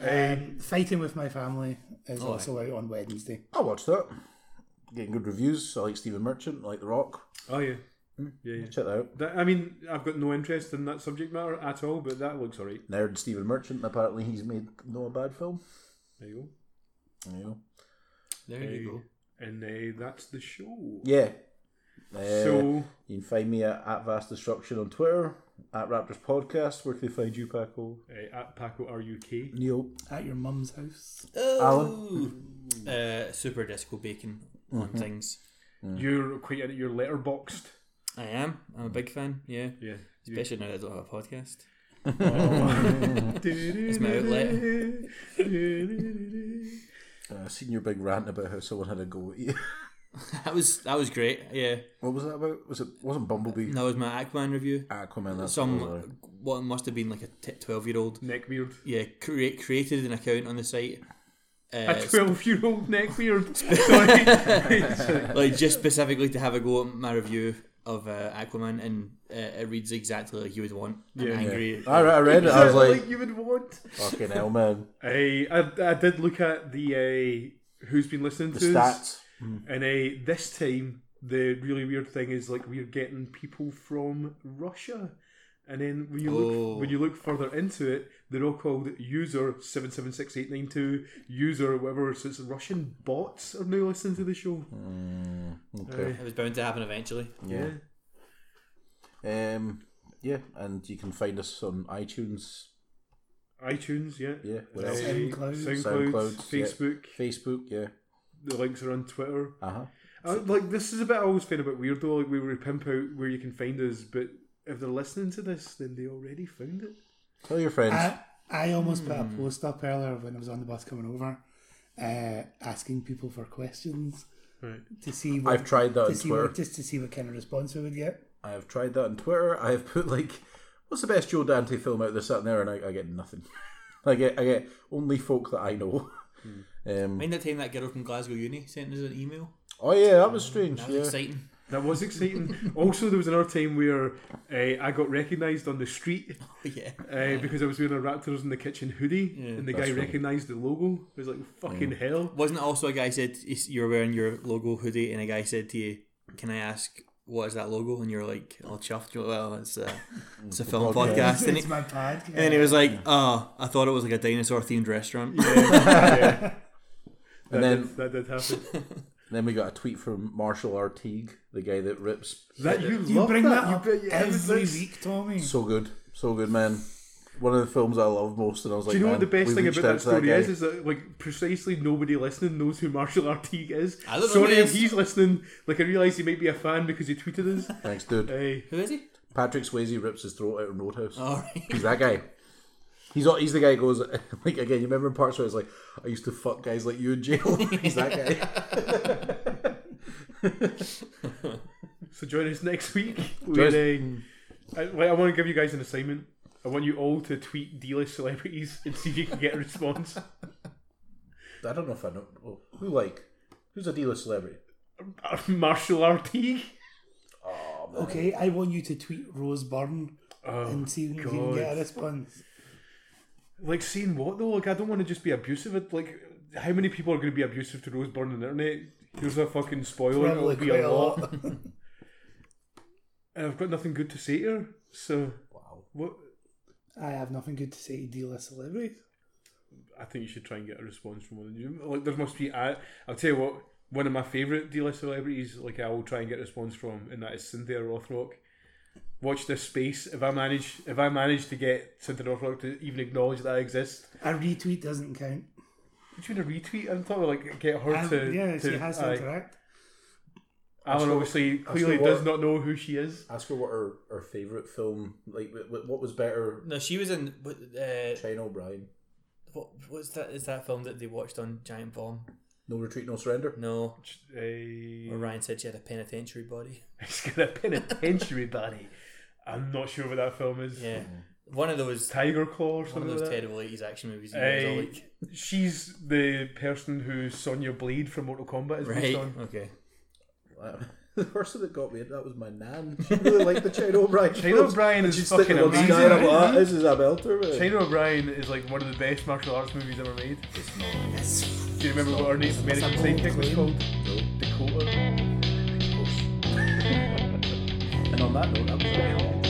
[SPEAKER 2] Um, Fighting with my family is
[SPEAKER 1] Oh,
[SPEAKER 2] also out on Wednesday.
[SPEAKER 4] I watched that. Getting good reviews. I like Stephen Merchant. I like The Rock.
[SPEAKER 1] Oh yeah. Yeah, yeah.
[SPEAKER 4] Check that out.
[SPEAKER 1] That, I mean, I've got no interest in that subject matter at all, but that looks alright.
[SPEAKER 4] Nerd Stephen Merchant. and Apparently, he's made no bad film.
[SPEAKER 1] There you
[SPEAKER 4] There you go.
[SPEAKER 3] There
[SPEAKER 1] go.
[SPEAKER 3] you go.
[SPEAKER 1] And uh, that's the show.
[SPEAKER 4] Yeah. Uh,
[SPEAKER 1] So
[SPEAKER 4] you can find me at, at Vast Destruction on Twitter, at Raptors Podcast. Where can they find you, Paco?
[SPEAKER 1] uh, at Paco RUK.
[SPEAKER 4] Neil,
[SPEAKER 2] At your mum's house.
[SPEAKER 3] Alan. Uh, super disco bacon on
[SPEAKER 4] Mm-hmm.
[SPEAKER 3] things.
[SPEAKER 1] You're quite into your letterboxed.
[SPEAKER 3] I am. I'm a big fan. Yeah.
[SPEAKER 1] Yeah. You-
[SPEAKER 3] Especially now that I don't have a podcast.
[SPEAKER 1] It's
[SPEAKER 3] my outlet.
[SPEAKER 4] uh, I've seen your big rant about how someone had a go at you.
[SPEAKER 3] That was that was great. Yeah.
[SPEAKER 4] what was that about? Was it wasn't Bumblebee?
[SPEAKER 3] And that was my Aquaman review.
[SPEAKER 4] Aquaman. That's
[SPEAKER 3] Some
[SPEAKER 4] what it was.
[SPEAKER 3] what must have been like a twelve year old.
[SPEAKER 1] Neckbeard.
[SPEAKER 3] Yeah, create, created an account on the site. Uh,
[SPEAKER 1] A 12 year old neckbeard. Sorry.
[SPEAKER 3] like just specifically to have a go at my review of uh, Aquaman, and uh, it reads exactly like you would want. an
[SPEAKER 1] Yeah.
[SPEAKER 3] angry.
[SPEAKER 4] I, re- I read it. I was like,
[SPEAKER 1] you would want.
[SPEAKER 4] fucking hell, man.
[SPEAKER 1] I, I, I did look at the uh, who's been listening
[SPEAKER 4] The
[SPEAKER 1] to us.
[SPEAKER 4] stats.
[SPEAKER 1] And uh, this time, the really weird thing is like we're getting people from Russia. And then when you
[SPEAKER 4] Oh.
[SPEAKER 1] look when you look further into it, they're all called user seven seven six eight nine two user whatever. So it's Russian bots are now listening to the show.
[SPEAKER 4] Hmm. Okay.
[SPEAKER 3] It was bound to happen eventually.
[SPEAKER 4] Yeah. Um. Yeah, and you can find us on iTunes,
[SPEAKER 1] iTunes, yeah,
[SPEAKER 4] yeah, what
[SPEAKER 1] Uh,
[SPEAKER 4] else?
[SPEAKER 2] SoundCloud.
[SPEAKER 1] SoundCloud,
[SPEAKER 4] SoundCloud, yeah.
[SPEAKER 1] Facebook.
[SPEAKER 4] Facebook, yeah.
[SPEAKER 1] The links are on Twitter.
[SPEAKER 4] Uh huh.
[SPEAKER 1] Uh, like this is a bit I always find a bit weird though. Like we were pimp out where you can find us, but if they're listening to this, then they already found it.
[SPEAKER 4] Tell your friends.
[SPEAKER 2] I, I almost put a
[SPEAKER 1] Hmm.
[SPEAKER 2] post up earlier when I was on the bus coming over, uh, asking people for questions
[SPEAKER 1] Right.
[SPEAKER 2] to see. What,
[SPEAKER 4] I've tried that
[SPEAKER 2] to
[SPEAKER 4] on
[SPEAKER 2] see what-
[SPEAKER 4] Twitter.
[SPEAKER 2] just to see what kind of response we would get.
[SPEAKER 4] I have tried that on Twitter. I have put like, "What's the best Joe Dante film out there?" Sat there, and I, I get nothing. I get, I get only folk that I know.
[SPEAKER 1] Hmm.
[SPEAKER 4] Um,
[SPEAKER 3] Mind the time that girl from Glasgow Uni sent us an email?
[SPEAKER 4] oh yeah, that was strange.
[SPEAKER 3] That was
[SPEAKER 4] Yeah,
[SPEAKER 3] exciting.
[SPEAKER 1] That was exciting. also, there was another time where uh, I got recognised on the street
[SPEAKER 3] Oh, yeah.
[SPEAKER 1] uh, because I was wearing a Raptors in the kitchen hoodie, and the guy recognised the logo. It was like fucking
[SPEAKER 2] Mm.
[SPEAKER 1] hell.
[SPEAKER 3] Wasn't it also a guy said you're wearing your logo hoodie, and a guy said to you, "Can I ask what is that logo?" And you're like, "Oh, "All chuffed." You're like, well, it's a it's a film podcast, and,
[SPEAKER 2] It's
[SPEAKER 3] he,
[SPEAKER 2] my pad.
[SPEAKER 3] and he was like, "Oh, I thought it was like a dinosaur themed restaurant."
[SPEAKER 4] and
[SPEAKER 1] That,
[SPEAKER 4] then
[SPEAKER 1] that did happen.
[SPEAKER 4] then we got a tweet from Marshall Artigue, the guy that rips.
[SPEAKER 1] That you,
[SPEAKER 2] You
[SPEAKER 1] love
[SPEAKER 2] bring that,
[SPEAKER 1] You
[SPEAKER 2] up
[SPEAKER 1] bet- yeah,
[SPEAKER 2] every
[SPEAKER 1] that's-
[SPEAKER 2] week, Tommy.
[SPEAKER 4] So good, so good, man. One of the films I love most, and I was like,
[SPEAKER 1] Do you know what the
[SPEAKER 4] "Man,
[SPEAKER 1] best
[SPEAKER 4] we
[SPEAKER 1] thing
[SPEAKER 4] reached
[SPEAKER 1] about
[SPEAKER 4] out
[SPEAKER 1] that
[SPEAKER 4] to
[SPEAKER 1] story
[SPEAKER 4] guy."
[SPEAKER 1] is? Is that like precisely nobody listening knows who Marshall Artigue is.
[SPEAKER 3] I don't know
[SPEAKER 1] Sorry
[SPEAKER 3] who he
[SPEAKER 1] if
[SPEAKER 3] is.
[SPEAKER 1] he's listening. Like I realise he might be a fan because he tweeted us. Eh,
[SPEAKER 4] Thanks, dude.
[SPEAKER 1] Hey,
[SPEAKER 3] Who is he?
[SPEAKER 4] Patrick Swayze rips his throat out in Roadhouse.
[SPEAKER 3] All right.
[SPEAKER 4] He's that guy. He's all, he's the guy who goes like again. You remember in parts where it's like I used to fuck guys like you in jail. he's that guy.
[SPEAKER 1] So join us next week. With, uh, I, like, I want to give you guys an assignment. I want you all to tweet D-list celebrities and see if you can get a response.
[SPEAKER 4] I don't know if I know well, who like who's a D-list celebrity.
[SPEAKER 1] Marshall Artigue.
[SPEAKER 2] Okay, I want you to tweet Rose Byrne
[SPEAKER 1] Oh,
[SPEAKER 2] and see if you can
[SPEAKER 1] God.
[SPEAKER 2] get a response.
[SPEAKER 1] like saying what though? Like I don't want to just be abusive. It- Like how many people are going to be abusive to Rose Byrne on the internet? Here's a fucking spoiler.
[SPEAKER 2] Probably
[SPEAKER 1] It'll be
[SPEAKER 2] quite
[SPEAKER 1] a lot. And I've got nothing good to say to her. So
[SPEAKER 4] Wow.
[SPEAKER 1] what?
[SPEAKER 2] I have nothing good to say to D-list celebrities.
[SPEAKER 1] I think you should try and get a response from one of you. Like there must be. I, I'll tell you what. One of my favourite D-list celebrities, like I will try and get a response from, and that is Cynthia Rothrock. Watch this space. If I manage, if I manage to get Cynthia Rothrock to even acknowledge that I exist,
[SPEAKER 2] A retweet doesn't count.
[SPEAKER 1] would you want a retweet? I'm talking like get her
[SPEAKER 2] And-
[SPEAKER 1] to.
[SPEAKER 2] yeah, she
[SPEAKER 1] to-
[SPEAKER 2] has to
[SPEAKER 1] aye.
[SPEAKER 2] interact.
[SPEAKER 1] Alan obviously clearly
[SPEAKER 4] what-
[SPEAKER 1] does not know who she is.
[SPEAKER 4] Ask her what her, her favorite film like. wh- wh- What was better,
[SPEAKER 3] No, she was in. what, Uh,
[SPEAKER 4] Shane O'Brien?
[SPEAKER 3] what what's that? Is that film that they watched on Giant Bomb?
[SPEAKER 4] No retreat, no surrender.
[SPEAKER 3] No.
[SPEAKER 1] Uh,
[SPEAKER 3] Where Ryan said she had a penitentiary body.
[SPEAKER 1] she's got a penitentiary body. I'm not sure what that film is.
[SPEAKER 3] Yeah. One of those.
[SPEAKER 1] Tiger Claw or
[SPEAKER 3] One
[SPEAKER 1] something
[SPEAKER 3] of those
[SPEAKER 1] like that.
[SPEAKER 3] terrible 80s action movies. You guys all
[SPEAKER 1] Aye.
[SPEAKER 3] like,
[SPEAKER 1] She's the person who Sonya Blade from Mortal Kombat is
[SPEAKER 3] right.
[SPEAKER 1] based on.
[SPEAKER 3] Okay.
[SPEAKER 4] The person that got me that was my nan. She really liked the Shane O'Brien.
[SPEAKER 1] Shane
[SPEAKER 4] films.
[SPEAKER 1] O'Brien
[SPEAKER 4] And
[SPEAKER 1] is
[SPEAKER 4] she's
[SPEAKER 1] fucking
[SPEAKER 4] sticking on
[SPEAKER 1] amazing.
[SPEAKER 4] Sky, and I'm like, "Ah, This is a belter. man."
[SPEAKER 1] Shane O'Brien is like one of the best martial arts movies ever made. Do you remember what her Native American sidekick was called? Dakota.
[SPEAKER 4] And on that note, that was all.